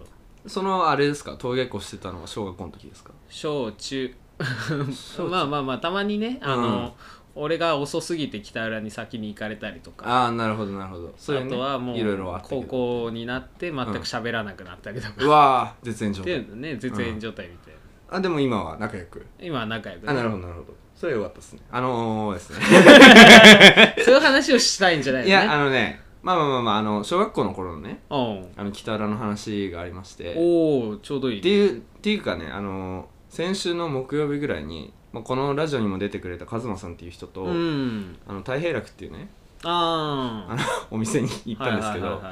Speaker 1: そのあれですか登下校してたのは小学校の時ですか
Speaker 5: 小中 まあまあまあたまにねあの、俺が遅すぎて北浦に先に行かれたりとかあ,、
Speaker 1: ああなるほどなるほどそれね
Speaker 5: とはもう
Speaker 1: いろいろあったけど
Speaker 5: 高校になって全く喋らなくなったりとか、
Speaker 1: うわー絶縁状
Speaker 5: ってい
Speaker 1: 態
Speaker 5: うのね絶縁状態みたいな、
Speaker 1: あでも今は仲良く
Speaker 5: 今は仲良く
Speaker 1: あ
Speaker 5: ね
Speaker 1: なるほどなるほどそれは良かったですねあのー、ですね
Speaker 5: そういう話をしたいんじゃないの
Speaker 1: い
Speaker 5: ね
Speaker 1: やあのねまあまあまあまああの小学校の頃のね
Speaker 5: おう
Speaker 1: あの北浦の話がありまして
Speaker 5: おうちょうどい
Speaker 1: って
Speaker 5: い
Speaker 1: いうっていうかねあの先週の木曜日ぐらいに、まあ、このラジオにも出てくれたカズマさんっていう人と、
Speaker 5: うん
Speaker 1: あの太平楽っていうね
Speaker 5: あ
Speaker 1: あのお店に行
Speaker 5: あ
Speaker 1: ったんですけど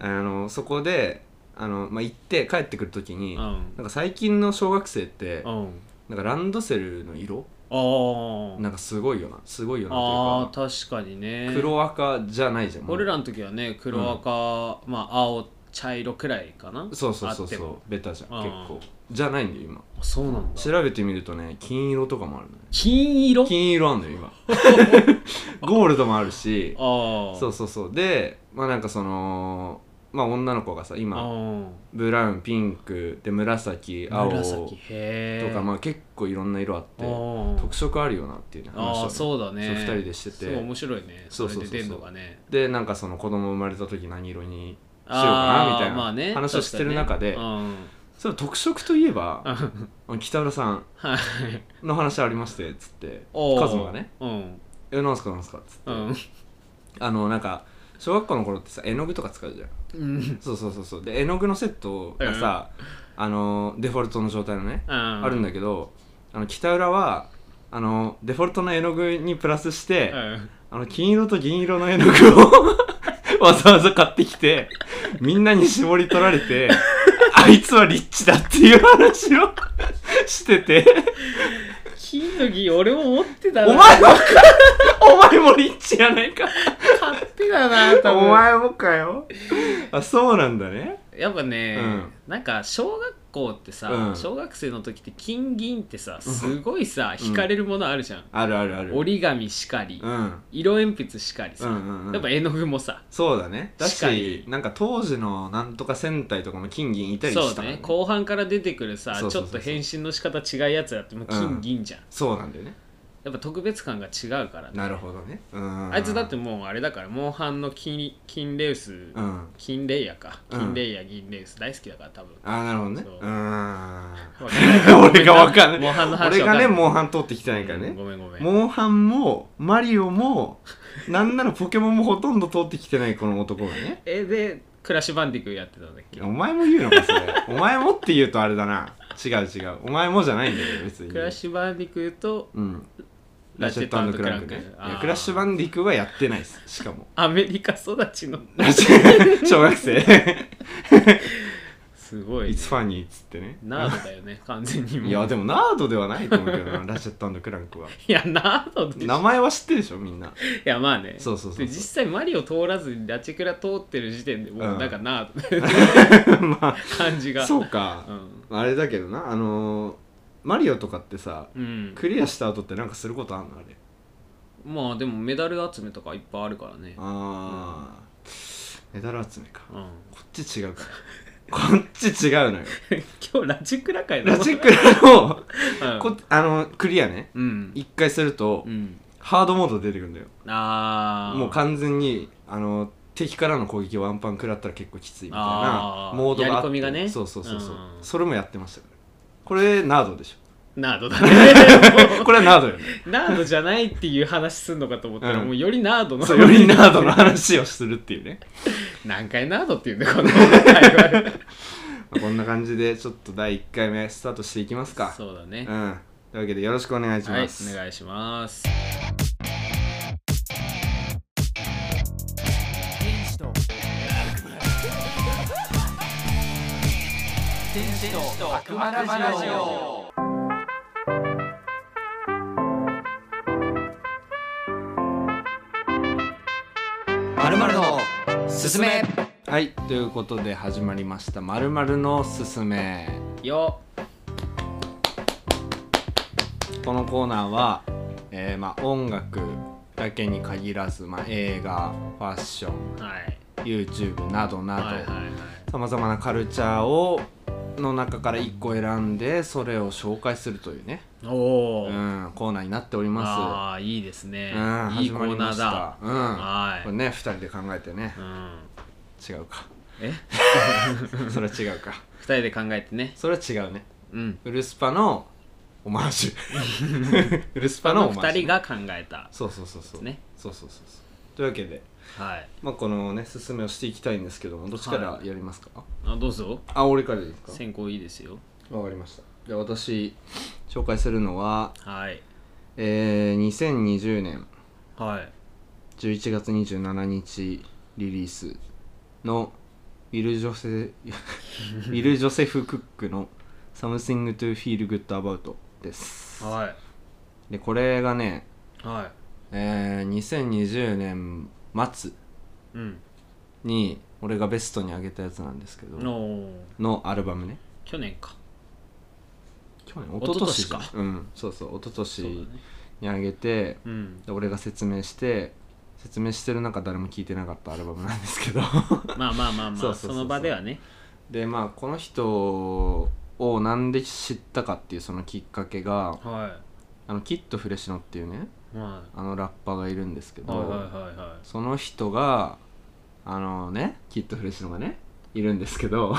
Speaker 1: あのそこであの、まあ、行って帰ってくる時に、なんか最近の小学生って、
Speaker 5: うん
Speaker 1: なんかランドセルの色
Speaker 5: あ
Speaker 1: なんかすごいよなすごいよ
Speaker 5: あ
Speaker 1: な
Speaker 5: ああ
Speaker 1: と
Speaker 5: 確かにね
Speaker 1: いうか黒赤じゃないじゃんもう
Speaker 5: 俺らの時はね黒赤、まあ青茶色くらいかな
Speaker 1: そうそうそ
Speaker 5: あ
Speaker 1: う
Speaker 5: って
Speaker 1: そ
Speaker 5: も
Speaker 1: うベタじゃん
Speaker 5: うん
Speaker 1: 結構じゃないんだよ今
Speaker 5: あそうなんだ
Speaker 1: 調べてみるとね金色とかもあるのよ
Speaker 5: 金色
Speaker 1: 金色あんのよ 今ゴールドもあるし
Speaker 5: ああ
Speaker 1: そうそうそうでまあなんかそのままあ、女の子がさ今
Speaker 5: あ
Speaker 1: ブラウンピンクで紫
Speaker 5: あ
Speaker 1: 青
Speaker 5: 紫へ
Speaker 1: と
Speaker 5: え
Speaker 1: か、まあ、結構いろんな色あって特色あるよなっていうね話を
Speaker 5: あ
Speaker 1: ね
Speaker 5: あそうだね
Speaker 1: そう二人でしてて
Speaker 5: すごい面白いね
Speaker 1: そうそうそうそう
Speaker 5: れで出んのがね
Speaker 1: でなんかその子供生まれた時何色にしようか
Speaker 5: あ
Speaker 1: なみ
Speaker 5: ー
Speaker 1: たいな
Speaker 5: まあね
Speaker 1: 話をしてる中で、
Speaker 5: 確かにね
Speaker 1: その特色といえ ば
Speaker 5: うん
Speaker 1: 北浦さん
Speaker 5: はい
Speaker 1: の話ありましてっつって
Speaker 5: おー
Speaker 1: カズマがね
Speaker 5: うん
Speaker 1: 「えなんすかなんすか」っつって、
Speaker 5: うん
Speaker 1: あのなんか小学校の頃ってさ絵の具とか使うじゃん
Speaker 5: うん
Speaker 1: そうそうそうそうで絵の具のセットがさ、あのデフォルトの状態のね、
Speaker 5: あ
Speaker 1: あるんだけどあの北浦はあのデフォルトの絵の具にプラスして、
Speaker 5: うん
Speaker 1: あの金色と銀色の絵の具を わざわざ買ってきてみんなに絞り取られてあいつはリッチだっていう話を してて
Speaker 5: 金の銀俺も持ってた
Speaker 1: お
Speaker 5: な
Speaker 1: 前もかお前もリッチやないか
Speaker 5: 買ってたな多
Speaker 1: お
Speaker 5: 分
Speaker 1: 前もかよあそうなんだね
Speaker 5: やっぱね、
Speaker 1: うん
Speaker 5: なんか小学校ってさ、
Speaker 1: うん
Speaker 5: 小学生の時って金銀ってさすごいさ、惹かれるものあるじゃん、
Speaker 1: あるあるある
Speaker 5: 折り紙しかり、
Speaker 1: うん
Speaker 5: 色鉛筆しかりさ、
Speaker 1: うんうんうん
Speaker 5: やっぱ絵の具もさ
Speaker 1: そうだねだ
Speaker 5: しか
Speaker 1: し
Speaker 5: り
Speaker 1: なんか当時のなんとか戦隊とかも金銀いたり
Speaker 5: そ
Speaker 1: し
Speaker 5: う
Speaker 1: たから
Speaker 5: ね後半から出てくるさ
Speaker 1: そうそうそうそう
Speaker 5: ちょっと変身の仕方違うやつだってもう金銀じゃん、
Speaker 1: そうなんだよね
Speaker 5: やっぱ特別感が違うからね
Speaker 1: なるほどねうん
Speaker 5: あいつだってもうあれだからモンハンの金金レウス、
Speaker 1: うん
Speaker 5: 金レイヤか
Speaker 1: うん
Speaker 5: 金レイヤ銀レウス大好きだから多分
Speaker 1: あなるほどね
Speaker 5: そう
Speaker 1: うーん
Speaker 5: わかんな い
Speaker 1: 俺がわかんない
Speaker 5: モンハンの話
Speaker 1: 俺
Speaker 5: わ
Speaker 1: が
Speaker 5: かんな
Speaker 1: ね
Speaker 5: い
Speaker 1: モンハン通ってきてないから
Speaker 5: うん
Speaker 1: ね
Speaker 5: ごめんごめん
Speaker 1: モンハンもマリオもなんならポケモンもほとんど通ってきてないこの男がね
Speaker 5: えでクラッシュバンディクーやってたんだっけ
Speaker 1: お前も言うのかそ れお前もって言うとあれだな違う違うお前もじゃないんだよ別に
Speaker 5: クラッシュバンディクーと
Speaker 1: うんラ
Speaker 5: ラ
Speaker 1: チ
Speaker 5: チ
Speaker 1: ェ
Speaker 5: ェ
Speaker 1: ット
Speaker 5: ット
Speaker 1: ク
Speaker 5: ク
Speaker 1: ラ
Speaker 5: ラ
Speaker 1: ン
Speaker 5: ン
Speaker 1: ク
Speaker 5: ク
Speaker 1: ね
Speaker 5: ね
Speaker 1: いやクラッシュバンディクはやってないですしかも
Speaker 5: アメリカ育ちの
Speaker 1: 小学生
Speaker 5: すごい、
Speaker 1: い
Speaker 5: ね、
Speaker 1: つファニーっつってね
Speaker 5: ナードだよね完全にもう
Speaker 1: い
Speaker 5: い
Speaker 1: やでもナードではないと思うけど なラチェットクランクはい
Speaker 5: やナードでしょ
Speaker 1: 名前は知ってるでしょみんない
Speaker 5: やまあね
Speaker 1: そうそうそうそう
Speaker 5: で実際マリオ通らずにラチェクラ通ってる時点でも
Speaker 1: うん
Speaker 5: うなんかナー ド
Speaker 1: ま
Speaker 5: 感じ
Speaker 1: あ
Speaker 5: が
Speaker 1: そうか、
Speaker 5: うん、
Speaker 1: あれだけどなあのー、マリオとかってさ
Speaker 5: うん、
Speaker 1: クリアした後ってなんかすることあんのあれ
Speaker 5: まあでもメダル集めとかいっぱいあるからね
Speaker 1: あー、メダル集めか
Speaker 5: うん、
Speaker 1: こっち違うからこっち違うのよ
Speaker 5: 今日ラチェクラ会だ
Speaker 1: ラチクラの
Speaker 5: ラ
Speaker 1: こあのクリアね
Speaker 5: うん
Speaker 1: 一回すると、
Speaker 5: うん
Speaker 1: ハードモード出てくるんだよ
Speaker 5: ああ
Speaker 1: もう完全にあの敵からの攻撃をワンパン食らったら結構きついみたいな
Speaker 5: あー
Speaker 1: モードがあって
Speaker 5: やり込みがね
Speaker 1: そうそうそうそう、
Speaker 5: うん
Speaker 1: それもやってましたからこれナードでし
Speaker 5: ナードだ ね
Speaker 1: ょ これはナードよね
Speaker 5: ナードじゃないっていう話すんのかと思ったら、
Speaker 1: うん
Speaker 5: もうよりナードの
Speaker 1: そうよりナードの話をするっていうね
Speaker 5: 何回ナードっていうんだ よこの会話
Speaker 1: まあこんな感じでちょっと第1回目スタートしていきますか。
Speaker 5: そうだね、
Speaker 1: ん。というわけでよろしくお願いし
Speaker 5: はい
Speaker 1: ます。
Speaker 5: お願いします
Speaker 3: 悪魔ラジオまるまるのすすめ
Speaker 1: はいということで始まりました「まるまるのすすめ
Speaker 5: よ」
Speaker 1: このコーナーは、えーまあ、音楽だけに限らず、まあ、映画ファッション
Speaker 5: はい、
Speaker 1: YouTube など
Speaker 5: はいは
Speaker 1: な
Speaker 5: いはい
Speaker 1: どさまざまなカルチャーをの中から1個選んでそれを紹介するというね、
Speaker 5: おお
Speaker 1: う
Speaker 5: ー、
Speaker 1: ん、コーナーになっておりま
Speaker 5: ああいいですね
Speaker 1: す。うん、
Speaker 5: いいコーナ
Speaker 1: 始まりま
Speaker 5: ーだ
Speaker 1: した
Speaker 5: は
Speaker 1: うん、
Speaker 5: い
Speaker 1: これね2人で考えてね
Speaker 5: うん
Speaker 1: 違うか
Speaker 5: え
Speaker 1: それは違うか
Speaker 5: 二人で考えてね
Speaker 1: それは違うね
Speaker 5: うん
Speaker 1: ウルスパのオマージ ュウルスパ
Speaker 5: あ
Speaker 1: の
Speaker 5: の
Speaker 1: オマー
Speaker 5: 二
Speaker 1: ジュ
Speaker 5: 人が考えた
Speaker 1: そうそうそうそう、
Speaker 5: ね
Speaker 1: そうそうそうそうというわけで、
Speaker 5: はい
Speaker 1: まあ、このね進めをしていきたいんですけどもどっちからやりますか、
Speaker 5: あどうぞ
Speaker 1: あ俺からでいいです
Speaker 5: 先行いいですよ
Speaker 1: かわかりましたじゃあ私紹介するのは、
Speaker 5: はい
Speaker 1: えー、2020年
Speaker 5: はい
Speaker 1: 11月27日リリースのウィル・ジョセ ウィル・ジョセフ・クックの「Something to Feel Good About」です
Speaker 5: は
Speaker 1: でこれがね、
Speaker 5: いは
Speaker 1: えー2020年末
Speaker 5: いうん
Speaker 1: に俺がベストに上げたやつなんですけど
Speaker 5: の
Speaker 1: のアルバムね
Speaker 5: 去年か
Speaker 1: 去年一
Speaker 5: 一
Speaker 1: 昨
Speaker 5: 昨
Speaker 1: 年
Speaker 5: 年
Speaker 1: じゃん
Speaker 5: か
Speaker 1: うんそうそう一昨
Speaker 5: そ
Speaker 1: 年
Speaker 5: うだね
Speaker 1: に上げて、
Speaker 5: うん
Speaker 1: で俺が説明して説明してる中誰も聞いてなかったアルバムなんですけ ど
Speaker 5: まあまあまあま
Speaker 1: そう
Speaker 5: あ
Speaker 1: そうそうそ
Speaker 5: そうの場ではね
Speaker 1: でまあこの人をなんで知ったかっていうそのきっかけが
Speaker 5: は
Speaker 1: あのキッドフレシノっていうね
Speaker 5: いは
Speaker 1: あのラッパーがいるんですけ
Speaker 5: いはい
Speaker 1: ど、
Speaker 5: はいは
Speaker 1: その人があのねキッドフレシノがねいるんですけど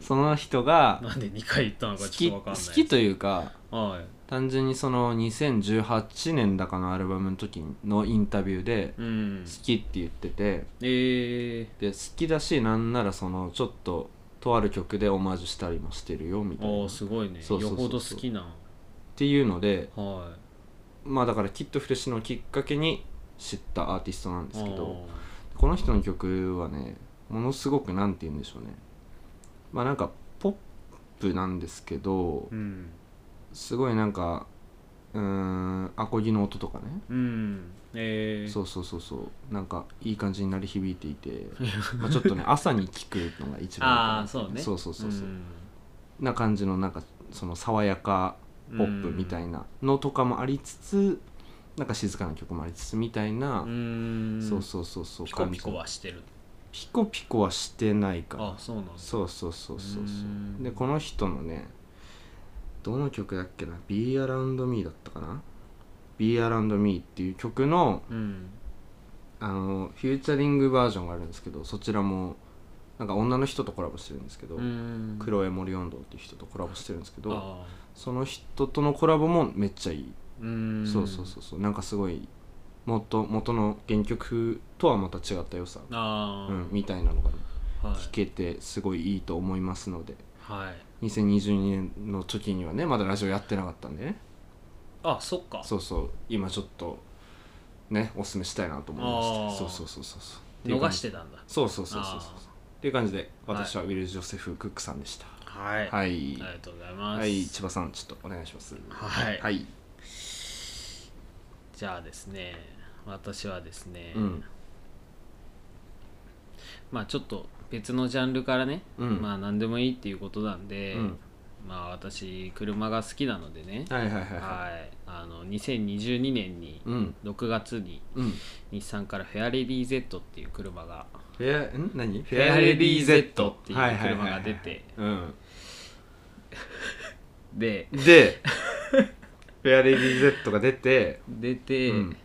Speaker 1: その人が
Speaker 5: いなんで2回言ったの
Speaker 1: 好
Speaker 5: かち
Speaker 1: き
Speaker 5: ょっと
Speaker 1: 好
Speaker 5: わかんない
Speaker 1: きというか
Speaker 5: はい
Speaker 1: 単純にその2018年だかのアルバムの時のインタビューで
Speaker 5: う
Speaker 1: 好
Speaker 5: ん
Speaker 1: きって言ってて
Speaker 5: ええ
Speaker 1: で好きだしなんならそのちょっととある曲でオマージュしたりもしてるよみたい
Speaker 5: ー、あ
Speaker 1: なっ
Speaker 5: あすごいね
Speaker 1: そうそうそうそう
Speaker 5: よほど好きな
Speaker 1: ていうので
Speaker 5: は
Speaker 1: まあだからキッドフレッシュのきっかけに知ったアーティストなん
Speaker 5: い
Speaker 1: ですけど
Speaker 5: あー
Speaker 1: この人の曲はねものすごくなんて言うんでしょうねまあなんかポップなんですけど
Speaker 5: うん
Speaker 1: すごいなんかうーんアコギの音とかね
Speaker 5: うんええ
Speaker 1: そうそうそうそうなんかいい感じに鳴り響いてい てまあちょっとね朝に聴くのが一番いいかな
Speaker 5: ああそうね
Speaker 1: そうそうそうそう、
Speaker 5: ん
Speaker 1: な感じのなんかその爽やかポップみたいなのとかもありつつなんか静かな曲もありつつみたいな、
Speaker 5: うん
Speaker 1: そうそうそうそう
Speaker 5: ピコピ
Speaker 1: 感じ
Speaker 5: コ
Speaker 1: の
Speaker 5: はしてる
Speaker 1: ピコピコはしてないか
Speaker 5: あ
Speaker 1: ら
Speaker 5: そうなんだ
Speaker 1: そうそうそうそう
Speaker 5: う
Speaker 1: そうんでこの人のねどの曲だっけな「Be Around Me」だったかな「Be Around Me」っていう曲の
Speaker 5: うん
Speaker 1: あのフューチャリングバージョンがあるんですけどそちらもなんか女の人とコラボしてるんですけど、
Speaker 5: うん
Speaker 1: クロエ・モリオンドっていう人とコラボしてるんですけど
Speaker 5: あ
Speaker 1: その人とのコラボもめっちゃいい、
Speaker 5: ーうん
Speaker 1: そうそうそうそうなんかすごい元元の原曲とはまた違った良さ、
Speaker 5: ああ、
Speaker 1: うん、みたいなのがね
Speaker 5: は
Speaker 1: 聞けてすごいいいと思いますので
Speaker 5: い、はい、
Speaker 1: 2022年の時にはねまだラジオやってなかったんでね
Speaker 5: あそっか
Speaker 1: そうそう今ちょっとねおすすめしたいなと思いました
Speaker 5: あ
Speaker 1: そう
Speaker 5: ー
Speaker 1: そうそうそうそうっていう感
Speaker 5: 逃
Speaker 1: じ
Speaker 5: してたんだ
Speaker 1: そうそうそうそうそう
Speaker 5: あー
Speaker 1: っていう感じで私はウィル・ジョセフ・クックさんでした
Speaker 5: はい、
Speaker 1: は
Speaker 5: あ
Speaker 1: い
Speaker 5: りがとうございます
Speaker 1: はい千葉さんちょっとお願いします
Speaker 5: はい
Speaker 1: はい
Speaker 5: じゃあですね私はですね、
Speaker 1: うん
Speaker 5: まあちょっと別のジャンルからね、
Speaker 1: うん
Speaker 5: まあ何でもいいっていうことなんで、
Speaker 1: うん
Speaker 5: まあ私車が好きなのでね
Speaker 1: はいはいはいは
Speaker 5: はいあの2022年に
Speaker 1: いうん
Speaker 5: 6月に
Speaker 1: うん
Speaker 5: 日産からフェアレディ Z っていう車が
Speaker 1: フェアん何フ
Speaker 5: フェアレディ Z っていう車が出て
Speaker 1: うん
Speaker 5: で
Speaker 1: でフェアレディ Z が出て
Speaker 5: 出て、
Speaker 1: うん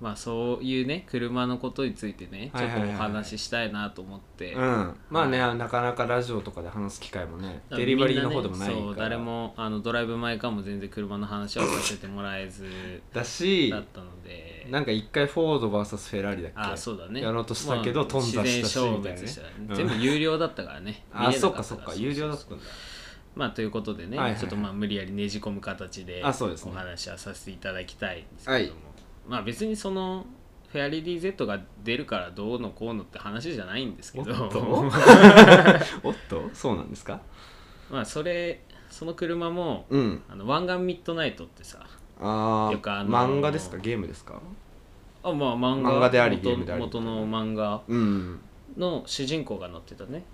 Speaker 5: まあそういうね車のことについてねち
Speaker 1: はい
Speaker 5: ょっ
Speaker 1: は
Speaker 5: と
Speaker 1: いはい
Speaker 5: お
Speaker 1: はい
Speaker 5: 話ししたいなと思って、
Speaker 1: うんまあねなかなかラジオとかで話す機会もねデリバリーの方でもない
Speaker 5: みんね
Speaker 1: か
Speaker 5: そう
Speaker 1: ら
Speaker 5: 誰もあのドライブ・マイ・カーも全然車の話はさせてもらえず
Speaker 1: だし
Speaker 5: だったので
Speaker 1: なんか一回フォード VS フェラーリだっけ
Speaker 5: あそうだね
Speaker 1: やろうとしたけど
Speaker 5: まあ
Speaker 1: 頓挫したし
Speaker 5: 自然消
Speaker 1: みたいなね
Speaker 5: 滅したね
Speaker 1: うん
Speaker 5: 全部有料だったからね
Speaker 1: あ
Speaker 5: 見れな
Speaker 1: そっ
Speaker 5: った
Speaker 1: かそっか有料だったんだ
Speaker 5: まあということでね、
Speaker 1: はいはいはい
Speaker 5: ちょっとまあ無理やりねじ込む形で
Speaker 1: あそうですね
Speaker 5: お話はさせていただきたいんですけども、まあ別にそのフェアレディ Z が出るからどうのこうのって話じゃないんですけ
Speaker 1: おっ
Speaker 5: ど
Speaker 1: とおっとそうなんですか
Speaker 5: まあそれその車も、
Speaker 1: うん
Speaker 5: あの湾岸ミッドナイトってさ
Speaker 1: あ
Speaker 5: よく
Speaker 1: あ
Speaker 5: あのー
Speaker 1: 漫画ですかゲームですか
Speaker 5: あまあ漫画
Speaker 1: 漫画であり
Speaker 5: 元
Speaker 1: ゲームであり
Speaker 5: 元の漫画
Speaker 1: うん
Speaker 5: の主人公が乗ってたね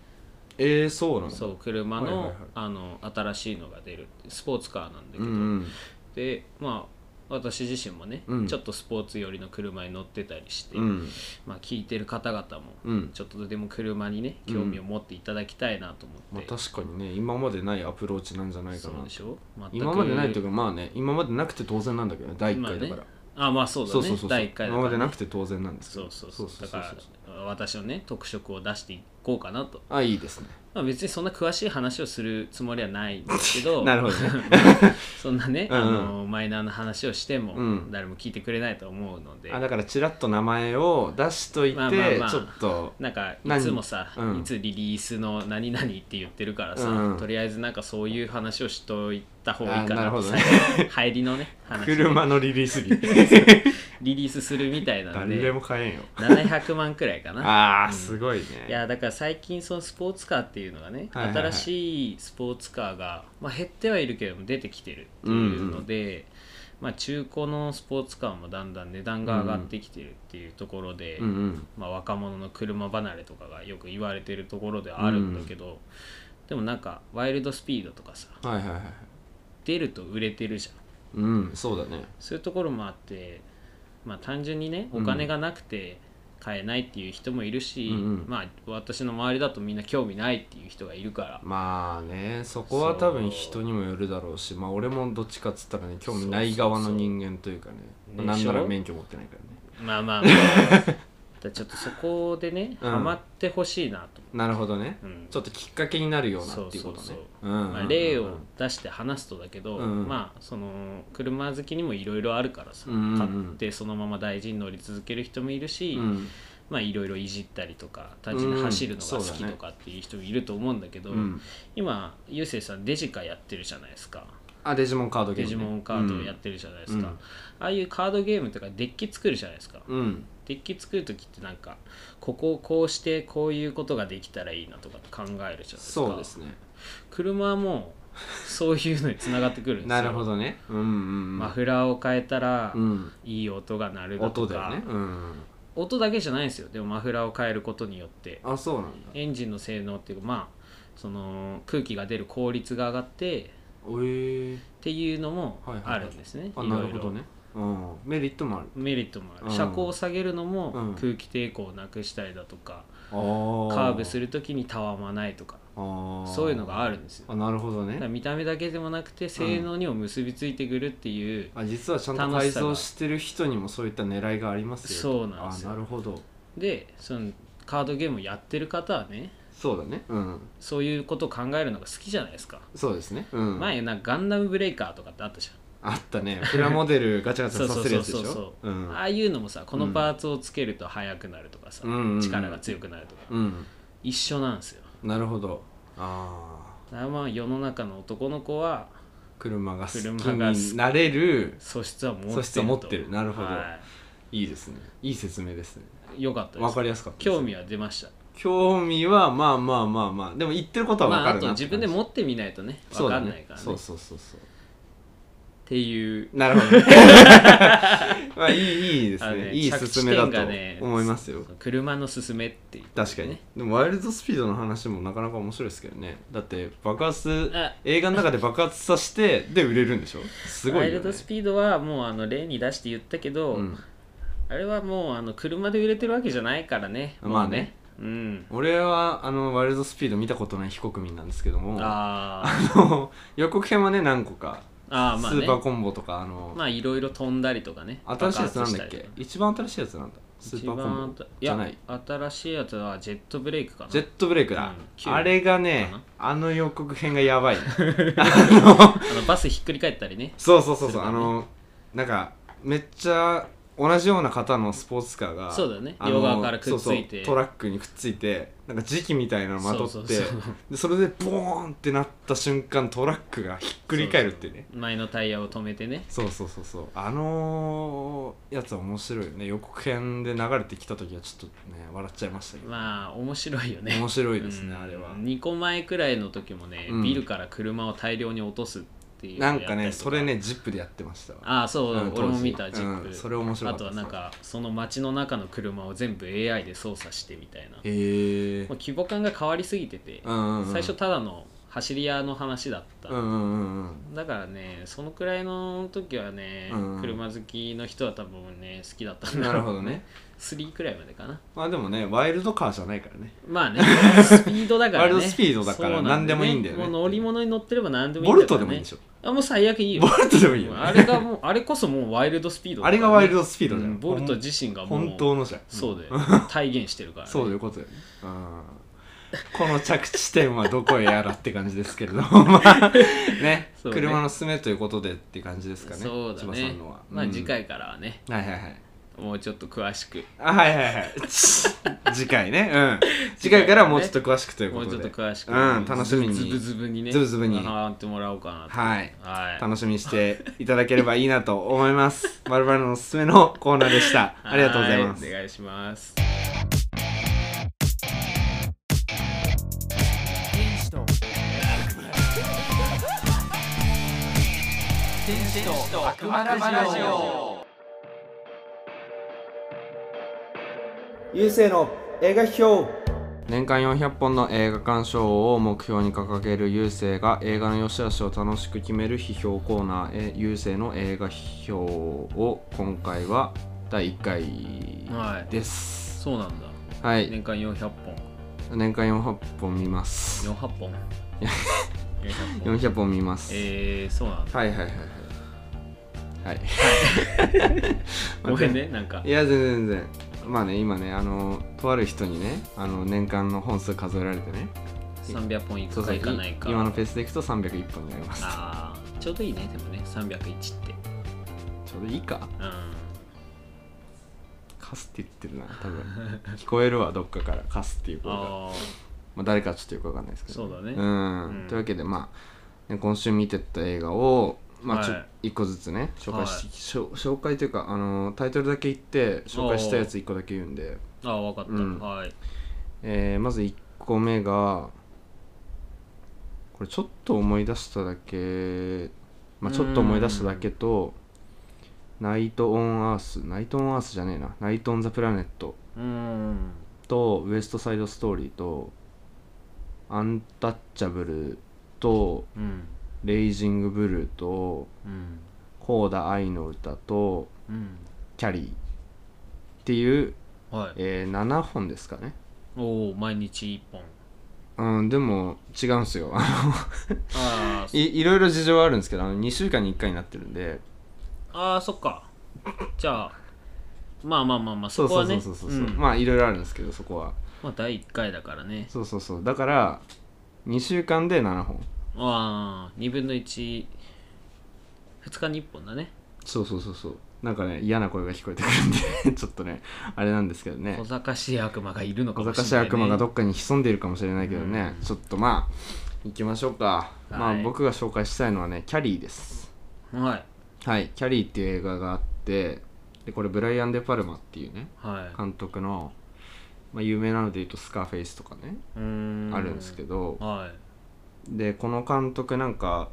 Speaker 1: えー、そうなんだ
Speaker 5: そう車の,、
Speaker 1: はいはいはい
Speaker 5: あの新しいのが出るスポーツカーなんだけ
Speaker 1: う
Speaker 5: ど、
Speaker 1: んうん
Speaker 5: でまあ私自身もね、
Speaker 1: うん
Speaker 5: ちょっとスポーツ寄りの車に乗ってたりして、
Speaker 1: うん
Speaker 5: まあ、聞いてる方々も、
Speaker 1: うん
Speaker 5: ちょっとでも車にね興味を持っていただきたいなと思
Speaker 1: まあ
Speaker 5: って、
Speaker 1: 確かにね今までないアプローチなんじゃないか
Speaker 5: そう
Speaker 1: な
Speaker 5: でしょ全く
Speaker 1: 今までないというかまあね今までなくて当然なんだけどね第1
Speaker 5: まあ
Speaker 1: 回だ
Speaker 5: ね
Speaker 1: から、
Speaker 5: あまあそうだね
Speaker 1: そうそうそうそう
Speaker 5: 第1回だ
Speaker 1: 今ま
Speaker 5: から、
Speaker 1: で
Speaker 5: ね、
Speaker 1: なくて当然なんですけ
Speaker 5: そ
Speaker 1: ど
Speaker 5: うそうそうだから私のね特色を出していこうかなと、
Speaker 1: あいいですね
Speaker 5: まあ、別にそんな詳しい話をするつもりはないんですけど
Speaker 1: なるほどね
Speaker 5: そんなね、
Speaker 1: うんうん
Speaker 5: あのマイナーな話をしても、
Speaker 1: うん
Speaker 5: 誰も聞いてくれないと思うので
Speaker 1: あだからちらっと名前を出しといて、
Speaker 5: まあまあまあ
Speaker 1: ちょっと
Speaker 5: なんかい
Speaker 1: 何
Speaker 5: つもさ、
Speaker 1: うん
Speaker 5: いつリリースの何々って言ってるからさ、
Speaker 1: うん
Speaker 5: とりあえずなんかそういう話をしといた方がい
Speaker 1: あ
Speaker 5: いか
Speaker 1: なる
Speaker 5: な
Speaker 1: ほ
Speaker 5: と
Speaker 1: どね
Speaker 5: 最後 入りのね話ね
Speaker 1: 車のリリース日
Speaker 5: リリースするみたいなの
Speaker 1: 誰で
Speaker 5: で
Speaker 1: も買えんよ
Speaker 5: 700万くら いかな
Speaker 1: ああすごいね、
Speaker 5: いやだから最近そのスポーツカーっていうのがね、
Speaker 1: はいはいはい
Speaker 5: 新しいスポーツカーが、まあ、減ってはいるけれども出てきてるっていうので、まあ、中古のスポーツカーもだんだん値段が上がってきてるっていうところで、
Speaker 1: うんうん
Speaker 5: まあ、若者の車離れとかがよく言われてるところではあるんだけど、でもなんかワイルドスピードとかさ
Speaker 1: はいはいはい
Speaker 5: 出ると売れてるじゃん
Speaker 1: うんそうだね
Speaker 5: そういうところもあってまあ、単純にね
Speaker 1: う
Speaker 5: お
Speaker 1: ん
Speaker 5: 金がなくて買えないっていう人もいるし、
Speaker 1: うんうん
Speaker 5: まあ、私の周りだとみんな興味ないっていう人がいるから、
Speaker 1: まあねそこは多分人にもよるだろうしまあ俺もどっちかっつったらね興味ない側の人間というかね
Speaker 5: そうそう
Speaker 1: まあなんな
Speaker 5: でし
Speaker 1: ら
Speaker 5: ょ
Speaker 1: 免許持ってないからね
Speaker 5: まあまあ、まあ、だちょっとそこでね、
Speaker 1: うん
Speaker 5: ハマってほしいなと
Speaker 1: なるほどね、
Speaker 5: 思う、うん
Speaker 1: ちょっときっかけになるようなっていうことね
Speaker 5: そうそ
Speaker 1: う
Speaker 5: う
Speaker 1: んうんうんうん
Speaker 5: まあ、例を出して話すとだけど、
Speaker 1: うんうん
Speaker 5: まあその車好きにもいろいろあるからさ、
Speaker 1: うんうんうん
Speaker 5: 買ってそのまま大事に乗り続ける人もいるし、
Speaker 1: うん
Speaker 5: まあいろいろいじったりとか単純に走るのが好
Speaker 1: うん
Speaker 5: き
Speaker 1: そうだね
Speaker 5: とかっていう人もいると思うんだけど、
Speaker 1: うん
Speaker 5: 今ゆうせいさんデジカやってるじゃないですか
Speaker 1: あデジモンカードゲ
Speaker 5: デ
Speaker 1: ームね、
Speaker 5: ジモンカードやってるじゃないですか、
Speaker 1: うん
Speaker 5: ああいうカードゲームとかデッキ作るじゃないですか、
Speaker 1: うん、うん
Speaker 5: デッキ作る時ってなんかここをこうしてこういうことができたらいいなとか考えるじゃないですか
Speaker 1: そうですね
Speaker 5: 車もそういうのにつながってくるんですよ
Speaker 1: なるほどねうんうんうん
Speaker 5: マフラーを変えたら
Speaker 1: うん
Speaker 5: いい音が鳴るだと
Speaker 1: 音だ
Speaker 5: か
Speaker 1: よねうん
Speaker 5: 音だけじゃないんですよでもマフラーを変えることによって
Speaker 1: あそうなんだ
Speaker 5: エンジンの性能っていうかまあその空気が出る効率が上がって
Speaker 1: おえー
Speaker 5: っていうのも
Speaker 1: はいはいはい
Speaker 5: あるんですね、
Speaker 1: あ
Speaker 5: いろ
Speaker 1: ない
Speaker 5: ろ
Speaker 1: るほどねうんメリットもある
Speaker 5: メリットもある、
Speaker 1: うん
Speaker 5: 車高を下げるのも
Speaker 1: うん
Speaker 5: 空気抵抗をなくしたりだとか、
Speaker 1: あー
Speaker 5: カーブする時にたわまないとか
Speaker 1: あー
Speaker 5: そういうのがあるんですよ
Speaker 1: あなるほど
Speaker 5: だから
Speaker 1: ね
Speaker 5: 見た目だけでもなくて性能にも結びついてくるっていう、
Speaker 1: あ実はちゃんと改造してる人にもそういった狙いがありますよ
Speaker 5: そうなんですよ
Speaker 1: あなるほど
Speaker 5: でそのカードゲームをやってる方はね
Speaker 1: そうだねうん
Speaker 5: そういうことを考えるのが好きじゃないですか、
Speaker 1: そうですねうん
Speaker 5: 前なんかガンダムブレイカーとかってあったじ
Speaker 1: あったねプラモデ ルガチャガチャさせるやつでし
Speaker 5: そうそう
Speaker 1: ょ
Speaker 5: そうゃん、
Speaker 1: ん
Speaker 5: ああいうのもさこのパーツをつけると速くなるとかさ、
Speaker 1: うんうんうん
Speaker 5: 力が強くなるとか
Speaker 1: うん
Speaker 5: 一緒なんですよ
Speaker 1: なるほどあ
Speaker 5: だからまあ世の中の男の子は
Speaker 1: ー車が好き
Speaker 5: 車が好き
Speaker 1: になれる
Speaker 5: 素質は持ってると
Speaker 1: 素質は持ってるなるほど
Speaker 5: はい
Speaker 1: いいですねいい説明ですね
Speaker 5: よかったで
Speaker 1: わ
Speaker 5: す
Speaker 1: かりやすかったです
Speaker 5: 興味は出ました
Speaker 1: 興味はまあまあまあまあでも言ってることは
Speaker 5: ま
Speaker 1: わ
Speaker 5: あ
Speaker 1: か
Speaker 5: あ
Speaker 1: る
Speaker 5: と
Speaker 1: な
Speaker 5: 自分で持ってみないとねわかんないからね
Speaker 1: そう
Speaker 5: っ
Speaker 1: そうそうそう
Speaker 5: ていう
Speaker 1: なるほ どねまあいいいいです
Speaker 5: あの
Speaker 1: ね
Speaker 5: ね
Speaker 1: いい
Speaker 5: 着地
Speaker 1: 勧めだ
Speaker 5: 点が
Speaker 1: と
Speaker 5: ね
Speaker 1: 思いますよ
Speaker 5: 車の勧めっていうことでね
Speaker 1: 確かにでもワイルドスピードの話もなかなか面白いですけどねだって爆発
Speaker 5: あ
Speaker 1: 映画の中で爆発させてで売れるんでしょすごいよ、ね、
Speaker 5: ワイルドスピードはもうあの例に出して言ったけど、
Speaker 1: うん
Speaker 5: あれはもうあの車で売れてるわけじゃないからね
Speaker 1: まあね
Speaker 5: もううん
Speaker 1: 俺はあのワイルドスピード見たことない非国民なんですけども
Speaker 5: あ
Speaker 1: あの予告編はね何個か、
Speaker 5: ーあーまあ
Speaker 1: スーパー
Speaker 5: ね
Speaker 1: コンボとかあの、
Speaker 5: まあいろいろ飛んだりとかね
Speaker 1: 新しいやつなんだっ
Speaker 5: 爆
Speaker 1: け
Speaker 5: 発
Speaker 1: 一番新しいやつなんだス
Speaker 5: したり
Speaker 1: ー
Speaker 5: と
Speaker 1: パ
Speaker 5: か
Speaker 1: ーコン
Speaker 5: 一
Speaker 1: ボ
Speaker 5: 番
Speaker 1: じゃない
Speaker 5: や新しいやつはジェットブレイクかな
Speaker 1: ジェットブレイクだ、
Speaker 5: うん九
Speaker 1: あれがね
Speaker 5: かな
Speaker 1: あの予告編がや ばい、ね、
Speaker 5: あのバスひっくり返ったりね
Speaker 1: そうそうそう
Speaker 5: す
Speaker 1: そう、
Speaker 5: る
Speaker 1: あ
Speaker 5: からね
Speaker 1: のなんかめっちゃ同じような方のスポーツカーが
Speaker 5: そうだね
Speaker 1: あの
Speaker 5: 両側からくっついて
Speaker 1: そうそうトラックにくっついてなんか磁気みたいなのまとって
Speaker 5: そうそうそう
Speaker 1: でそれでボーンってなった瞬間トラックがひっくり返るってね
Speaker 5: 前のタイヤを止めてね
Speaker 1: そうそうそうそうあのやつは面白いよね予告編で流れてきた時はちょっとね笑っちゃいましたけど、
Speaker 5: まあ面白いよね
Speaker 1: 面白いですね、
Speaker 5: うん
Speaker 1: あれは
Speaker 5: 2個前くらいの時もね、
Speaker 1: うん
Speaker 5: ビルから車を大量に落とすっていうのを
Speaker 1: なんか
Speaker 5: やったり
Speaker 1: ね
Speaker 5: と
Speaker 1: それね ZIP でやってましたわ
Speaker 5: ああそう、
Speaker 1: うん当時
Speaker 5: 俺も見たジップ、
Speaker 1: うんそれ面白かった
Speaker 5: あとはなんかその街の中の車を全部 AI で操作してみたいな
Speaker 1: へえ
Speaker 5: もう規模感が変わりすぎてて、最初ただの走り屋の話だった、
Speaker 1: うんうんうんうん
Speaker 5: だからねそのくらいの時はね、
Speaker 1: うん
Speaker 5: 車好きの人は多分ね好きだったんだ
Speaker 1: なる
Speaker 5: ろう
Speaker 1: ほどね
Speaker 5: 3くらいまでかな
Speaker 1: まあでもねワイルドカーじゃないからね
Speaker 5: ま あねスピードだからね
Speaker 1: ワイルドスピードだから
Speaker 5: そうな
Speaker 1: 何でもいいんだよね
Speaker 5: もう乗り物に乗ってれば何でもいい
Speaker 1: ボ
Speaker 5: んだ
Speaker 1: ル
Speaker 5: から
Speaker 1: ト
Speaker 5: ね
Speaker 1: でもいいでしょ
Speaker 5: あもう最悪いいよ
Speaker 1: ボルトでもいいよ
Speaker 5: もう
Speaker 1: ね
Speaker 5: あれがもうあれこそもうワイルドスピードだ
Speaker 1: あ
Speaker 5: か
Speaker 1: れ
Speaker 5: らね
Speaker 1: がワイルドスピードじゃ
Speaker 5: うん
Speaker 1: ん
Speaker 5: ボルト自身がもう
Speaker 1: 本当のじゃん
Speaker 5: そ うだよ体現してるから、ね、
Speaker 1: そういうことよねうんこの着地点はどこへやらって感じですけれど もまあね
Speaker 5: そうね
Speaker 1: 車のすすめということでって感じですかね
Speaker 5: そう
Speaker 1: 千
Speaker 5: だ
Speaker 1: 葉さ
Speaker 5: ね
Speaker 1: んのは
Speaker 5: まあ
Speaker 1: うん
Speaker 5: 次回からはね、
Speaker 1: はいはいはい
Speaker 5: もうちょっと詳しく
Speaker 1: あはいはいはい 次回ねうん次回からもうちょっと詳しくという
Speaker 5: も
Speaker 1: こ
Speaker 5: うち
Speaker 1: と
Speaker 5: ょっと
Speaker 1: で
Speaker 5: 詳しく、
Speaker 1: うん楽しみに
Speaker 5: ズブズブにね
Speaker 1: ズブズブに
Speaker 5: ハマってもらおうかなと
Speaker 1: はい
Speaker 5: はい
Speaker 1: 楽しみにしていただければいいなと思い ます。まるまるのおすすめのコーナーでした。ありがとうございます
Speaker 5: は。お願いします
Speaker 4: 優勢の映画表
Speaker 1: 年間400本の映画鑑賞を目標に掲げる優勢が映画の良し悪しを楽しく決める批評コーナーへ優勢の映画批評を今回は第1
Speaker 5: は
Speaker 1: 回
Speaker 5: い
Speaker 1: です。
Speaker 5: そうなんだ
Speaker 1: はい、
Speaker 5: 年間400本
Speaker 1: 年間400本見ます。
Speaker 5: 400本 400本
Speaker 1: 400本見ます。
Speaker 5: えー、そうなんだ
Speaker 1: はいはいはいはい。はい。
Speaker 5: ごめんねなんか
Speaker 1: いや全然全然まあね今ねあのとある人にねあの年間の本数数えられてね
Speaker 5: 300本い
Speaker 1: そう
Speaker 5: くか
Speaker 1: そう
Speaker 5: いかないか
Speaker 1: い今のペースでいくと301本になります
Speaker 5: あーちょうどいいねでもね301って
Speaker 1: ちょうどいいか
Speaker 5: う
Speaker 1: カスって言ってるな多分聞こえるわどっかからカスっていうん声が
Speaker 5: あ
Speaker 1: まあ、誰かちょっとよくわかんないですけど
Speaker 5: そうだね
Speaker 1: ん
Speaker 5: うん
Speaker 1: というわけでまあね今週見てった映画をまあちょ、
Speaker 5: はい
Speaker 1: 一個ずつね紹介し、
Speaker 5: はい
Speaker 1: しょ紹介というかあのタイトルだけ言って紹介したやつ一個だけ言うんで
Speaker 5: ーあーわかった、
Speaker 1: うん
Speaker 5: はい
Speaker 1: えーまず1個目がこれちょっと思い出しただけ、まあ、ちょっと思い出しただけと「ナイト・オン・アース」「ナイト・オン・アース」じゃねえな「ナイト・オン・ザ・プラネット
Speaker 5: うーん」
Speaker 1: と「ウエスト・サイド・ストーリー」と「アンタッチャブル」と
Speaker 5: うん
Speaker 1: 「レイジング・ブルー」と
Speaker 5: うん
Speaker 1: 「コーダ・愛の歌」と
Speaker 5: うん
Speaker 1: 「キャリー」っていう、
Speaker 5: はい
Speaker 1: えー7本ですかね
Speaker 5: おお毎日1本
Speaker 1: うんでも違うんすよあの
Speaker 5: あ ー
Speaker 1: いいろいろ事情はあるんですけどあの2週間に1回になってるんで
Speaker 5: あーそっかじゃあまあまあまあまあ
Speaker 1: そ
Speaker 5: そうこ
Speaker 1: そ
Speaker 5: は
Speaker 1: うそ
Speaker 5: ね
Speaker 1: うそうそう、
Speaker 5: んま
Speaker 1: まあいろいろあるんですけどそこは
Speaker 5: あ第1回だからね
Speaker 1: そうそうそうだから2週間で7本
Speaker 5: ああ2分の12日に1本だね
Speaker 1: そうそうそうそうなんかね嫌な声が聞こえてくるんで ちょっとねあれなんですけどね
Speaker 5: 小賢しい悪魔がいるのか
Speaker 1: 小
Speaker 5: もしれない、ね、
Speaker 1: 賢しい悪魔がどっかに潜んでいるかもしれないけどね、ちょっとまあ行きましょうか、ま
Speaker 5: は
Speaker 1: あ
Speaker 5: い
Speaker 1: 僕が紹介したいのはねキャリーです
Speaker 5: はい
Speaker 1: はいキャリーっていう映画があってでこれブライアン・デ・パルマっていうね
Speaker 5: はい
Speaker 1: 監督の、まあ、有名なので言うとスカーフェイスとかね
Speaker 5: うーん
Speaker 1: あるんですけど、
Speaker 5: はい
Speaker 1: でこの監督なんか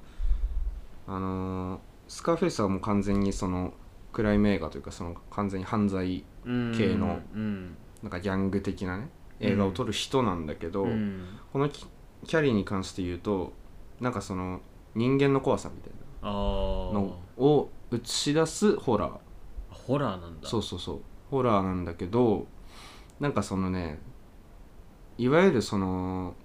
Speaker 1: あのースカーフェイスはもう完全にそのクライム映画というかその完全に犯罪系の
Speaker 5: うん
Speaker 1: なんかギャング的なね映画を撮る人なんだけど、
Speaker 5: うん
Speaker 1: このキキャリーに関して言うとなんかその人間の怖さみたい
Speaker 5: ああ
Speaker 1: なのを映し出すホラー
Speaker 5: ホラーなんだ
Speaker 1: そうそうそうホラーなんだけどなんかそのねいわゆるその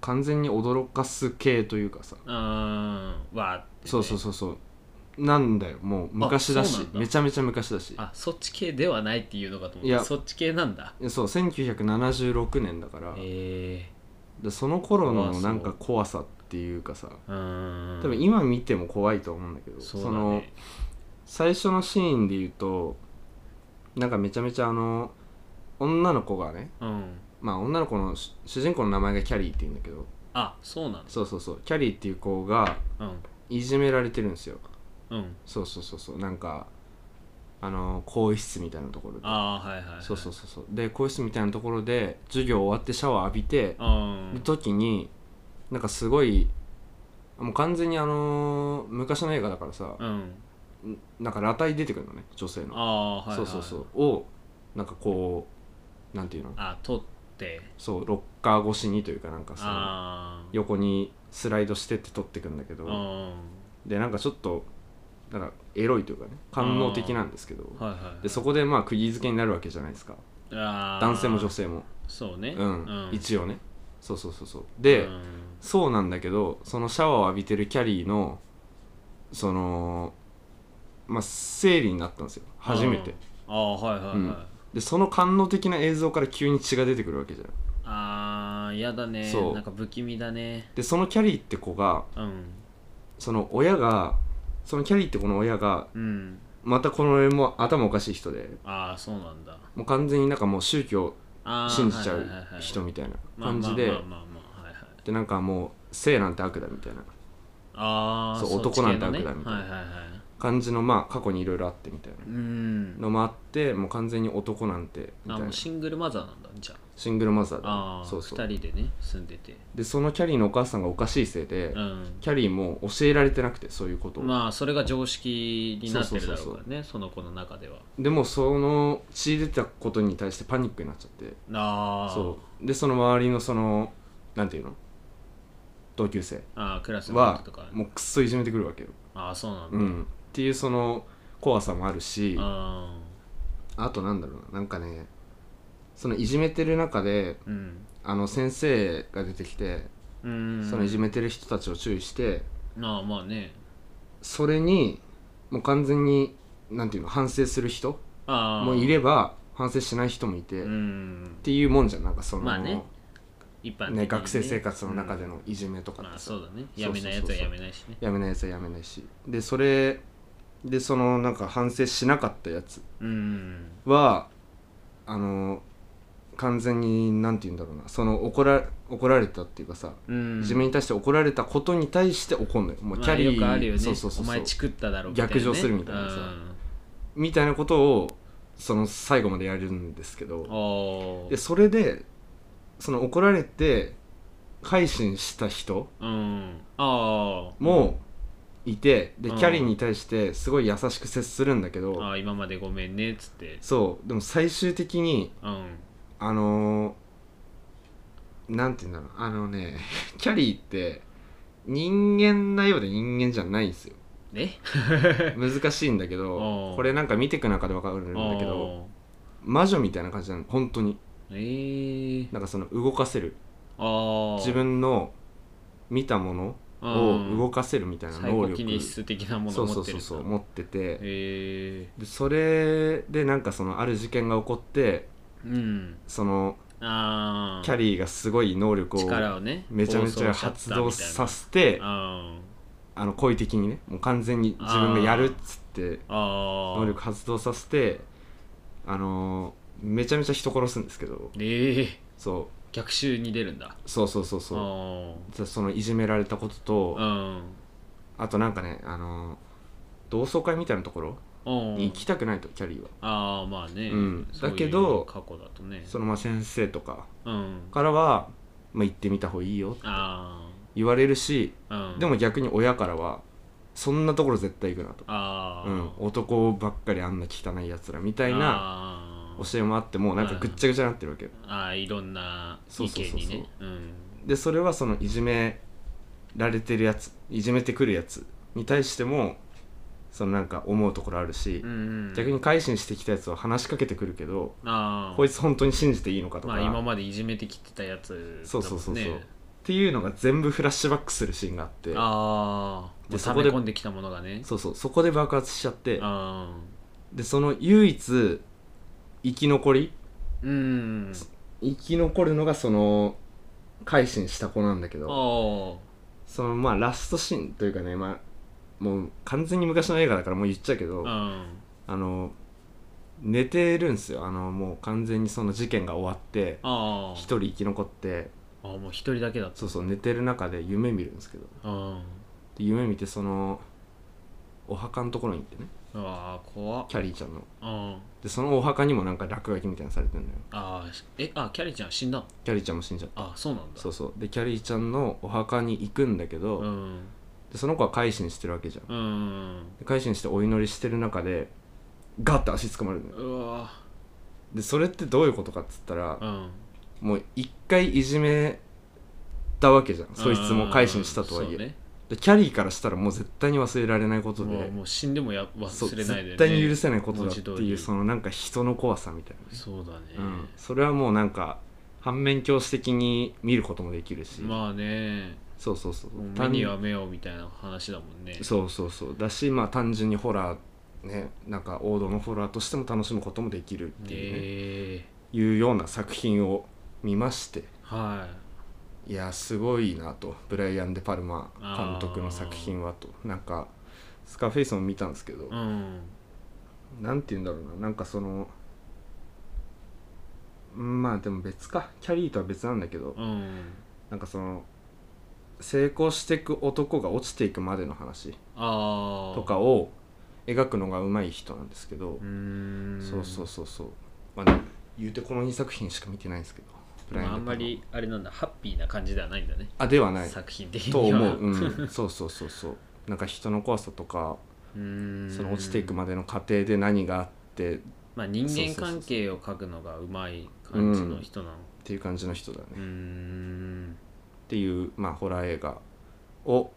Speaker 1: 完全に驚かす系というかさ
Speaker 5: あーわーってね、
Speaker 1: そうそうそうそうなんだよもう昔だ
Speaker 5: そう
Speaker 1: し
Speaker 5: なんだ
Speaker 1: めちゃめちゃ昔だし
Speaker 5: あそっち系ではないっていうのかと思
Speaker 1: い
Speaker 5: っ
Speaker 1: や
Speaker 5: たそっち系なんだ
Speaker 1: そう1976年だから、
Speaker 5: え
Speaker 1: でその頃
Speaker 5: あそ
Speaker 1: の
Speaker 5: う
Speaker 1: なんか怖さっていうかさ
Speaker 5: えー、うーん
Speaker 1: 多分今見ても怖いと思うんだけど
Speaker 5: そうだ、ね、
Speaker 1: の最初のシーンで言うとなんかめちゃめちゃあの女の子がね
Speaker 5: うん
Speaker 1: まあ女の子の主主人公の名前がキャリーって言うんだけど
Speaker 5: あそうなんだ
Speaker 1: そうそうそうキャリーっていう子が
Speaker 5: うん
Speaker 1: いじめられてるんですよ
Speaker 5: うん
Speaker 1: そうそうそうそうなんかあの更衣室みたいなところで
Speaker 5: ああはいはい、はい、
Speaker 1: そうそうそうそうで更衣室みたいなところで授業終わってシャワー浴びて
Speaker 5: あ
Speaker 1: る時になんかすごいもう完全にあのー昔の映画だからさ
Speaker 5: あうん
Speaker 1: んなんか裸体出てくるのね女性の、
Speaker 5: ああーはい、はい、
Speaker 1: そうそうそうをなんかこうなんていうの
Speaker 5: あ取って
Speaker 1: そうロッカー越しにというかなんかさ
Speaker 5: ああ
Speaker 1: 横にスライドしてって撮ってくんだけど、
Speaker 5: うん
Speaker 1: でなんかちょっとなんかエロいというかね官能的なんですけど
Speaker 5: はいはい
Speaker 1: でそこでまあ釘付けになるわけじゃないですか
Speaker 5: 男
Speaker 1: 男性も女性も
Speaker 5: そうね
Speaker 1: うん、
Speaker 5: 応
Speaker 1: 一応ねそうそうそうそうで、そうなんだけどそのシャワーを浴びてるキャリーのそのまあ生理になったんですよ初めて
Speaker 5: ああはいはいはい、
Speaker 1: うんでその官能的な映像から急に血が出てくるわけじゃん
Speaker 5: ああやだね
Speaker 1: そう
Speaker 5: なんか不気味だね
Speaker 1: でそのキャリーって子が
Speaker 5: うん
Speaker 1: その親がそのキャリーって子の親が
Speaker 5: うん
Speaker 1: またこの絵も頭おかしい人で
Speaker 5: ああそうなんだ
Speaker 1: もう完全になんかもう宗教
Speaker 5: あー
Speaker 1: 信じちゃ
Speaker 5: は
Speaker 1: う
Speaker 5: いはいはいはい
Speaker 1: 人みたいな感じで
Speaker 5: まあまあまあまあまあはいはい
Speaker 1: でなんかもう性なんて悪だみたいな
Speaker 5: ああ
Speaker 1: そう
Speaker 5: っち
Speaker 1: 男なんて
Speaker 5: 系のね
Speaker 1: 悪だみたいな
Speaker 5: はいはいはい
Speaker 1: 感じのまあ過去にいろいろあってみたいな
Speaker 5: うん
Speaker 1: のもあってもう完全に男なんてみた
Speaker 5: あ
Speaker 1: い
Speaker 5: も
Speaker 1: な
Speaker 5: うシングルマザーなんだじゃあ
Speaker 1: シングルマザー
Speaker 5: あ
Speaker 1: だ
Speaker 5: あ
Speaker 1: そうそう
Speaker 5: 2人でね住んでて
Speaker 1: でそのキャリーのお母さんがおかしいせいで、
Speaker 5: うん
Speaker 1: キャリーも教えられてなくてそういうことを、
Speaker 5: まあそれが常識になってるだろう
Speaker 1: そう
Speaker 5: か
Speaker 1: そう
Speaker 5: らねその子の中では
Speaker 1: でもその血出たことに対してパニックになっちゃって
Speaker 5: ああ
Speaker 1: そうでその周りのそのなんていうの同級生
Speaker 5: ああクラスメー
Speaker 1: は
Speaker 5: トとか
Speaker 1: もうくっそいじめてくるわけよ、
Speaker 5: ああそうなんだ、
Speaker 1: うん、っていうその怖さもあるし
Speaker 5: あ
Speaker 1: あとなんだろうななんかねそのいじめてる中で
Speaker 5: うん
Speaker 1: あの先生が出てきて、
Speaker 5: うん
Speaker 1: そのいじめてる人たちを注意して
Speaker 5: ああまあね
Speaker 1: それにもう完全になんていうの反省する人
Speaker 5: ああ
Speaker 1: もいれば反省しない人もいて、
Speaker 5: う
Speaker 1: っ
Speaker 5: ん
Speaker 1: ていうもんじゃんなんかその、
Speaker 5: まあね一般的に
Speaker 1: ね学生生活の中でのいじめと
Speaker 5: う
Speaker 1: か
Speaker 5: んま
Speaker 1: っ
Speaker 5: あ
Speaker 1: てさ
Speaker 5: そうだね
Speaker 1: そ
Speaker 5: や
Speaker 1: うそうそうそう
Speaker 5: めないやつはやめないしね
Speaker 1: やめないやつはやめないしでそれでそのなんか反省しなかったやつ
Speaker 5: うん
Speaker 1: はあの完全になんて言うんだろうなその怒ら怒られたっていうかさ、
Speaker 5: うん
Speaker 1: いじめに対して怒られたことに対して怒んのよもうキャリー、
Speaker 5: まあよくあるよね
Speaker 1: そうそうそう
Speaker 5: お
Speaker 1: そう
Speaker 5: 前チクっただろみたいなね
Speaker 1: 逆上するみたいなさみたいなことをその最後までやるんですけ
Speaker 5: うん
Speaker 1: ど
Speaker 5: お
Speaker 1: で
Speaker 5: ー
Speaker 1: それでその怒られて改心した人
Speaker 5: うんあー
Speaker 1: もいて、で
Speaker 5: うん
Speaker 1: キャリーに対してすごい優しく接するんだけど、
Speaker 5: あー今までごめんねっつって
Speaker 1: そうでも最終的に
Speaker 5: うん
Speaker 1: あのー、なんて言うんだろうあのね キャリーって人間なようで人間じゃないん ですよ
Speaker 5: ね
Speaker 1: 難しいんだけ
Speaker 5: う
Speaker 1: ど
Speaker 5: ん
Speaker 1: これなんか見ていく中で分かるんだけど魔女みたいな感じなの本当に
Speaker 5: あーえー
Speaker 1: なんかその動かせる
Speaker 5: ああ
Speaker 1: 自分の見たものを動
Speaker 5: く
Speaker 1: かせるみたいな
Speaker 5: サイ
Speaker 1: 能
Speaker 5: コ
Speaker 1: 力
Speaker 5: キネシス的なもの
Speaker 1: そ
Speaker 5: を
Speaker 1: うそう
Speaker 5: 持って
Speaker 1: そ
Speaker 5: る
Speaker 1: うそう
Speaker 5: う
Speaker 1: 持ってて
Speaker 5: え
Speaker 1: でそれでなんかそのある事件が起こって
Speaker 5: ー、うん
Speaker 1: その
Speaker 5: ああ
Speaker 1: キャリーがすごい能力を
Speaker 5: 力をね
Speaker 1: めちゃめちゃ発動させて
Speaker 5: あ
Speaker 1: あの故意的にねもう完全に自分がやるっつって
Speaker 5: あー
Speaker 1: 能力発動させてあのーめちゃめちゃ人殺すんですけど
Speaker 5: ええー、
Speaker 1: そ
Speaker 5: 逆襲に出るんだ
Speaker 1: うそうそうそうそう
Speaker 5: あ
Speaker 1: じゃあそのいじめられたこと
Speaker 5: あ
Speaker 1: と
Speaker 5: うん
Speaker 1: あとなんかねあのー同窓会みたいなところ
Speaker 5: うん
Speaker 1: に行きたくないとキャリーは
Speaker 5: ああまあね、
Speaker 1: うん
Speaker 5: そういう
Speaker 1: だけど
Speaker 5: 過去だとね
Speaker 1: そのまあ先生とか
Speaker 5: うん
Speaker 1: からは、まあ、行ってみた方がいいよって
Speaker 5: あ
Speaker 1: 言われるし
Speaker 5: あうん
Speaker 1: でも逆に親からはそんなところ絶対行くなと、
Speaker 5: ああ
Speaker 1: うん、男ばっかりあんな汚いやつらみたいな
Speaker 5: あー
Speaker 1: 教えもあってもうなんかぐっちゃぐちゃになってるわけよ
Speaker 5: あーいろんな
Speaker 1: そう
Speaker 5: 意
Speaker 1: そう
Speaker 5: 見
Speaker 1: そう
Speaker 5: に
Speaker 1: そう
Speaker 5: ねうん
Speaker 1: でそれはそのいじめられてるやついじめてくるやつに対してもそのなんか思うところあるし
Speaker 5: う、ん
Speaker 1: 逆に改心してきたやつは話しかけてくるけど、
Speaker 5: ああ
Speaker 1: こいつ本当に信じていいのかとか、
Speaker 5: まあ今までいじめてきてたやつ
Speaker 1: そうそうそうそう、
Speaker 5: だもん
Speaker 1: っ
Speaker 5: ね
Speaker 1: ていうのが全部フラッシュバックするシーンがあって
Speaker 5: ああ
Speaker 1: で
Speaker 5: もう
Speaker 1: そ
Speaker 5: 溜
Speaker 1: こ
Speaker 5: め
Speaker 1: で
Speaker 5: 込んできたものがね
Speaker 1: そうそうそこで爆発しちゃって
Speaker 5: あ
Speaker 1: でその唯一生き残り
Speaker 5: あうん
Speaker 1: 生き残るのがその改心した子なんだけ
Speaker 5: あ
Speaker 1: ど
Speaker 5: あ
Speaker 1: そのまあラストシーンというかねまあもう完全に昔の映画だからもう言っちゃうけどあ
Speaker 5: うん
Speaker 1: の寝てるんですよあのもう完全にその事件が終わって
Speaker 5: あ
Speaker 1: 一
Speaker 5: ー
Speaker 1: 人生き残って
Speaker 5: あーもう一人だけだった
Speaker 1: そうそう寝てる中で夢見るんですけど
Speaker 5: うん
Speaker 1: で夢見てそのお墓のところに行ってね
Speaker 5: うわー怖っ
Speaker 1: キャリーちゃんの
Speaker 5: うん
Speaker 1: でそのお墓にもなんか落書きみたいなのされてるのよ
Speaker 5: ああえあキャリーちゃん死んだの
Speaker 1: キャリーちゃんも死んじゃった
Speaker 5: あそうなんだ
Speaker 1: そうそうでキャリーちゃんのお墓に行くんだけど、
Speaker 5: うん
Speaker 1: でその子は改心してるわけじゃん
Speaker 5: うん
Speaker 1: で改心してお祈りしてる中でガッて足つかまれるのよ
Speaker 5: うわ
Speaker 1: でそれってどういうことかっつったら
Speaker 5: ーうん
Speaker 1: もう一回いじめたわけじゃんそいつも改心したとはいえ、
Speaker 5: うんそうね
Speaker 1: でキャリーからしたらもう絶対に忘れられないことで
Speaker 5: もうもう死んでもや
Speaker 1: そう
Speaker 5: 忘れないで、ね、
Speaker 1: 絶対に許せないことだって
Speaker 5: 文字通
Speaker 1: い
Speaker 5: り
Speaker 1: うそのなんか人の怖さみたいなね、
Speaker 5: そうだね、
Speaker 1: うん、それはもうなんか反面教師的に見ることもできるし、
Speaker 5: まあね
Speaker 1: そうそうそう
Speaker 5: もう目
Speaker 1: 単
Speaker 5: には目をみたいな話だもんね
Speaker 1: そうそうそうだしまあ単純にホラーねなんか王道のホラーとしても楽しむこともできるっていうね、
Speaker 5: え
Speaker 1: いうような作品を見まして
Speaker 5: ー、はい
Speaker 1: やすごいなとブライアン・デ・パルマ監督の作品はとなんかスカーフェイスも見たんですけど
Speaker 5: いうん
Speaker 1: なんて言うんだろうななんかそのうんまあでも別かキャリーとは別なんだけど
Speaker 5: うん
Speaker 1: なんかその成功していく男が落ちていくまでの話
Speaker 5: ああ
Speaker 1: とかを描くのがうまい人なんですけど
Speaker 5: うーん
Speaker 1: そうそうそうそうまあね言うてこの2作品しか見てないんですけどブライアン
Speaker 5: まあ、あ
Speaker 1: デ
Speaker 5: ん
Speaker 1: パ
Speaker 5: ま
Speaker 1: ルマ
Speaker 5: りあれなんだハッピーな感じではないんだね、
Speaker 1: あではない
Speaker 5: 作品的には
Speaker 1: と思 う、うん、そうそうそうそうなんか人の怖さとか
Speaker 5: うーん
Speaker 1: その落ちていくまでの過程で何があってっ
Speaker 5: まあ、人間関係を描くのがうまい感じの人なの
Speaker 1: ていう感じの人だね、
Speaker 5: うー
Speaker 1: っ
Speaker 5: ん
Speaker 1: ていう、まあ、ホラー映画を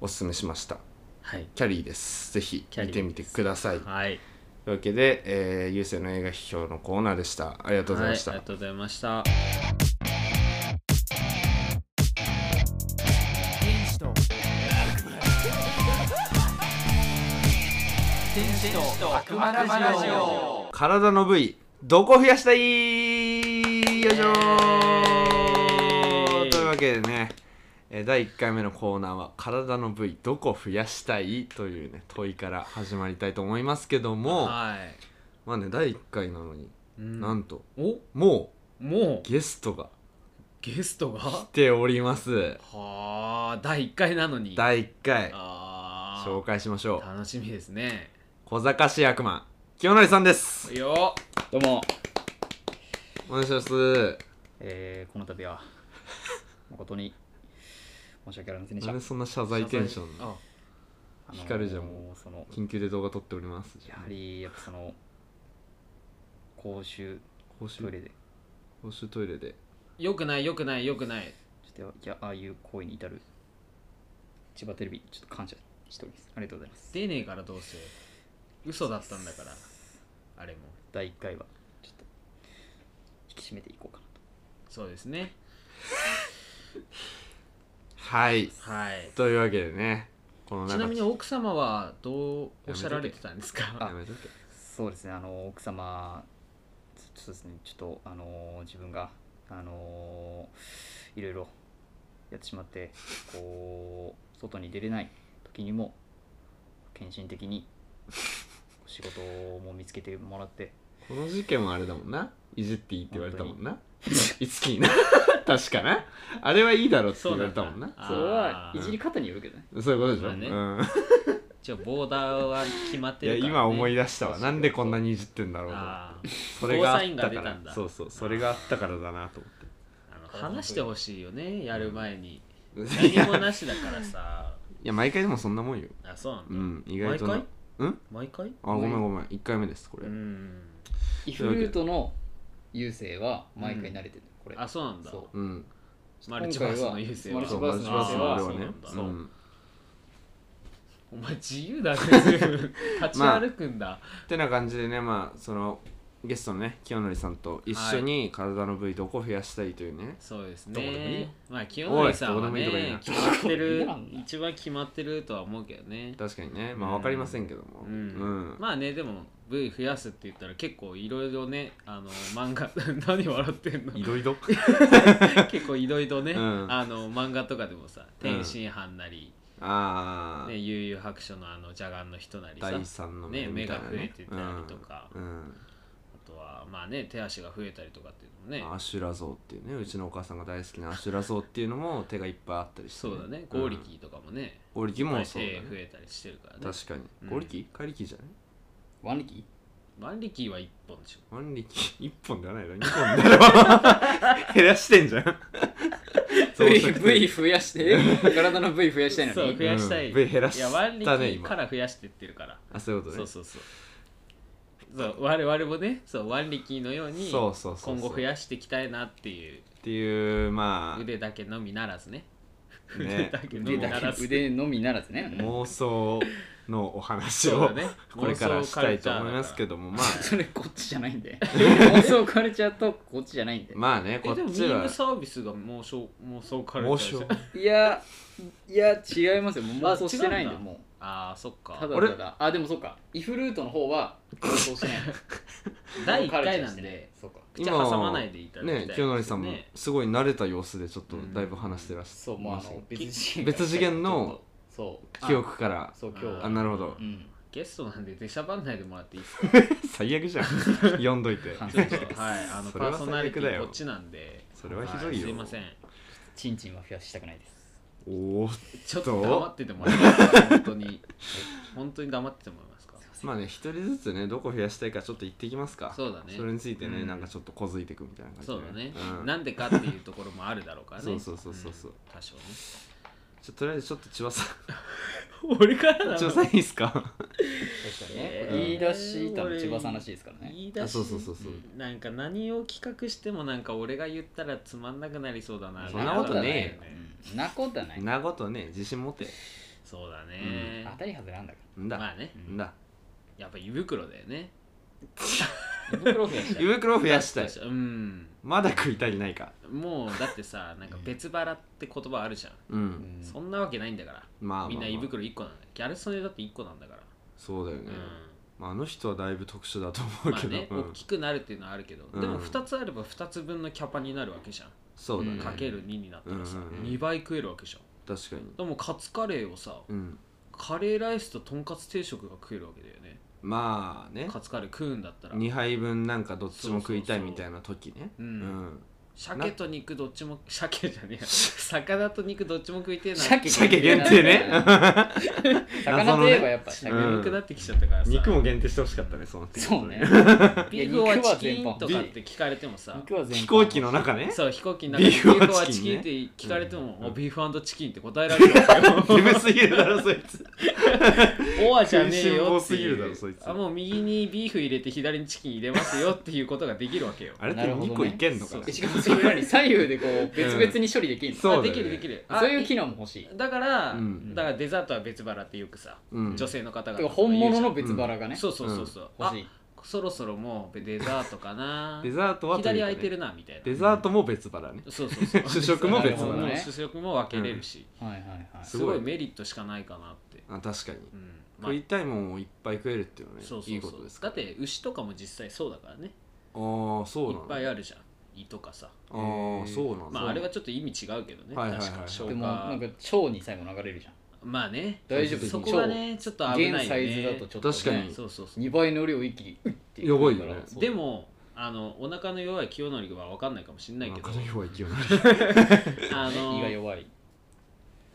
Speaker 1: おすすめしました
Speaker 5: はい
Speaker 1: キャリーですぜひ
Speaker 5: キャ
Speaker 1: 見
Speaker 5: リ
Speaker 1: て
Speaker 5: ー
Speaker 1: みてください
Speaker 5: はい
Speaker 1: というわけで、えー、ゆうせいの映画批評のコーナーでした。ありがとうございました。
Speaker 5: はい、ありがとうございました
Speaker 1: 体の部位どこ増やしたいよいしょ
Speaker 5: イエーイ
Speaker 1: というわけでねえー第1回目のコーナーは「体の部位どこ増やしたい?」というね問いから始まりたいと思いますけども
Speaker 5: はい、
Speaker 1: まあね第1回なのに、
Speaker 5: うん
Speaker 1: なんと
Speaker 5: お
Speaker 1: も
Speaker 5: もう
Speaker 1: うゲストが
Speaker 5: ゲストが
Speaker 1: 来ております
Speaker 5: はあ第1回なのに
Speaker 1: 第1回
Speaker 5: あ
Speaker 1: 紹介しましょ
Speaker 5: あ
Speaker 1: う
Speaker 5: 楽しみですね
Speaker 1: 小賢しい悪魔清成さんです
Speaker 5: よ
Speaker 2: どうも、
Speaker 1: お願いします
Speaker 2: えー、この度は誠に申し訳ありませんでし
Speaker 1: な
Speaker 2: た
Speaker 1: んでそんな謝罪テンションなの
Speaker 2: あ
Speaker 5: あ
Speaker 2: のー
Speaker 1: 光るじゃんも
Speaker 2: その
Speaker 1: 緊急で動画撮っております
Speaker 2: やはりやっぱその公衆
Speaker 1: 公
Speaker 2: トイレ
Speaker 1: 衆
Speaker 2: で
Speaker 1: 公衆トイレで
Speaker 5: よくないよくないよくない
Speaker 2: ちょっといやああいう行為に至る千葉テレビちょっと感謝しておりますありがとうございます
Speaker 5: 出ねえからどうせ嘘だったんだからあれも
Speaker 2: 第1回はちょっと引き締めていこうかなと
Speaker 5: そうですね
Speaker 1: はい
Speaker 5: はい
Speaker 1: というわけでねこの
Speaker 5: ちなみに
Speaker 1: や
Speaker 5: 奥様はどうおっしゃられてたんですか
Speaker 1: めとけ
Speaker 2: そうですねあの奥様ちょそうですねちょっとあの自分があのいろいろやってしまってこう外に出れない時にも献身的に仕事も見つけてもらって
Speaker 1: この事件はあれだもんないじっていいって言われたもんないつきにな 確かなあれはいいだろって言われたもんな
Speaker 5: そう
Speaker 2: そ
Speaker 5: なん
Speaker 2: れ
Speaker 5: だ
Speaker 1: そ
Speaker 5: あ
Speaker 2: は
Speaker 5: ー
Speaker 2: いじり方によるけどね
Speaker 1: うそういうことでしょ、
Speaker 5: まあね
Speaker 1: うん
Speaker 5: じゃボーダーは決まっ
Speaker 1: い
Speaker 5: て
Speaker 1: や
Speaker 5: るから、ね、
Speaker 1: 今思い出したわなんでこんなにいじってんだろうと
Speaker 5: あー
Speaker 1: それがあっ
Speaker 5: ゴーサイン
Speaker 1: た
Speaker 5: が出
Speaker 1: か
Speaker 5: た
Speaker 1: ら
Speaker 5: んだ
Speaker 1: そうそうそれがあったからだなと思って
Speaker 5: あの話してほしいよねやる前に
Speaker 1: いや
Speaker 5: 何もなしだからさ
Speaker 1: いや毎回でもそんなもんよ
Speaker 5: あそうなん
Speaker 1: う
Speaker 5: だ、
Speaker 1: ん意外とな
Speaker 5: 毎
Speaker 1: うん
Speaker 5: 毎回
Speaker 1: あごめんごめん1回目ですこ
Speaker 5: う
Speaker 1: れ、
Speaker 5: ん
Speaker 2: イフルートの優勢は毎回慣れてる、これ
Speaker 5: あそうなんだ
Speaker 2: そう
Speaker 1: うん
Speaker 5: マルチバースの優勢は
Speaker 2: マルチ
Speaker 1: そう
Speaker 2: バ
Speaker 1: マ
Speaker 2: ー
Speaker 1: ル
Speaker 2: ス
Speaker 1: チ
Speaker 2: の
Speaker 1: バースの俺は
Speaker 5: あ
Speaker 1: ね
Speaker 5: そう
Speaker 1: う
Speaker 5: なんだ
Speaker 1: ん
Speaker 5: お前自 由だね随分立ち
Speaker 1: まあ
Speaker 5: 歩くんだ、
Speaker 1: ってな感じでねまあそのゲストのね清則さんと一緒に体の部位どこ増やしたいというね、
Speaker 5: そうです
Speaker 1: どこでもいいよ
Speaker 5: ねまあ清則さんは
Speaker 1: おいどこでもいいと
Speaker 5: ね決まってる
Speaker 2: どこでもいいなんだ
Speaker 5: 一番決まってるとは思うけどね
Speaker 1: 確かにねまあ
Speaker 5: うん
Speaker 1: 分かりませんけども
Speaker 5: う、
Speaker 1: うんん、
Speaker 5: まあねでも部位増やすって言ったら結構いろいろねあの漫 画何笑ってんの
Speaker 1: いろいろ
Speaker 5: 結構いろいろね、
Speaker 1: うん
Speaker 5: あの漫画とかでもさ天津飯なり、
Speaker 1: ああ、
Speaker 5: ね、悠々白書のあの邪眼の人なりさ
Speaker 1: 第三の
Speaker 5: ね
Speaker 1: 目みたいな、
Speaker 5: 目が増えてたりとか
Speaker 1: うんうん
Speaker 5: あとはまあね手足が増えたりとかっていうのもね
Speaker 1: アシュラ像っていうねうちのお母さんが大好きなアシュラ像っていうの も手がいっぱいあったりして、
Speaker 5: そうだね
Speaker 1: うん
Speaker 5: 剛力とかもね、
Speaker 1: 剛力
Speaker 5: いっぱ
Speaker 1: も
Speaker 5: い
Speaker 1: そうだ
Speaker 5: 手増
Speaker 1: ね
Speaker 5: えたりしてるからね
Speaker 1: 確かに
Speaker 5: うん
Speaker 1: 剛力怪力 じゃない
Speaker 2: ワン力
Speaker 5: 万力は1本でしょ
Speaker 1: 万力一本じゃないだろ二本だろ 減らしてん じゃん増殖
Speaker 2: V 増やして体の V 増やしたいの
Speaker 5: そう
Speaker 2: に
Speaker 5: 増やしたい、
Speaker 1: うん減らしたね
Speaker 5: いや腕力
Speaker 1: 今
Speaker 5: から増やしてってるから
Speaker 1: あそういうことね
Speaker 5: そうそうそうそう我々もねそう腕力のように
Speaker 1: そうそうそうそう
Speaker 5: 今後増やしていきたいなってい
Speaker 1: っ
Speaker 5: う
Speaker 1: ていうまあ、
Speaker 5: 腕だけのみならずね腕
Speaker 1: ね
Speaker 5: だ、けの
Speaker 2: 腕
Speaker 5: み
Speaker 2: だ
Speaker 5: なら
Speaker 2: け
Speaker 5: ず
Speaker 2: 腕のみならずね
Speaker 1: 妄想のお話
Speaker 5: そう
Speaker 1: を、
Speaker 5: だね
Speaker 1: これからしたいと思いますけどもまあ
Speaker 2: それこっちじゃないんで妄想カルチャーとこっちじゃないんで
Speaker 1: まあねこ
Speaker 5: えでも
Speaker 1: っ
Speaker 5: ミ
Speaker 1: ち
Speaker 5: ーム
Speaker 1: は
Speaker 5: サービスが妄想妄想カルチ
Speaker 1: 妄
Speaker 5: ャーじゃん
Speaker 1: 想
Speaker 2: いやいや違いますよもう妄想してないん
Speaker 5: あ違
Speaker 2: で
Speaker 5: うんだ
Speaker 2: もう
Speaker 5: ああそっか
Speaker 2: ただただあでもそっかイフルートの方は妄想してない
Speaker 5: 第1
Speaker 2: カルチャ
Speaker 5: 回
Speaker 2: ー
Speaker 5: な
Speaker 2: し
Speaker 5: ん
Speaker 2: てい
Speaker 5: で
Speaker 2: そうか
Speaker 5: 口挟まないでいただきたいです
Speaker 1: ね
Speaker 5: ね
Speaker 1: 清則さんもすごい慣れた様子でちょっと
Speaker 5: うん
Speaker 1: だいぶ話してらっし
Speaker 2: そうもうあ
Speaker 1: ました
Speaker 2: の別次元
Speaker 1: 別次元の
Speaker 2: そう
Speaker 1: 記憶から
Speaker 2: あそう今日
Speaker 1: あなるほど
Speaker 2: うん
Speaker 5: ゲストなんで出しゃばんないでもらっていいですか
Speaker 1: 最悪じ ゃん読んどいて
Speaker 2: 反省
Speaker 5: ちょっとはいあの
Speaker 1: そ
Speaker 5: パ
Speaker 1: れは
Speaker 5: ーソナリテ
Speaker 1: 最悪だ
Speaker 5: ィ
Speaker 1: よ
Speaker 5: こっちなんで
Speaker 1: それはひどいよ
Speaker 5: はすいません
Speaker 2: チンチンは増やしたくないです
Speaker 1: おお
Speaker 5: ちょっと黙っててもらえますか本当 に本当に黙っててもらえますか
Speaker 1: まあね一人ずつねどこ増やしたいかちょっと言ってきますか
Speaker 5: そうだね
Speaker 1: それについてね、
Speaker 5: うん
Speaker 1: なんかちょっと小づいていくみたいな感じで
Speaker 5: そうだね、
Speaker 1: ん
Speaker 5: なんでかっていうところもあるだろうからね
Speaker 1: そうそうそうそうそうん
Speaker 5: 多少ね
Speaker 1: ちょとりあえずちょっと千葉さん
Speaker 5: 俺からだ
Speaker 1: 千葉さんいいっすか
Speaker 2: 確かに
Speaker 5: え
Speaker 2: ね
Speaker 5: ー
Speaker 2: 言い出したの千葉さんらしいですからね
Speaker 5: 言い出
Speaker 1: あ
Speaker 5: し
Speaker 1: そうそうそうそう
Speaker 5: なんか何を企画してもなんか俺が言ったらつまんなくなりそうだな
Speaker 1: そんなことね
Speaker 5: え
Speaker 2: うんなことはない
Speaker 1: んなことね自信持て
Speaker 5: そうだね
Speaker 2: 当たり外れなんだか
Speaker 1: んだ、
Speaker 5: まあね
Speaker 1: んだ
Speaker 5: やっぱ胃袋だよ ね胃袋増やしたい
Speaker 1: 胃袋を増やしたい
Speaker 5: うん
Speaker 1: まだ食い足りないか
Speaker 5: もうだってさなんか別腹って言葉あるじゃん、
Speaker 1: うん、
Speaker 4: うん
Speaker 5: そんなわけないんだから、
Speaker 1: まあまあまあ
Speaker 5: みんな胃袋1個なんだギャル曽根だって1個なんだから、
Speaker 1: そうだよね、
Speaker 5: う
Speaker 1: まあ、あの人はだいぶ特殊だと
Speaker 5: ん
Speaker 1: 思
Speaker 5: ま
Speaker 1: う
Speaker 5: あ
Speaker 1: けど、
Speaker 5: ね、
Speaker 1: うん
Speaker 5: 大きくなるっていうのはあるけど、
Speaker 1: うん
Speaker 5: でも2つあれば2つ分のキャパになるわけじゃん、
Speaker 1: そうだね、
Speaker 5: うんかける2になったらさ、
Speaker 1: うんうんうん
Speaker 5: 2倍食えるわけじゃん
Speaker 1: 確かに
Speaker 5: でもカツカレーをさ
Speaker 1: うん
Speaker 5: カレーライスととんかつ定食が食えるわけだよね
Speaker 1: まあね
Speaker 5: カツカレー食うんだったら
Speaker 1: 2杯分なんかどっちも食いたいみたいな時ね
Speaker 5: そうそうそう
Speaker 1: う
Speaker 5: うん
Speaker 1: ん
Speaker 5: 鮭と肉どっちも鮭じゃ ねえや魚と肉どっちも食いてえな
Speaker 2: 鮭
Speaker 1: 鮭限定ね
Speaker 2: 魚といえばやっぱ鮭、
Speaker 1: 謎のね
Speaker 5: 眠くなってきちゃったからさ、
Speaker 1: 肉も限定してほしかったねそうなってくると
Speaker 2: そうね
Speaker 5: ビーフはチキ
Speaker 2: いや肉
Speaker 5: ン
Speaker 2: は
Speaker 5: と
Speaker 2: 全
Speaker 5: か
Speaker 2: 般
Speaker 5: って聞かれてもさ
Speaker 2: 肉は全般
Speaker 1: 飛行機の中ね
Speaker 5: そう飛行機の中
Speaker 1: ビ
Speaker 5: でビ
Speaker 1: ー
Speaker 5: ー
Speaker 1: フ
Speaker 5: フ
Speaker 1: は
Speaker 5: は
Speaker 1: チ
Speaker 5: チ
Speaker 1: キ
Speaker 5: キ
Speaker 1: ン
Speaker 5: ン
Speaker 1: ね
Speaker 5: って聞かれても、おビーフチキンって答えられ るんですよ
Speaker 1: デブすぎるだろそい つ
Speaker 5: オアじゃねえよっ
Speaker 1: 食
Speaker 5: て
Speaker 1: いしん坊すぎ
Speaker 5: い
Speaker 1: るだろそういつ
Speaker 5: あもう右にビーフ入れて左にチキン入れますよっていうことができるわけよ
Speaker 1: あれって
Speaker 2: なるほどね
Speaker 1: 2個いけんのかな、
Speaker 2: えしかもそれらに左右でこう別々に処理できるの、
Speaker 1: そうだよ
Speaker 5: あ
Speaker 1: ね
Speaker 5: できるできる
Speaker 2: そういう機
Speaker 5: 能
Speaker 2: 能も欲しい
Speaker 5: だから、
Speaker 1: うん
Speaker 5: だからデザートは別腹ってよくさ、
Speaker 1: うん
Speaker 5: 女性の
Speaker 2: だ
Speaker 5: 方が
Speaker 2: から本物の
Speaker 5: 別
Speaker 2: 別腹がね、
Speaker 5: そうそうそうそう、
Speaker 2: 欲しい
Speaker 5: あそろそろもうデザートかな
Speaker 1: デザートはというかね
Speaker 5: 左空いてるなみたいな
Speaker 1: デザートも別腹ね
Speaker 5: そうそうそう
Speaker 1: 主食も別腹
Speaker 5: うん主食も分けれるし、
Speaker 2: はいはいはい
Speaker 1: す
Speaker 5: す
Speaker 1: ごい
Speaker 5: ごいメリットしかないかなって、
Speaker 1: あ確かに、
Speaker 5: うんまあ
Speaker 1: 食いたいもんをいっぱい食えるっていうのはね
Speaker 5: そうそうそう
Speaker 1: いいことですか
Speaker 5: だ
Speaker 1: ら
Speaker 5: って牛とかも実際そうだからね
Speaker 1: ああそう
Speaker 5: いっ
Speaker 1: なの
Speaker 5: ぱい
Speaker 1: あ
Speaker 5: あるじゃん胃とかさ
Speaker 1: あーそうなの、
Speaker 5: まああれはちょっと意味違うけどね、
Speaker 1: はいはいはい
Speaker 5: 確かに消
Speaker 2: でもなんか
Speaker 5: 化
Speaker 2: 腸に最後流れるじゃん
Speaker 5: まあね
Speaker 2: 大丈夫
Speaker 5: そこがねちょっと危ない
Speaker 2: 現サイズ
Speaker 5: よ
Speaker 2: だ
Speaker 5: ね
Speaker 2: とちょっと、ね、
Speaker 1: 確かに
Speaker 5: そうそうそう
Speaker 2: 2倍の量を一気にうって
Speaker 1: やばいよね
Speaker 2: そう
Speaker 5: でもあのお腹の弱い清則は分かんないかもしれないけど
Speaker 1: 中の弱い気は ない
Speaker 5: あ
Speaker 2: 胃が
Speaker 5: の、
Speaker 2: 弱い、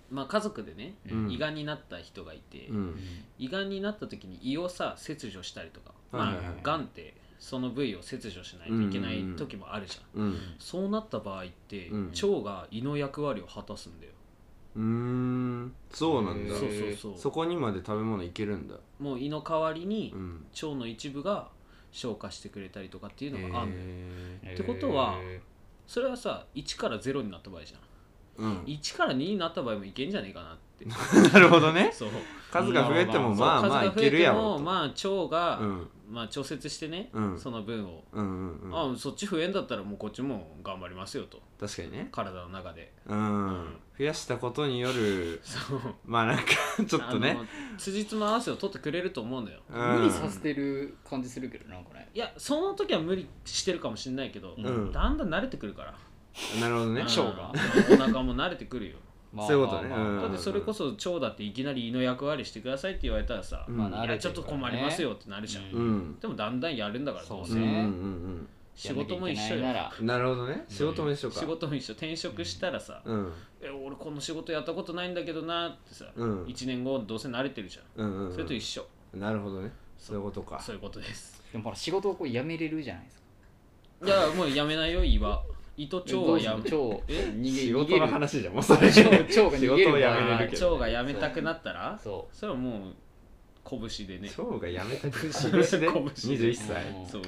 Speaker 5: まあ、家族でね、
Speaker 1: うん
Speaker 5: 胃がんになった人がいて、
Speaker 1: うん
Speaker 5: 胃がんになった時に胃をさ切除したりとか、
Speaker 1: は
Speaker 5: ま
Speaker 1: いはいはい
Speaker 5: あ、がんってその部位を切除しないといけない時もあるじゃん、
Speaker 1: うん
Speaker 5: そうなった場合って、
Speaker 1: うん
Speaker 5: 腸が胃の役割を果たすんだよ、
Speaker 1: うーんそうなんだ
Speaker 5: そうそうそう
Speaker 1: そこにまで食べ物いけるんだ
Speaker 5: もう胃の代わりに
Speaker 1: うん
Speaker 5: 腸の一部が消化してくれたりとかっていうのがあるのよ、
Speaker 1: へ
Speaker 2: えー
Speaker 5: ってことはそれはさ1から0になった場合じゃん
Speaker 1: ーうん
Speaker 5: 1から2になった場合もいけんじゃねえかなっ て
Speaker 1: なるほどね
Speaker 5: そう
Speaker 1: 数が増えても
Speaker 5: そう
Speaker 1: まあまあいけるやろ
Speaker 5: 数が増えても
Speaker 1: と
Speaker 5: まあ腸が、
Speaker 1: うん
Speaker 5: まあ、調節してね、
Speaker 1: うん
Speaker 5: その分を、
Speaker 1: うんうんうん
Speaker 5: あそっち増えんだったらもうこっちも頑張りますよと
Speaker 1: 確かにね
Speaker 5: 体の中で
Speaker 1: うん増やしたことによる
Speaker 5: そう
Speaker 1: まあなんか ちょっと
Speaker 5: あ
Speaker 1: ね
Speaker 5: の辻褄合わせを取ってくれると思うのよ
Speaker 1: うん
Speaker 2: 無理させてる感じするけどなんかね
Speaker 5: いやその時は無理してるかもしれないけど、
Speaker 1: うん
Speaker 5: だんだん慣れてくるから
Speaker 1: なるほどね
Speaker 5: うん
Speaker 2: 腸が
Speaker 5: お腹も慣れてくるよ
Speaker 2: ま
Speaker 1: そういうことね
Speaker 2: まあまあ
Speaker 1: うん
Speaker 5: だってそれこそ腸だっていきなり胃の役割してくださいって言われたらさ、
Speaker 1: うん
Speaker 2: まあ
Speaker 5: い
Speaker 2: 慣れ
Speaker 5: や
Speaker 2: て
Speaker 5: ちょ
Speaker 2: る
Speaker 5: っ
Speaker 2: か
Speaker 5: と
Speaker 2: らね
Speaker 5: 困りますよってなるじゃん、
Speaker 1: うんうん
Speaker 5: でもだんだんやるんだからどう
Speaker 1: うんう
Speaker 5: せ
Speaker 1: ん
Speaker 2: ね
Speaker 1: うん
Speaker 5: 仕事も一
Speaker 2: やん
Speaker 5: 緒よ
Speaker 2: なきゃいけないなら
Speaker 1: うんなるほどね仕事も一緒か
Speaker 5: 仕事も一緒転職したらさ、
Speaker 1: うん
Speaker 5: え俺この仕事やったことないんだけどなってさ、
Speaker 1: うん
Speaker 5: 1年後どうせ慣れてるじゃ
Speaker 1: う
Speaker 5: ん、
Speaker 1: んうんうん
Speaker 5: それと一緒
Speaker 1: なるほどねそういうことか
Speaker 5: そういうことです
Speaker 2: でもほら仕事をこう辞めれるじゃないですか
Speaker 5: いやもうやめないよ胃は胃と腸はやめ
Speaker 2: どうする腸
Speaker 5: え
Speaker 2: 逃げ
Speaker 1: 仕
Speaker 2: 逃げ
Speaker 1: 事
Speaker 2: る
Speaker 1: の話じゃんもうそれ
Speaker 2: 腸が逃げる
Speaker 1: 仕事をやめ
Speaker 5: あー
Speaker 1: れるけど
Speaker 5: 腸がやめたくなったら
Speaker 2: そ
Speaker 5: れはもう拳でね
Speaker 1: 腸がやめたくしで
Speaker 5: 拳
Speaker 1: 21歳
Speaker 2: うん
Speaker 5: そうに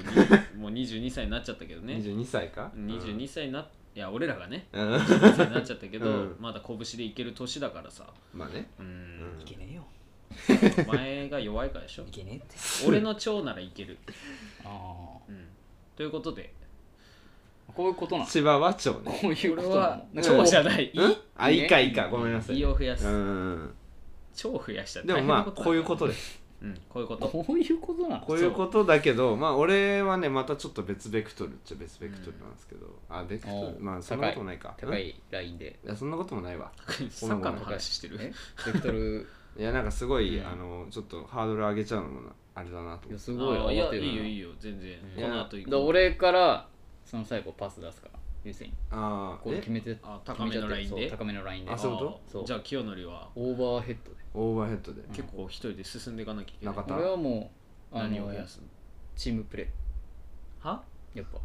Speaker 5: もう22歳になっちゃったけどね
Speaker 1: 22歳か
Speaker 5: 22歳になっいや俺らがね
Speaker 1: うんうん
Speaker 5: 22歳になっちゃったけど、
Speaker 1: うん
Speaker 5: まだ拳でいける年だからさ
Speaker 1: まあね
Speaker 5: う
Speaker 1: うんん
Speaker 2: いけねえよ
Speaker 5: お前が弱いからで しょ
Speaker 2: いけねえって
Speaker 5: 俺の腸ならいける、
Speaker 2: あ
Speaker 5: うん、ということで
Speaker 2: あこういうことなん
Speaker 1: 千葉は腸ね
Speaker 2: こういうこ
Speaker 5: これ
Speaker 2: とな
Speaker 5: は
Speaker 2: のなんか
Speaker 5: 腸じゃない
Speaker 1: うんあいいかいいか
Speaker 2: ね
Speaker 1: ごめんなさい
Speaker 5: 胃を増やす、
Speaker 1: うん
Speaker 5: 腸
Speaker 1: うん
Speaker 5: を増やした
Speaker 1: う
Speaker 5: ら
Speaker 1: んでも
Speaker 5: 大変
Speaker 1: ま
Speaker 5: な
Speaker 1: あ
Speaker 5: とだ
Speaker 1: こういうことです
Speaker 5: うんこういうこと
Speaker 2: こういうことなの
Speaker 1: こういうことだけどまあ俺はねまたちょっと別ベクトルっちゃ別ベクトルなんですけど、あベクト
Speaker 2: お
Speaker 1: ル
Speaker 2: う
Speaker 1: まあそんなこともないか
Speaker 2: 高
Speaker 1: うんい
Speaker 2: いラインで
Speaker 1: やそんなこともないわ
Speaker 5: サッカーの話してる
Speaker 2: えベクトル
Speaker 1: いやなんかすごい、
Speaker 2: うん
Speaker 1: あのちょっとハードル上げちゃうのもなあれだなと思っ
Speaker 2: いや
Speaker 1: て
Speaker 2: すごい
Speaker 5: あい
Speaker 2: 慌
Speaker 5: や
Speaker 2: て
Speaker 5: い
Speaker 2: るない
Speaker 5: よいいよ全然
Speaker 2: うん
Speaker 5: この後行
Speaker 2: だから
Speaker 5: こう
Speaker 2: 俺からその最後パス出すから優先
Speaker 1: ああ
Speaker 2: こう
Speaker 1: え
Speaker 2: 決めて
Speaker 5: あ高めのラインで
Speaker 2: 決めちゃってそう高めのラインで
Speaker 1: あそういうこと
Speaker 5: あ
Speaker 2: そう
Speaker 5: じゃあ清則は
Speaker 2: オーバーヘッドで
Speaker 1: オーバーヘッドで、
Speaker 5: 結構一人で進んでいかなきゃいけない
Speaker 1: 中田
Speaker 2: 俺はもうあ
Speaker 5: 何を
Speaker 2: の
Speaker 5: 増やすの
Speaker 2: チームプレ
Speaker 5: は
Speaker 2: ーやっぱ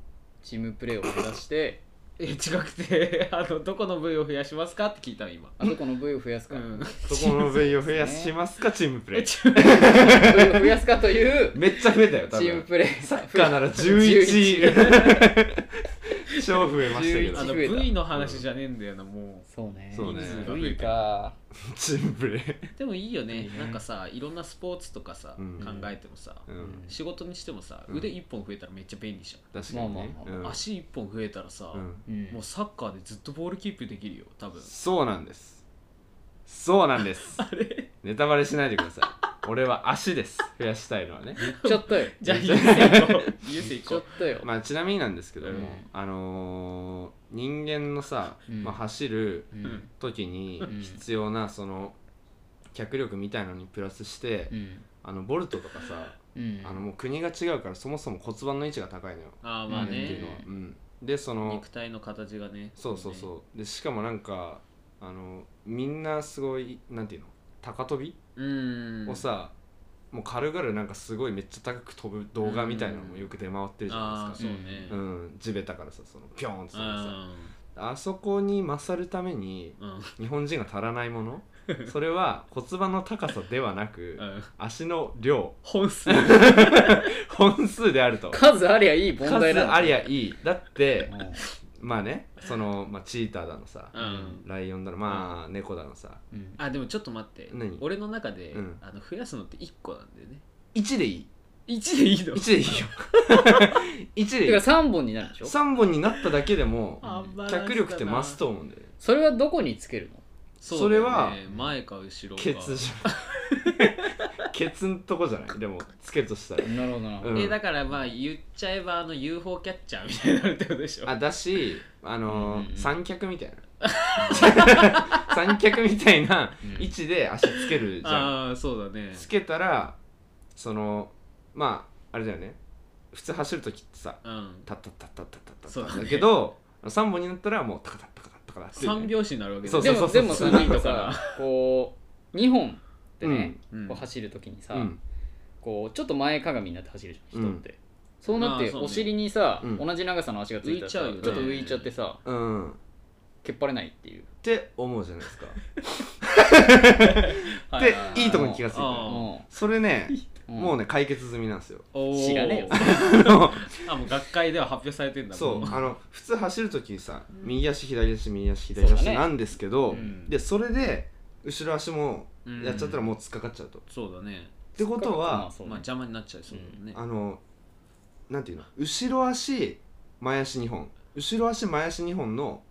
Speaker 2: チームプレーを目指して
Speaker 5: え違くて あのどこの部位を増やしますかって聞いたの今
Speaker 2: あそこの部位を増やす
Speaker 5: う
Speaker 2: か、
Speaker 5: ん
Speaker 1: そこの部位を増やしますかチームプレイ
Speaker 2: 部位を増やすかという
Speaker 1: めっちゃ増えたよ 多
Speaker 2: チーム
Speaker 1: 分
Speaker 2: プレー
Speaker 1: サッカーなら11 11 少増えましたけ
Speaker 5: あ
Speaker 1: ど
Speaker 5: の V の話じゃねえんだよなも
Speaker 2: そうね
Speaker 1: そうね
Speaker 5: う
Speaker 6: いいか
Speaker 1: チンプレ
Speaker 5: うでもいいよねなんかさいろんなスポーツとかさ、
Speaker 1: うん
Speaker 5: 考えてもさ、
Speaker 1: うん
Speaker 5: 仕事にしてもさ
Speaker 1: うん
Speaker 5: 腕1本増えたらめっちゃ便利じ
Speaker 1: 確かにね
Speaker 2: まあまあ
Speaker 1: う
Speaker 5: ゃん、
Speaker 1: ん
Speaker 5: 足1本増えたらさ、
Speaker 1: うん
Speaker 2: うん
Speaker 5: もうサッカーでずっとボールキープできるよ多分
Speaker 1: そうなんですそうなんです ネタバレしないでください俺は足です増やしたいのはね、
Speaker 6: ちょっとよ
Speaker 5: じゃあ優勢行こ う優勢行
Speaker 6: ちょっ
Speaker 5: こと
Speaker 6: よ
Speaker 1: まあ、ちなみになんですけども、
Speaker 2: うん
Speaker 1: あのー人間のさ、
Speaker 2: うん
Speaker 1: まあ、走る
Speaker 2: う
Speaker 5: うん
Speaker 2: ん
Speaker 1: 時に
Speaker 2: うん
Speaker 1: 必要なその脚力みたいのにプラスして、
Speaker 2: うん
Speaker 1: あのボルトとかさ、
Speaker 2: うん
Speaker 1: あのもう国が違うからそもそも骨盤の位置が高いのよ、
Speaker 5: うああまあ
Speaker 1: っていう
Speaker 5: ね
Speaker 1: のは、うん、でその
Speaker 5: 肉体の形がね
Speaker 1: そうそうそうでしかもなんかあのみんなすごいなんていうの高跳び
Speaker 5: うーん
Speaker 1: をさ、もう軽々なんかすごいめっちゃ高く飛ぶ動画みたいなのもよく出回ってるじゃない
Speaker 5: ああ
Speaker 1: で
Speaker 5: ー
Speaker 1: す
Speaker 5: そう
Speaker 1: か、
Speaker 5: ね
Speaker 1: うん地べたからさそのピョーンって
Speaker 5: う
Speaker 1: 飛んでさ
Speaker 5: ん
Speaker 1: あそこに勝るために
Speaker 5: うん
Speaker 1: 日本人が足らないも のそれは骨盤の高さではなく、
Speaker 5: うん
Speaker 1: 足の量
Speaker 5: 本数
Speaker 1: 本数であると
Speaker 6: 数ありゃいい問
Speaker 1: 数
Speaker 6: 題なんだ
Speaker 1: ありゃいいだってまあねその、まあ、チーターだのさ、
Speaker 5: うん
Speaker 1: ライオンだのまあ、猫だのさ
Speaker 2: うん
Speaker 5: あでもちょっと待って
Speaker 1: 何
Speaker 5: 俺の中で、
Speaker 1: うん
Speaker 5: あの増やすのって1個なんだよね
Speaker 1: 1でいい
Speaker 5: 1でいいの
Speaker 1: 1でいいよ1でい
Speaker 6: て
Speaker 1: い
Speaker 6: か3本になるでしょ
Speaker 1: 3本になっただけでも
Speaker 5: あんま
Speaker 1: 脚力って増すと思うんだよね
Speaker 6: それはどこにつけるの
Speaker 5: うだよ
Speaker 1: それ
Speaker 5: ね前か後ろか
Speaker 1: ケツじゃんケツんとこじゃないでもつけるとしたら、
Speaker 2: なるほどなるほ
Speaker 1: う
Speaker 2: ど
Speaker 1: ん
Speaker 5: えだからまあ言っちゃえばあの UFO キャッチャーみたいになるってことでしょ
Speaker 1: あだしあのー
Speaker 2: うんうんうん
Speaker 1: 三脚みたいな三脚みたいな位置で足つけるじゃん
Speaker 5: あーそうだね
Speaker 1: つけたらそのまああれだよね普通走る時ってさ
Speaker 5: うん
Speaker 1: タッタッタッタッタッタッタッ
Speaker 5: そうだね
Speaker 1: だけど3本になったらもうタカタッタカタッタカタっていうね
Speaker 5: 3拍子になるわけ
Speaker 1: そう
Speaker 6: で
Speaker 1: そうそ
Speaker 6: も
Speaker 1: う
Speaker 6: でもさ
Speaker 1: そう
Speaker 6: なんかさこう2本ってね、
Speaker 5: うん
Speaker 6: こう走るときにさ、
Speaker 1: うん
Speaker 6: こうちょっと前かがみになって走るじゃん人って、そうなっ
Speaker 5: まあ
Speaker 6: て
Speaker 5: そうね
Speaker 6: お尻にさ、
Speaker 1: うん
Speaker 6: 同じ長さの足がついたらさ
Speaker 5: 浮いちゃうよね
Speaker 6: ちょっと浮いちゃってさ
Speaker 1: うんっ
Speaker 6: けっぱれないっていう、
Speaker 1: て思うじゃないですかで
Speaker 5: はははい
Speaker 1: いとこに気がついた
Speaker 5: あ
Speaker 1: の
Speaker 5: ー
Speaker 6: う
Speaker 1: それね
Speaker 6: ん
Speaker 1: もうね解決済みなんですよ
Speaker 5: おー
Speaker 6: 知らね
Speaker 5: あもう学会では発表されてんだ
Speaker 1: そ
Speaker 5: も
Speaker 1: う
Speaker 5: う
Speaker 1: あの普通走る時にさ右足左足右足左
Speaker 6: そう
Speaker 1: 足
Speaker 6: だね
Speaker 1: なんですけど
Speaker 5: うん
Speaker 1: でそれで後ろ足もやっちゃったら
Speaker 5: うん
Speaker 1: もう突っかかっちゃうとっ
Speaker 5: そうだね
Speaker 1: てこと
Speaker 6: ま
Speaker 1: は
Speaker 6: あそう
Speaker 5: ま
Speaker 6: ね
Speaker 5: あ邪魔になっちゃいそうだもんね
Speaker 1: あのなんていうの後ろ足前足2本後ろ足前足2本の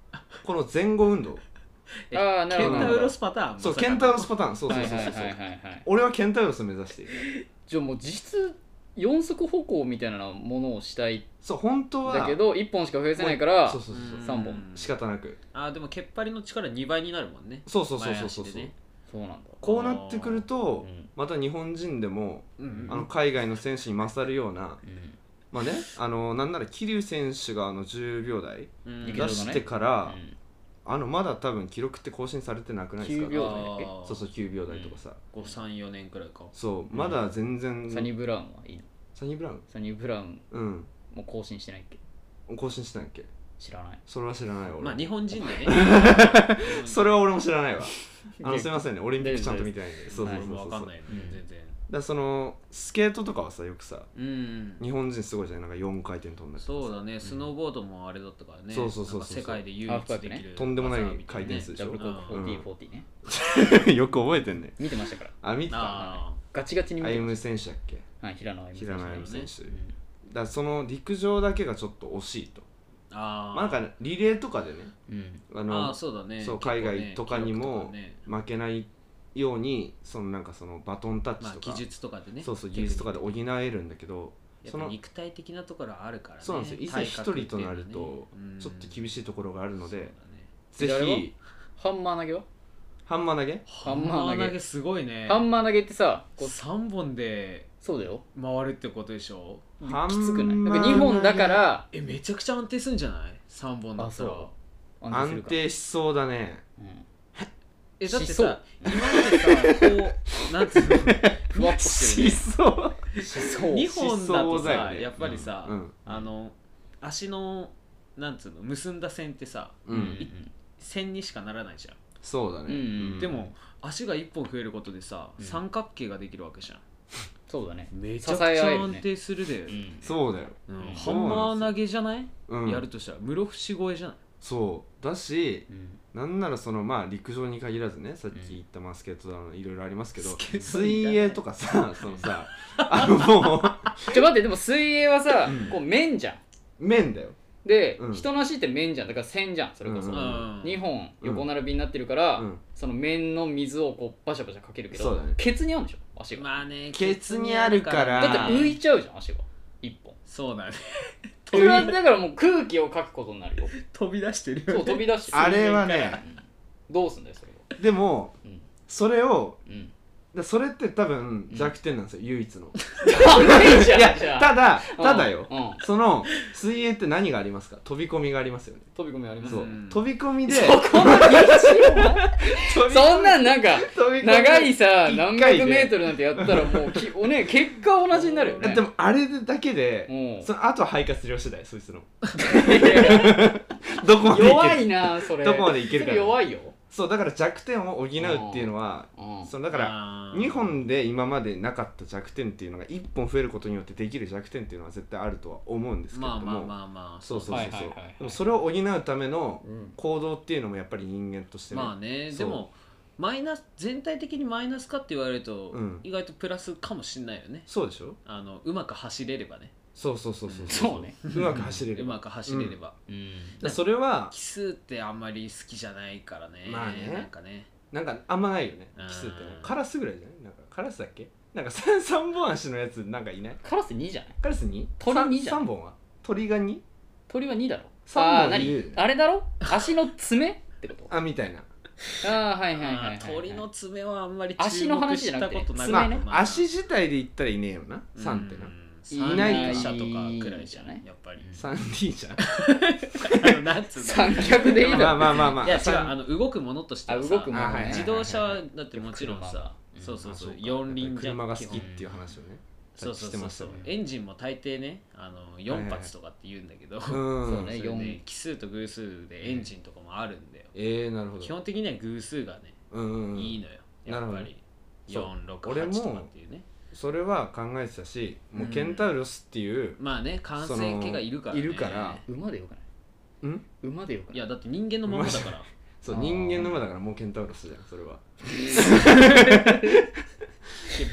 Speaker 1: この前後運動
Speaker 5: え
Speaker 6: ああな
Speaker 5: ケ
Speaker 6: る
Speaker 5: ン
Speaker 6: ほど
Speaker 5: タウロスパターン
Speaker 1: そう
Speaker 5: まさか
Speaker 1: ケ
Speaker 5: の
Speaker 1: ンタウロスパターンそう
Speaker 6: は
Speaker 1: そう
Speaker 6: い
Speaker 1: そう
Speaker 6: はい
Speaker 1: そう
Speaker 6: はいはいはい
Speaker 1: 俺はケンタウロス目指している
Speaker 6: じゃあもう実質四足歩行みたいなものをしたい
Speaker 1: そう本当は
Speaker 6: だけど1本しか増やせないか
Speaker 1: もう
Speaker 6: ら
Speaker 1: そうそうそう
Speaker 5: うん
Speaker 6: 三本
Speaker 1: 仕方なく
Speaker 5: あーでもけっぱりの力2倍になるもんね
Speaker 1: そうそうそうそうそうそう、
Speaker 5: 前足でね
Speaker 6: そうなんだ
Speaker 1: こうなってくると
Speaker 6: うん
Speaker 1: また日本人でも
Speaker 5: うん
Speaker 1: あの海外の選手に勝るような
Speaker 6: うん
Speaker 1: まあねあのなんなら桐生選手があの10秒台
Speaker 5: うん
Speaker 1: 出
Speaker 6: いけるほどね
Speaker 1: してから、あのまだ多分記録って更新されてなくないですか
Speaker 6: 9秒台だっけ
Speaker 5: あー
Speaker 1: そうそう9秒台とかさ、
Speaker 5: 534年くらいか
Speaker 1: そうまだ全然、
Speaker 6: うん
Speaker 1: サ
Speaker 6: サ
Speaker 1: ニ
Speaker 6: ニー・ブラウンはいいの
Speaker 1: ーブラウン
Speaker 6: サニー・ブラウン
Speaker 1: うん
Speaker 6: も更新してないっけ
Speaker 1: 更新したんやっけ
Speaker 6: 知らない
Speaker 1: それは知らない俺、
Speaker 5: まあ日本人でね
Speaker 1: それは俺も知らないわあの
Speaker 6: です
Speaker 1: いませんねオリンピックちゃんと見てないんで そうそうそうそう
Speaker 5: 分
Speaker 1: そ
Speaker 5: か
Speaker 1: うん
Speaker 5: な
Speaker 1: だか
Speaker 5: いよね全然
Speaker 1: らそのスケートとかはさよくさ
Speaker 5: うん
Speaker 1: 日本人すごいじゃないなんか4回転飛んだりとか
Speaker 5: そう
Speaker 1: さ
Speaker 5: だね、スノーボードもあれだったからね。
Speaker 1: そうそうそうそう
Speaker 5: なんか世界で唯一で
Speaker 6: ハーフパイ
Speaker 5: き
Speaker 6: プ
Speaker 5: る。
Speaker 1: とんでもない回転数でし
Speaker 6: ダ
Speaker 1: ょ
Speaker 6: ブルコーク
Speaker 1: うん
Speaker 6: 4040ね
Speaker 1: よく覚えてんね
Speaker 6: 見てましたから
Speaker 1: あ見てた
Speaker 5: あ
Speaker 6: ガチガチに見
Speaker 1: 歩
Speaker 6: てま
Speaker 1: 夢
Speaker 6: し
Speaker 1: 選手だっけ
Speaker 6: たはい平野歩夢
Speaker 1: 平野歩夢選
Speaker 5: ね
Speaker 1: 手、だからその陸上だけがちょっと惜しいと
Speaker 5: あ。ああ。
Speaker 1: まあなんかね、リレーとかでね
Speaker 6: うん
Speaker 1: あ
Speaker 5: あ
Speaker 1: の
Speaker 5: あ、そうだね。
Speaker 1: そう
Speaker 5: 結構ね
Speaker 1: 海外とかにも
Speaker 5: 記録とかね
Speaker 1: 負けないようにそのなんかそのバトンタッ
Speaker 5: まあ
Speaker 1: チとか、
Speaker 5: 技術とかでね。
Speaker 1: そうそう技術とかで補えるんだけど
Speaker 5: やっ
Speaker 1: そ
Speaker 5: ぱ
Speaker 1: の
Speaker 5: 肉体的なところはあるからね。
Speaker 1: そうなんですよいざ
Speaker 5: 体格
Speaker 1: 一人となると
Speaker 5: っていうのはね
Speaker 1: ちょっと厳しいところがあるので、
Speaker 6: そう
Speaker 1: ぜ
Speaker 6: だね
Speaker 1: ひ
Speaker 6: ハンマー投げは
Speaker 1: ハンマー投げ
Speaker 5: ハ
Speaker 6: ハ
Speaker 5: ン
Speaker 6: ン
Speaker 5: マ
Speaker 6: マー
Speaker 5: ー投
Speaker 6: 投
Speaker 5: げ
Speaker 6: げ
Speaker 5: すごいね。
Speaker 6: ハンマー投げってさこう
Speaker 5: 3本で
Speaker 6: そうだよ
Speaker 5: 回るってことでしょ
Speaker 1: ハンマー
Speaker 6: きつくないなんか2本だから
Speaker 5: え、めちゃくちゃ安定するんじゃない ?3 本だった
Speaker 6: あ
Speaker 5: ら
Speaker 6: そ。
Speaker 1: 安
Speaker 6: するか
Speaker 1: 定しそうだね
Speaker 6: うん
Speaker 5: え、だって
Speaker 6: しそ
Speaker 5: さ
Speaker 6: う、
Speaker 5: 今までさ、こう、なんつうの
Speaker 6: ふわっとしてるね
Speaker 1: そう、
Speaker 6: そう
Speaker 5: 2本だと
Speaker 1: 思想だよ
Speaker 5: さ
Speaker 1: ね
Speaker 5: やっぱりさ、
Speaker 1: うん
Speaker 5: あの足のなんつうの結んだ線ってさ
Speaker 1: うん
Speaker 5: 線にしかならないじゃん、
Speaker 1: そうだね、
Speaker 6: うんうん
Speaker 5: でも足が1本増えることでさ、
Speaker 6: ん
Speaker 5: 三角形ができるわけじゃん
Speaker 2: そうだね
Speaker 5: めちゃくち
Speaker 2: 支え合
Speaker 5: ゃ
Speaker 2: える
Speaker 5: 安
Speaker 2: ね
Speaker 5: 定するだよ
Speaker 2: う
Speaker 5: ね、
Speaker 2: ん
Speaker 1: そうだよ、
Speaker 5: うんハ
Speaker 1: そう
Speaker 5: ンマ
Speaker 1: なんですよ
Speaker 5: ー投げじゃない、
Speaker 1: うん、
Speaker 5: やるとしたら室伏越えじゃない
Speaker 1: そうだし
Speaker 2: うん
Speaker 1: なんならそのまあ陸上に限らずねさっき言ったまあスケートだのいろいろありますけど、
Speaker 5: スケート
Speaker 1: 水泳とかさそのさあのも
Speaker 2: ちょ待ってでも水泳はさこう面じゃん
Speaker 1: う面だよ
Speaker 2: で
Speaker 1: うん
Speaker 2: 人の足って面じゃんだから線じゃんそれこ
Speaker 1: う
Speaker 2: そ
Speaker 1: ん
Speaker 2: 2本
Speaker 1: うん
Speaker 2: 横並びになってるから、
Speaker 1: うん
Speaker 2: その面の水をこうバシャバシャかけるけど
Speaker 1: そうだね
Speaker 2: ケツにあるんでしょ足が、
Speaker 5: まあね
Speaker 1: ケツにあるから
Speaker 2: だって浮いちゃうじゃん足が一本
Speaker 5: そうだね
Speaker 2: それはだからもう空気をかくことになるよ
Speaker 5: 飛び出してる
Speaker 2: そう飛び出して
Speaker 1: あれはね
Speaker 2: どうすんだよそれは
Speaker 1: でも
Speaker 2: うん
Speaker 1: それを
Speaker 2: うん
Speaker 1: だそれって多分弱点なんですよ、唯一の
Speaker 2: ダ メじゃん
Speaker 1: いや
Speaker 2: じゃあ
Speaker 1: ただただよ、
Speaker 2: うんうん
Speaker 1: その水泳って何がありますか飛び込みがありますよね
Speaker 2: 飛び込みあります
Speaker 1: そう、
Speaker 5: うん
Speaker 1: 飛び込みで
Speaker 2: そこの必死お前
Speaker 1: 飛び
Speaker 2: そんなんなんか
Speaker 1: 飛び込み
Speaker 2: 長いさ
Speaker 1: 一
Speaker 2: 何
Speaker 1: 回で
Speaker 2: 百メートルなんてやったらもうきおね結果同じになるよね
Speaker 1: でもあれだけで
Speaker 2: うん
Speaker 1: そのあとは肺活量次第そいつの
Speaker 2: いやいや
Speaker 1: どこまでいける
Speaker 2: 弱い なそれ
Speaker 1: どこまでいけるかな
Speaker 2: それ弱いよ、
Speaker 1: そうだから弱点を補うっていうのは
Speaker 2: うん、
Speaker 1: そのだから2本で今までなかった弱点っていうのが1本増えることによってできる弱点っていうのは絶対あるとは思うんですけれど
Speaker 5: まあまあ
Speaker 1: も
Speaker 5: まあまあ
Speaker 1: そうそうそう
Speaker 2: はい
Speaker 1: そ
Speaker 2: は
Speaker 1: う
Speaker 2: いはいはい
Speaker 1: でもそれを補うための
Speaker 5: うん
Speaker 1: 行動っていうのもやっぱり人間としてね
Speaker 5: まあね
Speaker 1: そう
Speaker 5: でもマイナス全体的にマイナスかって言われると、
Speaker 1: うん
Speaker 5: 意外とプラスかもしんないよね
Speaker 1: そうでしょ
Speaker 5: あのうまく走れればね
Speaker 1: そうそうそうそう
Speaker 2: そうね
Speaker 1: うまく走れ
Speaker 5: う
Speaker 1: る
Speaker 5: まく走れれ
Speaker 1: だ
Speaker 5: ば、
Speaker 1: からそれは
Speaker 5: 奇数ってあんまり好きじゃないからね
Speaker 1: まあね
Speaker 5: なんかね
Speaker 1: なんかあんまないよね
Speaker 5: うん
Speaker 1: 奇数ってねカラスぐらいじゃないなんかカラスだっけなんか 3, 三本足のやつなんかいない
Speaker 2: カラス2じゃない
Speaker 1: カラスに
Speaker 2: 鳥
Speaker 1: 三
Speaker 2: 二じゃん
Speaker 1: 三本は鳥が2
Speaker 2: 鳥は2だろ
Speaker 1: 三本
Speaker 2: あー
Speaker 1: い
Speaker 2: 何
Speaker 1: る
Speaker 2: あれだろ足の爪ってこと
Speaker 1: あみたいな
Speaker 2: ああはいはいはいはい、は
Speaker 5: あ
Speaker 2: い、
Speaker 5: ー鳥の爪はあんまり
Speaker 2: 足の話じゃなくて
Speaker 5: 注目したこと
Speaker 2: 爪
Speaker 5: な
Speaker 1: ま
Speaker 5: い
Speaker 2: ね
Speaker 1: あ足自体で言ったらいねえよな3ってな
Speaker 5: ない
Speaker 1: ない
Speaker 5: 三輪車とかくらいじゃないやっぱり
Speaker 1: 3D じゃん
Speaker 5: あの なんつうの
Speaker 2: 三脚でいいだろ
Speaker 1: まあまあまあまあ
Speaker 5: いや違う
Speaker 1: 三
Speaker 5: あの動くものとして
Speaker 2: あ
Speaker 5: は
Speaker 2: 動
Speaker 5: さ
Speaker 2: くもの
Speaker 1: あはい
Speaker 2: ね
Speaker 5: 自動車はだってもちろん
Speaker 2: よ
Speaker 5: さ
Speaker 2: く車が
Speaker 5: そうそうそ
Speaker 1: あ
Speaker 5: う
Speaker 1: か
Speaker 5: 四輪じゃん
Speaker 1: 車が好
Speaker 5: 基
Speaker 1: き
Speaker 5: 本
Speaker 1: っていう話をねさ
Speaker 5: そ
Speaker 1: っ
Speaker 5: う
Speaker 1: き
Speaker 5: そ
Speaker 1: し
Speaker 5: う
Speaker 1: て
Speaker 5: そ
Speaker 1: ま
Speaker 5: う
Speaker 1: した
Speaker 5: そう
Speaker 1: よね
Speaker 5: エンジンも大抵ねあの
Speaker 1: はい
Speaker 5: 4
Speaker 1: はい
Speaker 5: 発とかって言うんだけど
Speaker 1: う
Speaker 2: そうんね
Speaker 5: それ
Speaker 2: 四
Speaker 5: で奇数と偶数でエンジンとかもあるんだよ
Speaker 1: えーなるほ
Speaker 5: 基
Speaker 1: ど
Speaker 5: 本的には偶数がね
Speaker 1: うんうんう
Speaker 5: いい
Speaker 1: ん
Speaker 5: のよ
Speaker 1: なるほ
Speaker 5: やっ
Speaker 1: どね
Speaker 5: ぱり
Speaker 1: そう俺
Speaker 5: 468
Speaker 1: も
Speaker 5: とかっていうね
Speaker 1: それは考えてたしもうケンタウロスっていう
Speaker 5: まあね感染系がいるからね
Speaker 1: いるから
Speaker 2: 馬でよくない
Speaker 1: ん
Speaker 2: 馬でよくない
Speaker 5: いやだって人間のままだ から
Speaker 1: そう
Speaker 2: あー
Speaker 1: 人間の馬だからもうケンタウロスじゃんそれ は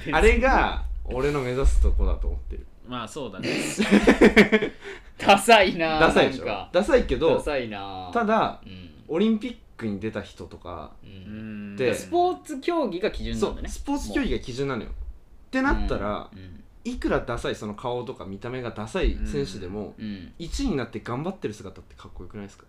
Speaker 5: に
Speaker 1: あれが俺の目指すとこだと思ってる
Speaker 5: まあそうだね
Speaker 2: ダサいな
Speaker 1: ダサいでし
Speaker 2: なん
Speaker 1: ょ
Speaker 2: か
Speaker 1: ダサいけ
Speaker 2: ダ
Speaker 1: ど
Speaker 2: サいな
Speaker 1: ただ
Speaker 2: うん
Speaker 1: オリンピックに出た人とか
Speaker 2: う
Speaker 5: うんん
Speaker 1: で
Speaker 2: スポーツ競技が基準な
Speaker 1: そ
Speaker 2: んだ
Speaker 1: う
Speaker 2: ね
Speaker 1: スポーツ競技が基準なのよってなったら
Speaker 2: うん
Speaker 1: いくらダサいその顔とか見た目がダサい選手でも
Speaker 2: うん
Speaker 1: 1位になって頑張ってる姿ってかっこよくないですか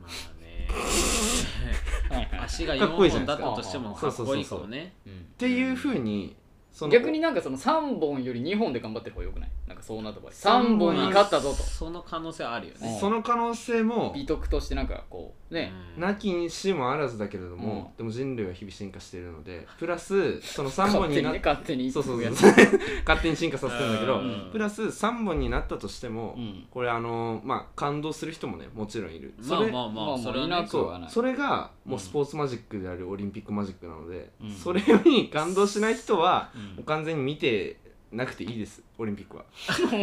Speaker 5: まあね
Speaker 2: はいはい
Speaker 5: 足が
Speaker 1: かっこいい
Speaker 5: 4
Speaker 1: じゃ
Speaker 5: 本
Speaker 1: な
Speaker 5: だ
Speaker 1: いですか
Speaker 5: ったとしてもかっこいいかもね
Speaker 2: うん
Speaker 1: っていうふうにその
Speaker 2: 逆になんかその3本より2本で頑張ってる方がよくないなんかそうなった場合3本に
Speaker 1: 三
Speaker 2: 勝ったぞと
Speaker 5: その可能性あるよね
Speaker 1: その可能性も
Speaker 2: 美徳としてなんかこうね、
Speaker 5: うん
Speaker 1: なきにしもあらずだけれども、
Speaker 2: うん
Speaker 1: でも人類は日々進化しているのでプラスその3本
Speaker 2: 勝手
Speaker 1: に
Speaker 2: に
Speaker 1: な
Speaker 2: ね勝手に
Speaker 1: そうそうそう
Speaker 2: やつ
Speaker 1: そう 勝手に進化させてるんだけど、
Speaker 5: うん
Speaker 1: プラス3本になったとして も、
Speaker 2: うん
Speaker 1: これあのまあ感動する人もねもちろんいる
Speaker 5: ま
Speaker 1: そ
Speaker 5: あ
Speaker 1: れ、
Speaker 5: まあま
Speaker 2: まあ
Speaker 5: あ
Speaker 2: まあ
Speaker 5: それは
Speaker 2: な
Speaker 5: ね
Speaker 2: く
Speaker 1: そ
Speaker 2: は
Speaker 1: う
Speaker 2: ない
Speaker 1: それがもう
Speaker 2: うん
Speaker 1: スポーツマジックであるオリンピックマジックなので、
Speaker 2: うん
Speaker 1: それに感動しない人は
Speaker 2: うん
Speaker 1: もう完全に見てなくていいですオリンピッ クは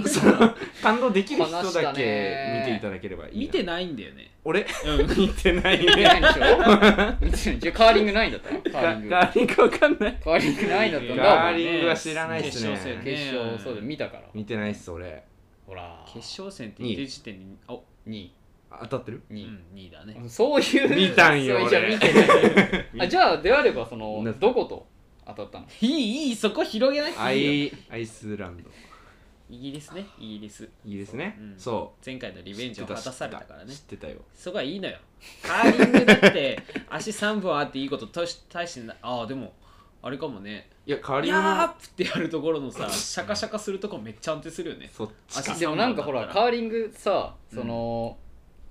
Speaker 1: その感動できる人
Speaker 2: 話した
Speaker 1: だけ
Speaker 2: ね
Speaker 1: 見ていただければいいな
Speaker 5: 見てないんだよね
Speaker 1: 俺
Speaker 5: うん
Speaker 1: 見てない
Speaker 2: 見て
Speaker 1: ね
Speaker 2: ないでしょ見てないじゃあカーリングないんだったらカ
Speaker 1: ガ
Speaker 2: ーリング
Speaker 1: ガーリングわかんない
Speaker 2: カーリングないんだったら
Speaker 1: ガーリングは知らないっすね
Speaker 5: 決勝戦
Speaker 2: 決勝そうだ
Speaker 5: ね
Speaker 2: 見たから
Speaker 1: 見てないっす俺
Speaker 2: ほら
Speaker 5: 決勝戦って言ってる時点にお
Speaker 2: 2
Speaker 1: 当たってる
Speaker 5: う
Speaker 2: 位
Speaker 5: ん2位だね
Speaker 2: そういう
Speaker 1: 見たんよ
Speaker 2: そうじゃあ
Speaker 1: 俺
Speaker 2: 見てないあじゃあであればその
Speaker 1: ね
Speaker 2: どこと当たったの
Speaker 5: いいいいそこ広げなく
Speaker 1: ア
Speaker 5: ていいよ
Speaker 1: イアイスランド
Speaker 5: イギリスねイギリス
Speaker 1: いいですね
Speaker 5: うん
Speaker 1: そう
Speaker 5: 前回のリベンジを果たされたからね
Speaker 1: 知ってたよ
Speaker 5: そこはいいのよカーリングだって足3本あっていいこととし大してなああでもあれかもね
Speaker 1: いやカーリン
Speaker 5: や
Speaker 1: グ
Speaker 5: ー
Speaker 1: も
Speaker 5: っってやるところのさシャカシャカするとこめっちゃ安定するよね
Speaker 1: そっち
Speaker 5: 足
Speaker 2: でもなんかほら
Speaker 5: 三本だった
Speaker 2: カーリングさその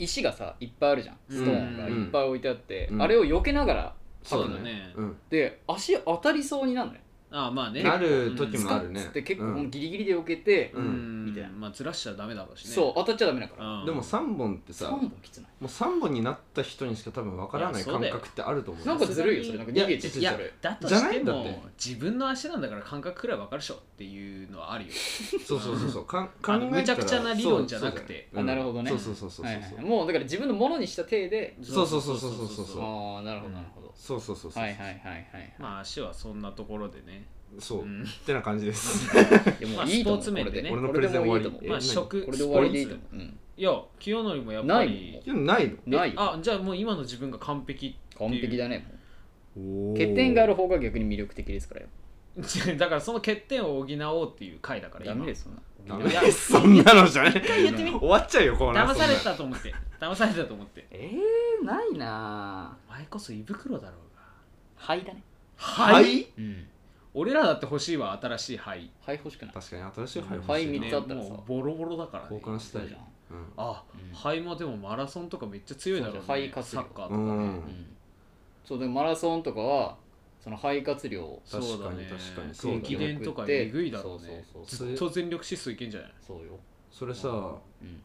Speaker 2: 石がさいっぱいあるじゃんストーンがいっぱい置いてあって
Speaker 1: うん
Speaker 2: あれを避けながら
Speaker 1: そう
Speaker 5: そ
Speaker 1: だ
Speaker 5: うだ
Speaker 1: ね
Speaker 5: ね
Speaker 1: うん
Speaker 2: で足当たりそうになるのよ
Speaker 5: ああまあね
Speaker 1: なる時
Speaker 2: ス
Speaker 1: も
Speaker 2: カ
Speaker 1: ある
Speaker 2: ッ
Speaker 1: ね
Speaker 2: つって結
Speaker 1: う
Speaker 2: 構
Speaker 1: ん
Speaker 2: ギリギリで避けて
Speaker 1: うん
Speaker 2: みみたいな、
Speaker 5: まあずらしちゃダメだろうしね
Speaker 2: そう当たっちゃダメだから、
Speaker 5: うん
Speaker 1: でも3本って
Speaker 2: 三
Speaker 1: さ
Speaker 2: 本
Speaker 1: も
Speaker 2: きつないう
Speaker 1: 3本になった人にしか多分わからない
Speaker 5: いや
Speaker 1: 感
Speaker 5: そうだよ
Speaker 1: 覚ってあると思う
Speaker 2: なんかずるいよそれなんか逃げて
Speaker 1: い
Speaker 2: る
Speaker 5: いや
Speaker 2: それ
Speaker 5: だと
Speaker 1: じゃな
Speaker 5: し
Speaker 1: い
Speaker 5: て
Speaker 1: んだって
Speaker 5: も自分の足なんだから感覚くらいわかるでしょっていうのはあるよ
Speaker 1: そうそうそうそうか ん考えた
Speaker 5: あ
Speaker 1: ら
Speaker 5: のむちゃくちゃな理論じゃなくて
Speaker 1: そうそうだよ
Speaker 2: あなるほどね
Speaker 1: そうそうそうそう
Speaker 2: はいはい、もうだから自分のものにした体で
Speaker 1: そうそうそうそうそうそうそう
Speaker 2: ああなるほどなるほど、
Speaker 1: そうそうそうそう
Speaker 2: はいはいはいはい、
Speaker 5: まあ足はそんなところでね
Speaker 1: そううんってな感じです
Speaker 2: いやもういいと思う
Speaker 5: まあスポーツ面でね
Speaker 1: 俺の
Speaker 2: こ
Speaker 1: プ
Speaker 2: れ
Speaker 1: レ
Speaker 2: で
Speaker 1: ゼン終
Speaker 2: こ
Speaker 1: わ
Speaker 2: れで
Speaker 1: り
Speaker 2: も
Speaker 5: まあ
Speaker 1: え
Speaker 5: 食
Speaker 2: これで終わりでいいと思う、うん
Speaker 5: いや清則もやっぱ
Speaker 2: ないもんも
Speaker 5: り
Speaker 1: 何ないの
Speaker 2: ないよ
Speaker 5: あじゃあもう今の自分が完璧
Speaker 2: 完璧だねも
Speaker 1: おー
Speaker 2: う 欠点がある方が逆に魅力的ですからよ
Speaker 5: だからその欠点を補おうっていう回だから
Speaker 2: ダ
Speaker 5: 今
Speaker 2: メですそんな
Speaker 1: ダメ
Speaker 5: いや
Speaker 1: ですそ んなのじゃね
Speaker 5: 回言ってみ
Speaker 1: 終わっちゃう よこの
Speaker 5: 騙されたと思って騙されたと思って
Speaker 2: えー、ないな
Speaker 5: お前こそ胃袋だろうが
Speaker 2: 肺だね
Speaker 5: は
Speaker 1: はい
Speaker 2: うん
Speaker 5: 俺らだって欲しいわ新しい肺
Speaker 2: 肺欲しくない
Speaker 1: 確かに新しい肺
Speaker 2: 肺
Speaker 1: 欲しい
Speaker 2: 三つ
Speaker 1: な
Speaker 2: あったらさ
Speaker 5: もうボロボロだから、ね
Speaker 1: 交、換した
Speaker 2: そう
Speaker 1: い
Speaker 2: じゃん、
Speaker 1: うん
Speaker 5: あ、
Speaker 2: うん
Speaker 5: 肺もでもマラソンとかめっちゃ強いだろうね
Speaker 2: そうそう肺活
Speaker 5: サ
Speaker 2: 量
Speaker 5: ッカ
Speaker 1: う
Speaker 5: ーとかね、
Speaker 1: ん
Speaker 2: うん、そうでマラソンとかはその肺活量を
Speaker 5: そうだね
Speaker 1: 確かに確かにそうだね
Speaker 5: 駅伝とかえぐいだろうね
Speaker 2: そうそう
Speaker 1: そう
Speaker 5: ずっと全力疾走いけんじゃない
Speaker 2: そうよ
Speaker 1: それさ
Speaker 2: うん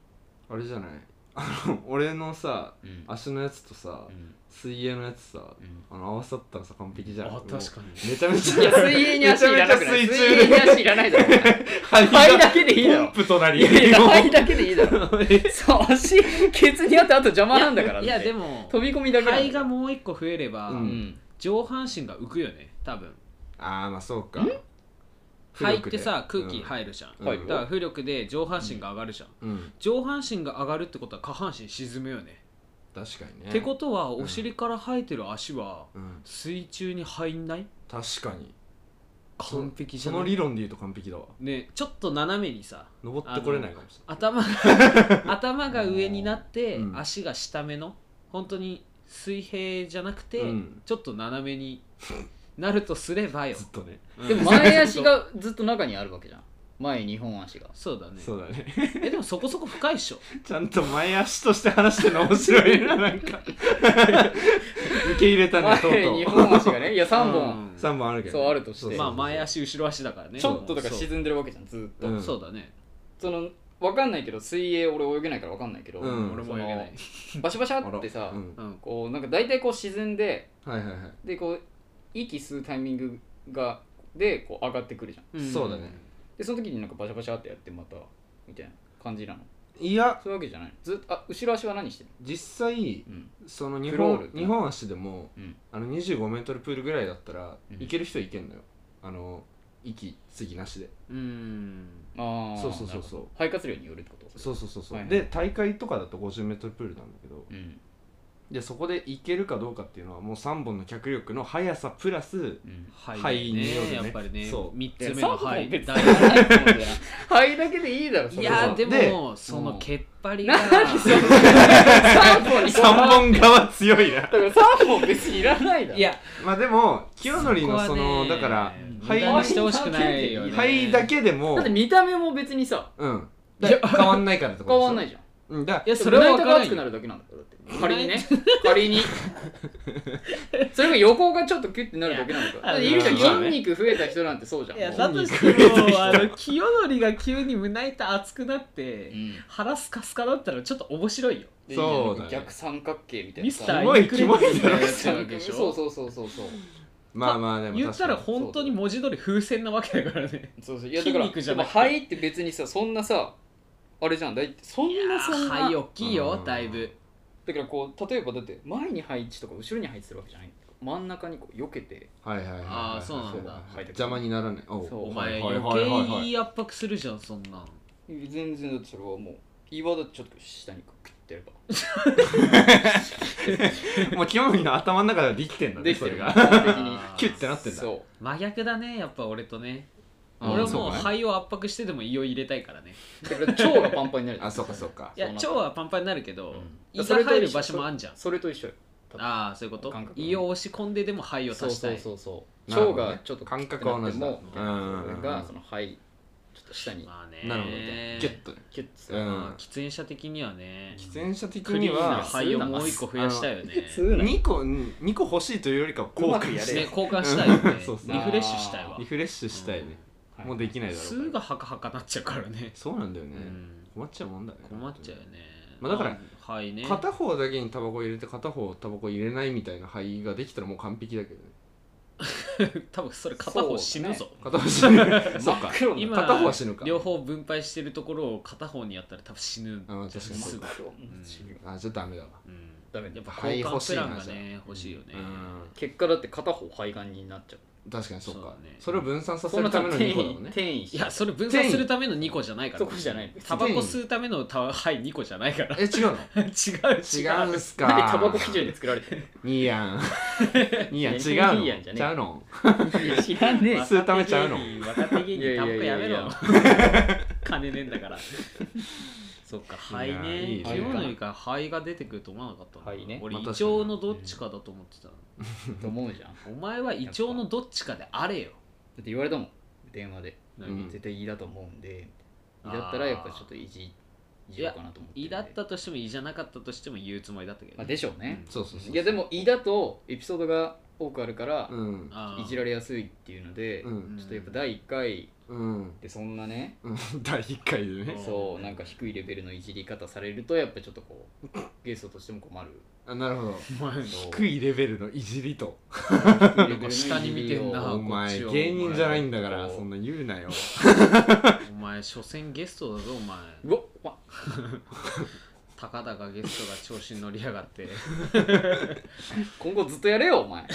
Speaker 1: あれじゃないあの 俺のさ
Speaker 2: うん
Speaker 1: 足のやつとさ
Speaker 2: うん
Speaker 1: 水泳のやつさ
Speaker 2: うん
Speaker 1: あの合わさったらさ完璧じゃん
Speaker 5: あ確かに
Speaker 1: めちゃめち
Speaker 2: いや
Speaker 1: ゃ
Speaker 2: 水泳に足いらなくな
Speaker 1: め
Speaker 2: い
Speaker 1: ちゃめちゃ水
Speaker 2: 水
Speaker 1: 中
Speaker 2: 泳に足いらないだろお前肺だけでいいだろ
Speaker 1: ポンプとなり
Speaker 2: いやいや肺だけでいいだ ろそう足ケツにあってあと邪魔なんだから
Speaker 5: いやいやで
Speaker 2: も
Speaker 5: も
Speaker 2: 飛び込みだけなん
Speaker 5: 肺
Speaker 2: だか
Speaker 5: が
Speaker 2: ら
Speaker 5: もう一個増えれば、
Speaker 1: う
Speaker 2: うん
Speaker 5: 上半身が浮くよね多分
Speaker 1: ああまあそうか
Speaker 5: 肺ってさ
Speaker 1: 浮力
Speaker 5: 空
Speaker 1: で
Speaker 5: 気入るじゃん、
Speaker 1: うん
Speaker 2: 入るよ
Speaker 5: だから浮力で上半身が上がるじゃん、
Speaker 1: うんうん
Speaker 5: 上半身が上がるってことは下半身沈むよね、
Speaker 1: 確かにね
Speaker 5: ってことはお尻から生えてる足は
Speaker 1: うん
Speaker 5: 水中に入んない
Speaker 1: 確かに
Speaker 5: 完璧じ
Speaker 1: そ
Speaker 5: ゃな
Speaker 1: の
Speaker 5: い
Speaker 1: 理論で言うと完璧だわ
Speaker 5: ねちょっと斜めにさ
Speaker 1: 登ってこれないかもしれない
Speaker 5: 頭が頭が上になって、
Speaker 1: うん
Speaker 5: 足が下目の本当に水平じゃなくて、
Speaker 1: うん
Speaker 5: ちょっと斜めになるとす ればよ
Speaker 1: ずっとね
Speaker 5: うん
Speaker 2: でも前足がずっと中にあるわけじゃん前2本足が
Speaker 5: そうだね
Speaker 1: そうだね
Speaker 5: えでもそこそこ深いっしょ
Speaker 1: ちゃんと前足として話してるの面白いな、なんか。受け入 れたね、とう
Speaker 2: 前
Speaker 1: と
Speaker 2: 2
Speaker 1: う。
Speaker 2: 本足がねいや3
Speaker 5: う
Speaker 2: 本
Speaker 5: ん
Speaker 1: 3本あるけどね。
Speaker 2: そうあるとして
Speaker 1: そうそう
Speaker 5: ま
Speaker 1: そ
Speaker 5: あ
Speaker 1: う
Speaker 5: 前。足後ろ足だからね
Speaker 2: ちょっとだから
Speaker 5: そう
Speaker 2: 沈んでるわけじゃんずっと
Speaker 1: うん
Speaker 5: そうだね
Speaker 2: その分かんないけど水泳俺泳げないから分かんないけど、
Speaker 1: うん
Speaker 5: 俺も泳げない
Speaker 2: そのバシャバシ
Speaker 1: あ
Speaker 2: ャ
Speaker 1: ら
Speaker 2: ってさ、
Speaker 1: うん
Speaker 5: うん
Speaker 2: こうなんか大体こう沈んで
Speaker 1: はいはいはい。
Speaker 2: でこう息吸うタイミングがでこう上がってくるじゃん
Speaker 5: ん
Speaker 1: そうだね。
Speaker 2: でその時になんかバシャバシャってやってまたみたいな感じなの
Speaker 1: いや、
Speaker 2: そういうわけじゃないずっとあ後ろ足は何してる
Speaker 1: 実際、
Speaker 2: の、うん、
Speaker 1: その日
Speaker 2: クロ
Speaker 1: 本
Speaker 2: ール
Speaker 1: 日本足でも、
Speaker 2: うん
Speaker 1: あの25メートルプールぐらいだったら、
Speaker 2: うん
Speaker 1: いける人はいけんのよ。あの、息、次なしで。
Speaker 5: うん
Speaker 2: ああ
Speaker 1: そうそうそうそう
Speaker 2: 肺活量によるってこと
Speaker 1: そうそうそうそう、
Speaker 2: はいはい
Speaker 1: で、大会とかだと50メートルプールなんだけど、
Speaker 2: う、うん
Speaker 1: で、そこでいけるかどうかっていうのは、もう3本の脚力の速さプラス、
Speaker 2: うん、
Speaker 5: はい
Speaker 1: 肺によるね
Speaker 5: やっぱりね
Speaker 1: そう
Speaker 5: 3
Speaker 2: いや
Speaker 5: つ目
Speaker 2: 三
Speaker 5: の肺
Speaker 2: 本別に
Speaker 5: 大事
Speaker 2: ないと思うん だよな肺だけでいいだろそ
Speaker 5: い
Speaker 2: れ
Speaker 5: や
Speaker 2: は
Speaker 5: ーでも
Speaker 1: で
Speaker 5: そのけっぱりが
Speaker 2: 何その
Speaker 1: 3
Speaker 2: 3本にこだわっ
Speaker 1: 本側強いな
Speaker 2: だ。から3本別にいらないだろ
Speaker 5: いや
Speaker 1: まあでも清則のその
Speaker 5: こはね
Speaker 1: だから
Speaker 5: 無駄にしてほしくないよね
Speaker 1: 肺だけでも
Speaker 2: だって見た目も別にさ
Speaker 1: うん
Speaker 2: いや
Speaker 1: 変わんないからってことでしょ
Speaker 2: 変わんないじゃん
Speaker 1: うんだ
Speaker 5: いや
Speaker 2: そ
Speaker 5: そ
Speaker 2: れ
Speaker 5: れ
Speaker 2: は
Speaker 5: は
Speaker 2: 分
Speaker 5: 分
Speaker 2: か
Speaker 5: から
Speaker 2: な
Speaker 5: らな
Speaker 2: くなるだ
Speaker 5: いよ
Speaker 2: けなんだからだって仮にね仮にそれが横がちょっとキュッてなるだけなんだからだっているじゃん
Speaker 5: いやまあね
Speaker 2: 筋肉増えた人なんてそうじゃん
Speaker 5: いや
Speaker 2: も
Speaker 5: だとしてもあの清則が急に胸板熱くなって、
Speaker 2: ううん
Speaker 5: 腹スカスカだったらちょっと面白いよ
Speaker 2: でいいじゃん
Speaker 1: そうだね
Speaker 2: 逆三角形みたいな
Speaker 5: ミ
Speaker 2: さ
Speaker 5: スタ
Speaker 1: キ
Speaker 5: ー
Speaker 1: モい
Speaker 5: インクレディブルみたいなやつな
Speaker 2: 三
Speaker 5: わけ
Speaker 2: 角
Speaker 5: でし
Speaker 2: 形
Speaker 5: ょ
Speaker 2: そうそうそうそうそう
Speaker 1: まあまあでも
Speaker 5: 言ったら
Speaker 1: 確か
Speaker 5: 本当に文字通り風船なわけだからね
Speaker 2: そうそういやだから
Speaker 5: 筋肉じゃなくて
Speaker 2: でも肺って別にさそんなさあれじゃんだいそんなそんな
Speaker 5: はい大きいよ
Speaker 1: うん
Speaker 5: だいぶ
Speaker 2: だからこう例えばだって前に配置とか後ろに配置するわけじゃない真ん中にこう避けて
Speaker 1: にはいはいはいはい
Speaker 5: あーそうなんだ
Speaker 1: はい邪魔にならないお
Speaker 2: そう
Speaker 5: お
Speaker 1: はい
Speaker 5: 前
Speaker 1: はい
Speaker 5: 余
Speaker 1: はいはいはい
Speaker 5: 計圧迫するじゃんそんなん
Speaker 2: 全然だってそれはもう岩だってちょっと下にクッてやれば
Speaker 1: もう清盛の頭の中ではできてんだね
Speaker 2: でき
Speaker 1: そ
Speaker 2: て
Speaker 1: れ
Speaker 2: る
Speaker 1: が
Speaker 2: 完璧に
Speaker 5: あ ー
Speaker 1: キュッてなってんだ
Speaker 2: そ
Speaker 5: 真逆だねやっぱ俺とね
Speaker 1: あー
Speaker 5: 俺は
Speaker 1: そ
Speaker 5: も
Speaker 1: う
Speaker 5: う
Speaker 1: かね
Speaker 5: 肺を圧迫してでも胃を入れたいからね
Speaker 2: うだから腸がパンパンになるじゃん
Speaker 1: あそうかそうか
Speaker 5: いや
Speaker 2: そうなった
Speaker 5: 腸はパンパンになるけど、
Speaker 2: ん
Speaker 5: 胃が入る場所もあんじゃん
Speaker 2: それと一緒よ
Speaker 5: ああそういうこと
Speaker 2: 感覚
Speaker 5: 胃を押し込んででも肺を
Speaker 2: そう
Speaker 5: 足した
Speaker 2: そう
Speaker 5: い
Speaker 2: そうそう
Speaker 1: なるほ
Speaker 2: 腸
Speaker 1: どね
Speaker 2: がちょっと
Speaker 1: 感覚は同じだ
Speaker 2: キュッ
Speaker 1: うん
Speaker 2: てなってもみたいなそれがその肺ちょっと下に
Speaker 5: まあね
Speaker 1: なるほどキュッとね
Speaker 2: キュッてす
Speaker 1: う
Speaker 2: る
Speaker 1: ん
Speaker 5: まあ喫煙者的にはね
Speaker 1: 喫煙者的
Speaker 5: ク
Speaker 1: に
Speaker 5: リーンな
Speaker 1: は
Speaker 5: 肺をもう一個増やしたいよね
Speaker 2: 吸うな
Speaker 1: 2個うん二個欲しいというよりかは後
Speaker 2: うまく
Speaker 1: 悔
Speaker 2: や
Speaker 1: し
Speaker 2: れ
Speaker 1: て
Speaker 5: ね交換したいよね
Speaker 1: うんそうそう
Speaker 5: リフレッシュしたいわ
Speaker 1: リフレッシュしたいねもうできないだろうから
Speaker 5: 数がハカハカなっちゃうからね
Speaker 1: そうなんだよね、
Speaker 5: うん
Speaker 1: 困っちゃうもんだね
Speaker 5: 困っちゃうよね
Speaker 1: まあだから
Speaker 5: はいね
Speaker 1: 片方だけにタバコ入れて片方タバコ入れないみたいな肺ができたらもう完璧だけどね
Speaker 5: 多分それ片方死ぬぞ
Speaker 1: 片方死ぬそっか
Speaker 2: 黒
Speaker 5: 今
Speaker 1: 片方は死ぬか
Speaker 5: 両方分配してるところを片方にやったら多分死ぬ
Speaker 1: あ確かに
Speaker 5: すぐ
Speaker 2: 黒
Speaker 5: うん
Speaker 1: あじゃあダメだわ
Speaker 5: うん
Speaker 2: ダメだ
Speaker 5: やっぱ
Speaker 1: 肺
Speaker 5: 交
Speaker 1: 欲
Speaker 5: 換
Speaker 1: しい
Speaker 5: プ
Speaker 1: な
Speaker 5: ランが
Speaker 1: じゃあ
Speaker 5: ね欲しいよね
Speaker 1: うん
Speaker 2: 結果だって片方肺がんになっちゃう
Speaker 1: 確かにそっか
Speaker 5: そうだ
Speaker 1: そ,、
Speaker 5: ね
Speaker 1: れを分散させ
Speaker 2: そん
Speaker 1: る
Speaker 2: な
Speaker 1: た
Speaker 2: た
Speaker 1: め
Speaker 2: め
Speaker 1: の
Speaker 2: の
Speaker 1: 2
Speaker 2: 2
Speaker 1: 個だもんね
Speaker 2: 個だもんね転移
Speaker 5: いやそれ分散するための2個じゃないから
Speaker 2: そこじゃない
Speaker 5: タバコ吸うためのタはい2個じゃないから
Speaker 1: え違うの
Speaker 5: 違う違
Speaker 1: 違うんすか
Speaker 2: なんでタバコ基準で作られてる
Speaker 1: いいやんいいやん違
Speaker 2: いや
Speaker 1: うの
Speaker 2: いいやんじゃねえ
Speaker 1: ちゃうの
Speaker 2: の知らね
Speaker 1: 吸うためちゃうの
Speaker 5: 若手芸人タバコやめ
Speaker 2: いやいやいやい
Speaker 5: ろ
Speaker 2: や
Speaker 5: 金ねえんだからそっか肺
Speaker 1: い
Speaker 5: ね
Speaker 1: や
Speaker 5: 生
Speaker 1: いいね
Speaker 5: き物よりか肺が出てくると思わなかったな
Speaker 2: 肺ね
Speaker 5: 俺胃
Speaker 1: まあ
Speaker 5: 腸
Speaker 1: 確かに
Speaker 5: のどっちかだと思ってたの
Speaker 2: えと思うじゃんだ
Speaker 5: お前は胃腸のどっちかであれよ
Speaker 2: って言われたもん電話で
Speaker 1: うん
Speaker 2: 絶対胃だと思うんで
Speaker 5: あ
Speaker 2: 胃
Speaker 5: ー
Speaker 2: だったらやっぱちょっといじいじようかなと思って
Speaker 5: 胃だったとしても胃じゃなかったとしても言うつもりだったけど
Speaker 2: まあ
Speaker 5: ね
Speaker 2: でしょうね
Speaker 1: そうそうそう
Speaker 2: いやでも胃だとエピソードが多くあるから
Speaker 1: うん
Speaker 5: あー
Speaker 2: いじられやすいっていうので
Speaker 1: うん
Speaker 2: ちょっとやっぱ第1回
Speaker 1: うん
Speaker 2: でそんなね
Speaker 1: うん 第1回でね
Speaker 2: そうなんか低いレベルのいじり方されるとやっぱちょっとこうゲストとしても困る
Speaker 1: あなるほど
Speaker 5: お前
Speaker 1: 低いレベルのいじりと
Speaker 2: 低いレベルのいじりを
Speaker 5: 下に見てんなあ
Speaker 1: お前
Speaker 5: こっちは
Speaker 1: 芸人じゃないんだから
Speaker 2: お前
Speaker 1: そんな言うなよ
Speaker 5: お前所詮ゲストだぞお前
Speaker 2: うわわ
Speaker 5: たかだかゲストが調子に乗りやがって
Speaker 2: 今後ずっとやれよお前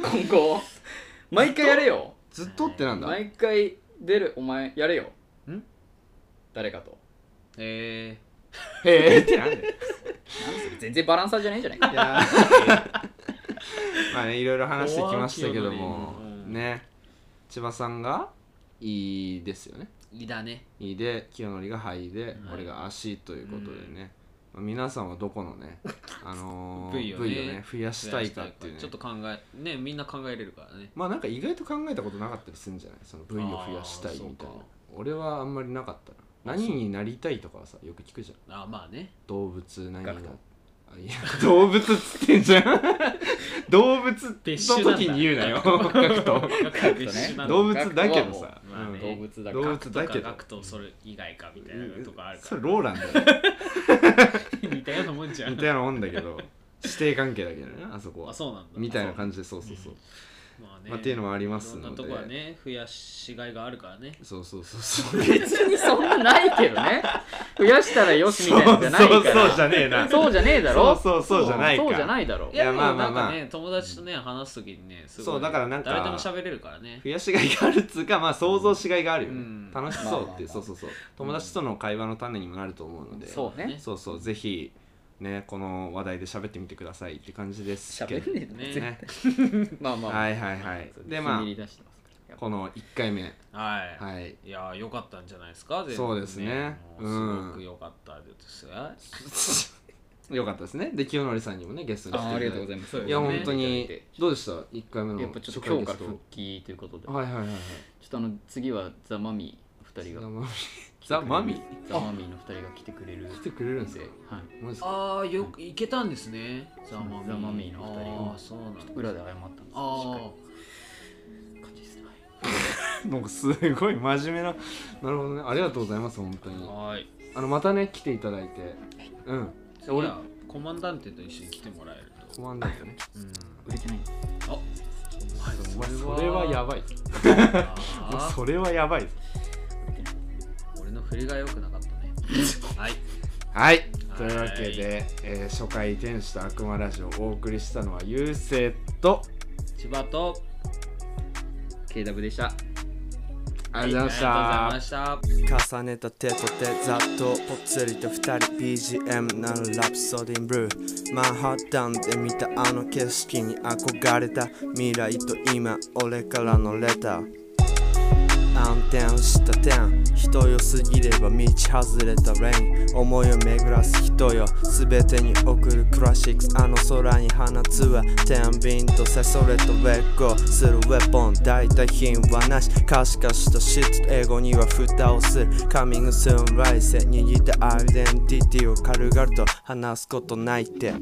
Speaker 2: 今後毎回やれよ
Speaker 1: ずっとってなんだ
Speaker 2: 毎回出るお前やれよ
Speaker 5: ん
Speaker 2: 誰かと
Speaker 5: え
Speaker 1: へえってなんで
Speaker 2: なんそれ全然バランサーじゃないじゃないか
Speaker 1: いやー まあねいろいろ話してきましたけども、
Speaker 5: うん
Speaker 1: ね千葉さんが「いい」ですよね
Speaker 5: ー、胃だね
Speaker 1: 「いい」で清則が「はい」で、
Speaker 5: はい
Speaker 1: 俺が「足」ということでね、まあ皆さんはどこのね、あの ー、
Speaker 5: 部位をね
Speaker 1: 増やしたいかっていうね
Speaker 5: ちょっと考えねみんな考えれるからね
Speaker 1: まあなんか意外と考えたことなかったりするんじゃないその部位を増やしたいみたい
Speaker 5: あーそう
Speaker 1: な
Speaker 5: か
Speaker 1: 俺はあんまりなかったな何になりたいとかはさよく聞くじゃん
Speaker 5: あまあね
Speaker 1: 動物何が
Speaker 2: ガクト
Speaker 1: あいや動物っつってんじゃん動物の
Speaker 5: 別種なんだ
Speaker 1: 時に言うなよガクト動物だけどさ、
Speaker 5: まあね
Speaker 1: うん
Speaker 2: 動物だか
Speaker 1: 動
Speaker 2: ら
Speaker 1: 物だけど
Speaker 5: 学とそれ以外かみたいなとこある
Speaker 1: そ
Speaker 5: か
Speaker 1: れローランだよ
Speaker 5: ら似たようなもんじゃ
Speaker 1: み
Speaker 5: ん
Speaker 1: たいなもんだけど指定関係だけどねあそこ
Speaker 5: あ
Speaker 1: は
Speaker 5: そうなんだ
Speaker 1: みたいな感じでそうそうそう、
Speaker 5: まあね
Speaker 1: まあっていうのもありますので
Speaker 5: いろんなとこはね増やしがいがあるからね
Speaker 1: そうそうそう そう
Speaker 2: 別にそんなないけどね増やしたらよしみたいなのじゃないか
Speaker 1: そ
Speaker 2: ら
Speaker 1: うそうそうじゃねえな
Speaker 2: そうじゃねえだろ
Speaker 1: そうそうそうじゃないか
Speaker 2: そうじゃないだろ
Speaker 1: いや
Speaker 5: でも
Speaker 1: まあまあまあ
Speaker 5: なんかね友達とね話すときにねすごい
Speaker 1: そうだからなんか
Speaker 5: 誰でも喋れるからね
Speaker 1: 増やしがいがあるっつうかまあ想像しがいがあるよね、
Speaker 5: うん
Speaker 1: 楽しそうっていう、
Speaker 2: まあまあまあ
Speaker 1: そうそうそう友達との会話の種にもなると思うので、
Speaker 2: そうね
Speaker 1: そうそうぜひねこの話題で喋ってみてくださいって感じですけ
Speaker 2: 喋
Speaker 1: ど
Speaker 2: んねえ
Speaker 5: ね
Speaker 2: ね
Speaker 1: ね
Speaker 2: まあまあ、
Speaker 1: はいはいはいで
Speaker 2: ひ
Speaker 1: まあ
Speaker 2: ねり出してますから
Speaker 1: この1回目
Speaker 5: はい、
Speaker 1: はい
Speaker 5: いやー良かったんじゃないですか全部
Speaker 1: そうですね
Speaker 5: もう
Speaker 1: うん
Speaker 5: すごく良かったですよ、
Speaker 1: よかったですねで清則さんにもねゲストに来てい
Speaker 2: あ
Speaker 1: た
Speaker 2: あ
Speaker 1: だ
Speaker 2: り
Speaker 1: い
Speaker 2: がとうございます
Speaker 5: そう
Speaker 1: て
Speaker 5: で
Speaker 1: いや
Speaker 5: すね
Speaker 1: 本当
Speaker 2: いただい
Speaker 1: に
Speaker 2: て
Speaker 1: どうでした1回目の
Speaker 2: やっぱちょっと今日から復
Speaker 1: 初
Speaker 2: 帰ということで、
Speaker 1: 回ゲストはいはいはいはい
Speaker 2: ちょっとあの次はザ・マミー2人が
Speaker 1: ザ・マミ
Speaker 2: ザ・マミーの2人が来てくれる
Speaker 1: 来てくれるんです
Speaker 2: で
Speaker 1: か、
Speaker 2: は
Speaker 1: マ
Speaker 2: い、
Speaker 1: ジですか
Speaker 5: ああよくいけたんですねザ・マミー
Speaker 2: ザマミーの二人
Speaker 5: ああそうなんだ
Speaker 2: 裏で謝ったんです
Speaker 5: あ
Speaker 2: しっかり感じですねはい
Speaker 1: なんかすごい真面目ななるほどねありがとうございます本当
Speaker 5: あ
Speaker 1: に
Speaker 5: はい
Speaker 1: あのまたね来ていただいてうん
Speaker 5: 俺コマンダンテと一緒に来てもらえると
Speaker 1: 不安だったね
Speaker 2: 売れてないんです
Speaker 5: あ
Speaker 1: お前それはやばいぞお前
Speaker 5: あ
Speaker 1: それはやばいぞ
Speaker 5: ー俺の振りが良くなかったねはい
Speaker 1: はいというわけで、えー初回天使と悪魔ラジオをお送りしたのはゆうせいと
Speaker 5: 千葉と
Speaker 2: KW でした
Speaker 1: ありがとうございまし
Speaker 5: あ
Speaker 1: た
Speaker 5: りがとうございました
Speaker 4: 重ねた手と手ざっとぽつりと二人 BGM なるラプソディンブルーマンハッタンで見たあの景色に憧れた未来と今俺からのレター暗転した点人よすぎれば道外れたレイン思いを巡らす人よ全てに送るクラシックスあの空に放つは天秤とせそれとウェッコするウェポン大体品はなし可視化したシット英語には蓋をするカミングスーン来世握ったアイデンティティを軽々と話すことないって